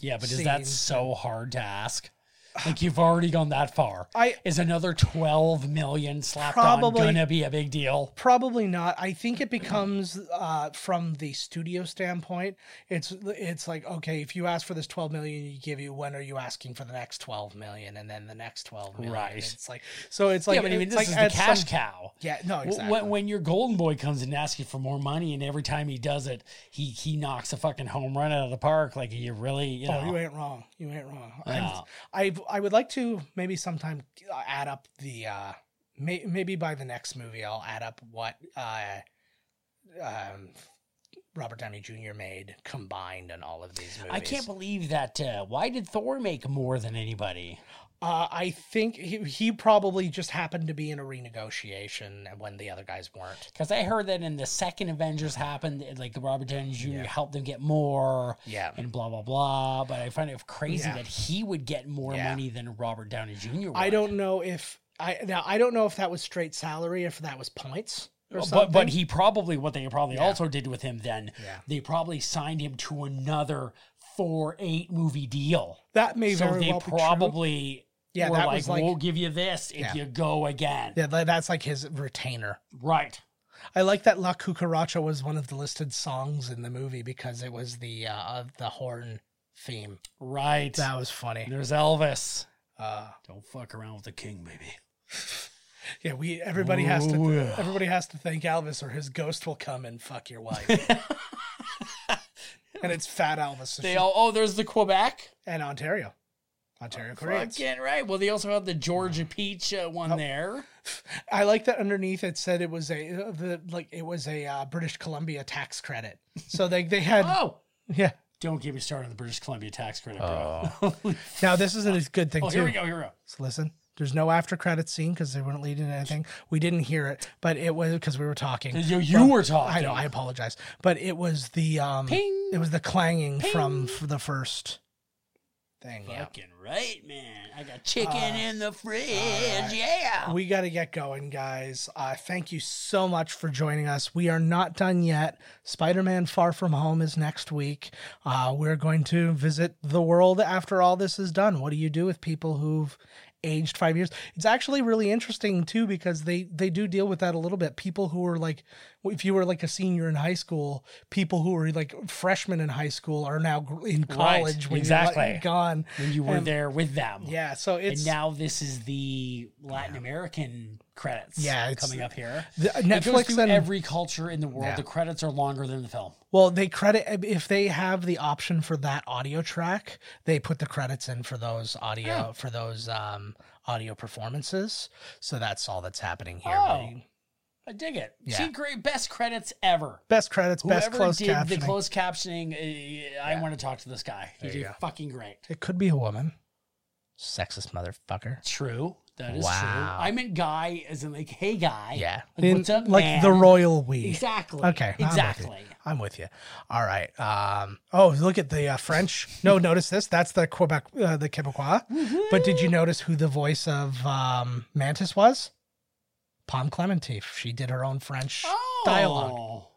A: Yeah, but is that
B: scenes
A: so hard to ask? Like you've already gone that far.
B: I-
A: is another twelve million slapped
B: Probably-
A: on gonna be a big deal?
B: probably not i think it becomes uh from the studio standpoint it's it's like okay if you ask for this 12 million you give you when are you asking for the next 12 million and then the next 12 million
A: Right.
B: it's like so it's like
A: yeah, but I mean,
B: it's
A: this
B: like
A: is
B: at
A: the cash
B: some-
A: cow.
B: yeah no
A: W-
B: exactly
A: When, when your golden boy comes in and asks you for more money, and every time he does it, he he knocks a fucking home run out of the park. Like you really, you know,
B: Oh, you ain't wrong. You ain't wrong.
A: Yeah.
B: I I would like to maybe sometime add up the uh may, maybe by the next movie I'll add up what uh um, Robert Downey Jr. made combined in all of these movies.
A: I can't believe that. Uh, why did Thor make more than anybody?
B: Uh, I think he, he probably just happened to be in a renegotiation when the other guys weren't.
A: Because I heard that in the second Avengers happened, like the Robert Downey Jr. helped them get more,
B: Yeah.
A: and blah blah blah. But I find it crazy
B: Yeah.
A: that he would get more
B: Yeah.
A: money than Robert Downey Jr.
B: I
A: would.
B: don't know if I now I don't know if that was straight salary if that was points or something.
A: But but he probably what they probably also did with him then
B: Yeah.
A: they probably signed him to another four eight movie deal.
B: that may
A: So
B: very
A: they
B: well be true.
A: probably
B: Yeah,
A: were
B: that
A: like,
B: was like-
A: we'll give you this if
B: Yeah.
A: you go again.
B: Yeah, tha- that's like his retainer.
A: Right.
B: I like that La Cucaracha was one of the listed songs in the movie because it was the uh, of the horn theme.
A: Right.
B: That was funny.
A: There's Elvis.
B: Uh,
A: Don't fuck around with the king, baby.
B: yeah, we everybody has to
A: Ooh, yeah.
B: everybody has to thank Elvis or his ghost will come and fuck your wife. and it's Fat Elvis so
A: They
B: she-
A: all oh, there's the Quebec.
B: and Ontario,
A: Oh,
B: Ontario Koreans.
A: Fucking right. Well, they also have the Georgia peach uh, one there.
B: I like that underneath it said it was a uh, the like it was a uh, British Columbia tax credit. So they they had
A: Oh,
B: yeah.
A: don't get me started on the British Columbia tax credit, bro. Oh,
B: Now this is a good thing too.
A: here we go. Here we go.
B: So listen, there's no after credit scene because they weren't leading to anything. We didn't hear it, but it was because we were talking. Oh,
A: You, you were talking.
B: I know. I apologize, but it was the um,
A: Ping.
B: it was the clanging from f- the first thing. yeah.
A: Fucking right, man. I got chicken in the fridge. Yeah.
B: We got to get going, guys. Uh, thank you so much for joining us. We are not done yet. Spider Man Far From Home is next week. Uh, we're going to visit the world after all this is done. What do you do with people who've aged five years? It's actually really interesting, too, because they, they do deal with that a little bit. People who are like, if you were like a senior in high school, people who were like freshmen in high school are now gr- in college when
A: exactly.
B: you're like, gone.
A: when you were there with them.
B: Yeah, so
A: And
B: it's
A: now this is the Latin American credits
B: Yeah, it's-
A: coming up here.
B: the-
A: It goes
B: Netflix
A: through
B: and
A: every culture in the world.
B: Yeah.
A: The credits are longer than the film.
B: Well, they credit if they have the option for that audio track, they put the credits in for those audio for those um audio performances. So that's all that's happening here.
A: Oh.
B: buddy.
A: I dig it.
B: Yeah.
A: See, great, best credits ever.
B: Best credits,
A: Whoever
B: best closed
A: did
B: captioning.
A: the closed captioning, uh, I want to talk to this guy. He
B: There you
A: did
B: go.
A: fucking great.
B: it could be a woman. Sexist motherfucker.
A: True. That is
B: Wow.
A: true. I meant guy as in like, hey guy.
B: Yeah.
A: Like,
B: In-
A: what's up,
B: like
A: man?
B: the royal we.
A: Exactly.
B: Okay. I'm with you.
A: Exactly.
B: I'm with you. All right. Um, oh, look at the uh, French. No, notice this. That's the Quebec, uh, the Quebecois.
A: Mm-hmm.
B: But did you notice who the voice of um, Mantis was? Palm Clementif. She did her own French dialogue
A: Oh,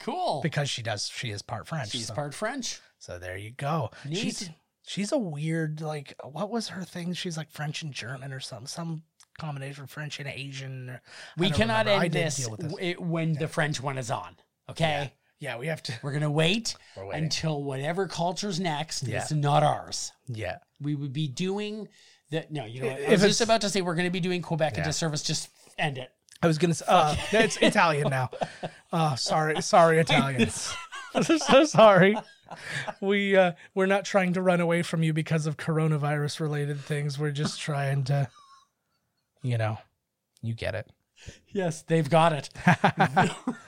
A: Cool.
B: because she does. She is part French.
A: She's
B: so,
A: part French.
B: so there you go.
A: Neat.
B: She's she's a weird like. What was her thing? She's like French and German or something. Some combination of French and Asian. or- I
A: We
B: don't
A: cannot
B: remember. I
A: end
B: didn't
A: this,
B: deal with
A: w- it- when the French one is on. Okay.
B: Yeah, we have to.
A: We're going to wait
B: We're waiting.
A: until whatever culture's next.
B: Yeah.
A: It's not ours.
B: Yeah.
A: We would be doing that. No, you know what? I
B: If
A: was
B: it's-
A: just about to say we're going to be doing Quebec
B: Yeah.
A: a disservice. Just end it.
B: I was gonna. s- Uh, no, it's Italian now. Uh, sorry, sorry, Italians. I'm so sorry. We uh, we're not trying to run away from you because of coronavirus related things. We're just trying to, you know, you get it.
A: Yes, they've got it.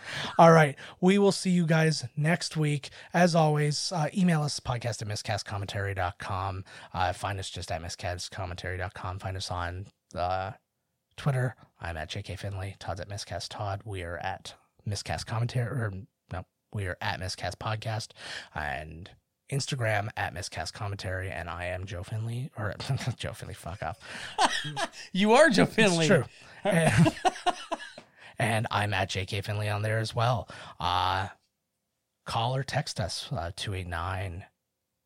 B: All right. We will see you guys next week. As always, uh, email us podcast at miscastcommentary.com. Uh, find us just at miscastcommentary.com. Find us on uh, Twitter. I'm at JK Finley. Todd's at miscast Todd. We are at miscast commentary. Or, no, we are at miscast podcast and Instagram at miscast commentary. And I am Joe Finley. Or Joe Finley, fuck off.
A: You are Joe Finley.
B: It's true. And, and I'm at JK Finley on there as well. Uh, call or text us, uh, 289.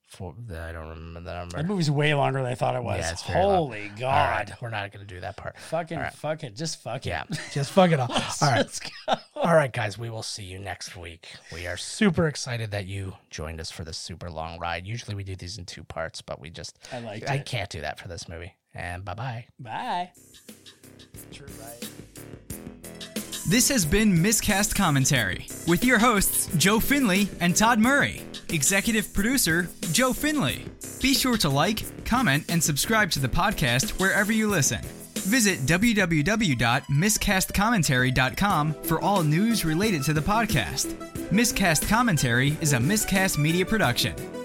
B: For, I don't remember the number.
A: That movie's way longer than I thought it was.
B: Yeah, it's very long.
A: Holy
B: All right,
A: Oh God.
B: we're not going to do that part.
A: Fucking
B: All right.
A: fuck it. Just fuck it.
B: Yeah, just fuck it up. All right.
A: Let's go.
B: All right, guys, we will see you next week. We are super excited that you joined us for this super long ride. Usually we do these in two parts, but we just,
A: I liked
B: I
A: it.
B: can't do that for this movie. And bye bye.
A: Bye.
G: This has been Miscast Commentary with your hosts, Joe Finley and Todd Murray. Executive producer, Joe Finley. Be sure to like, comment, and subscribe to the podcast wherever you listen. Visit www.miscastcommentary.com for all news related to the podcast. Miscast Commentary is a miscast media production.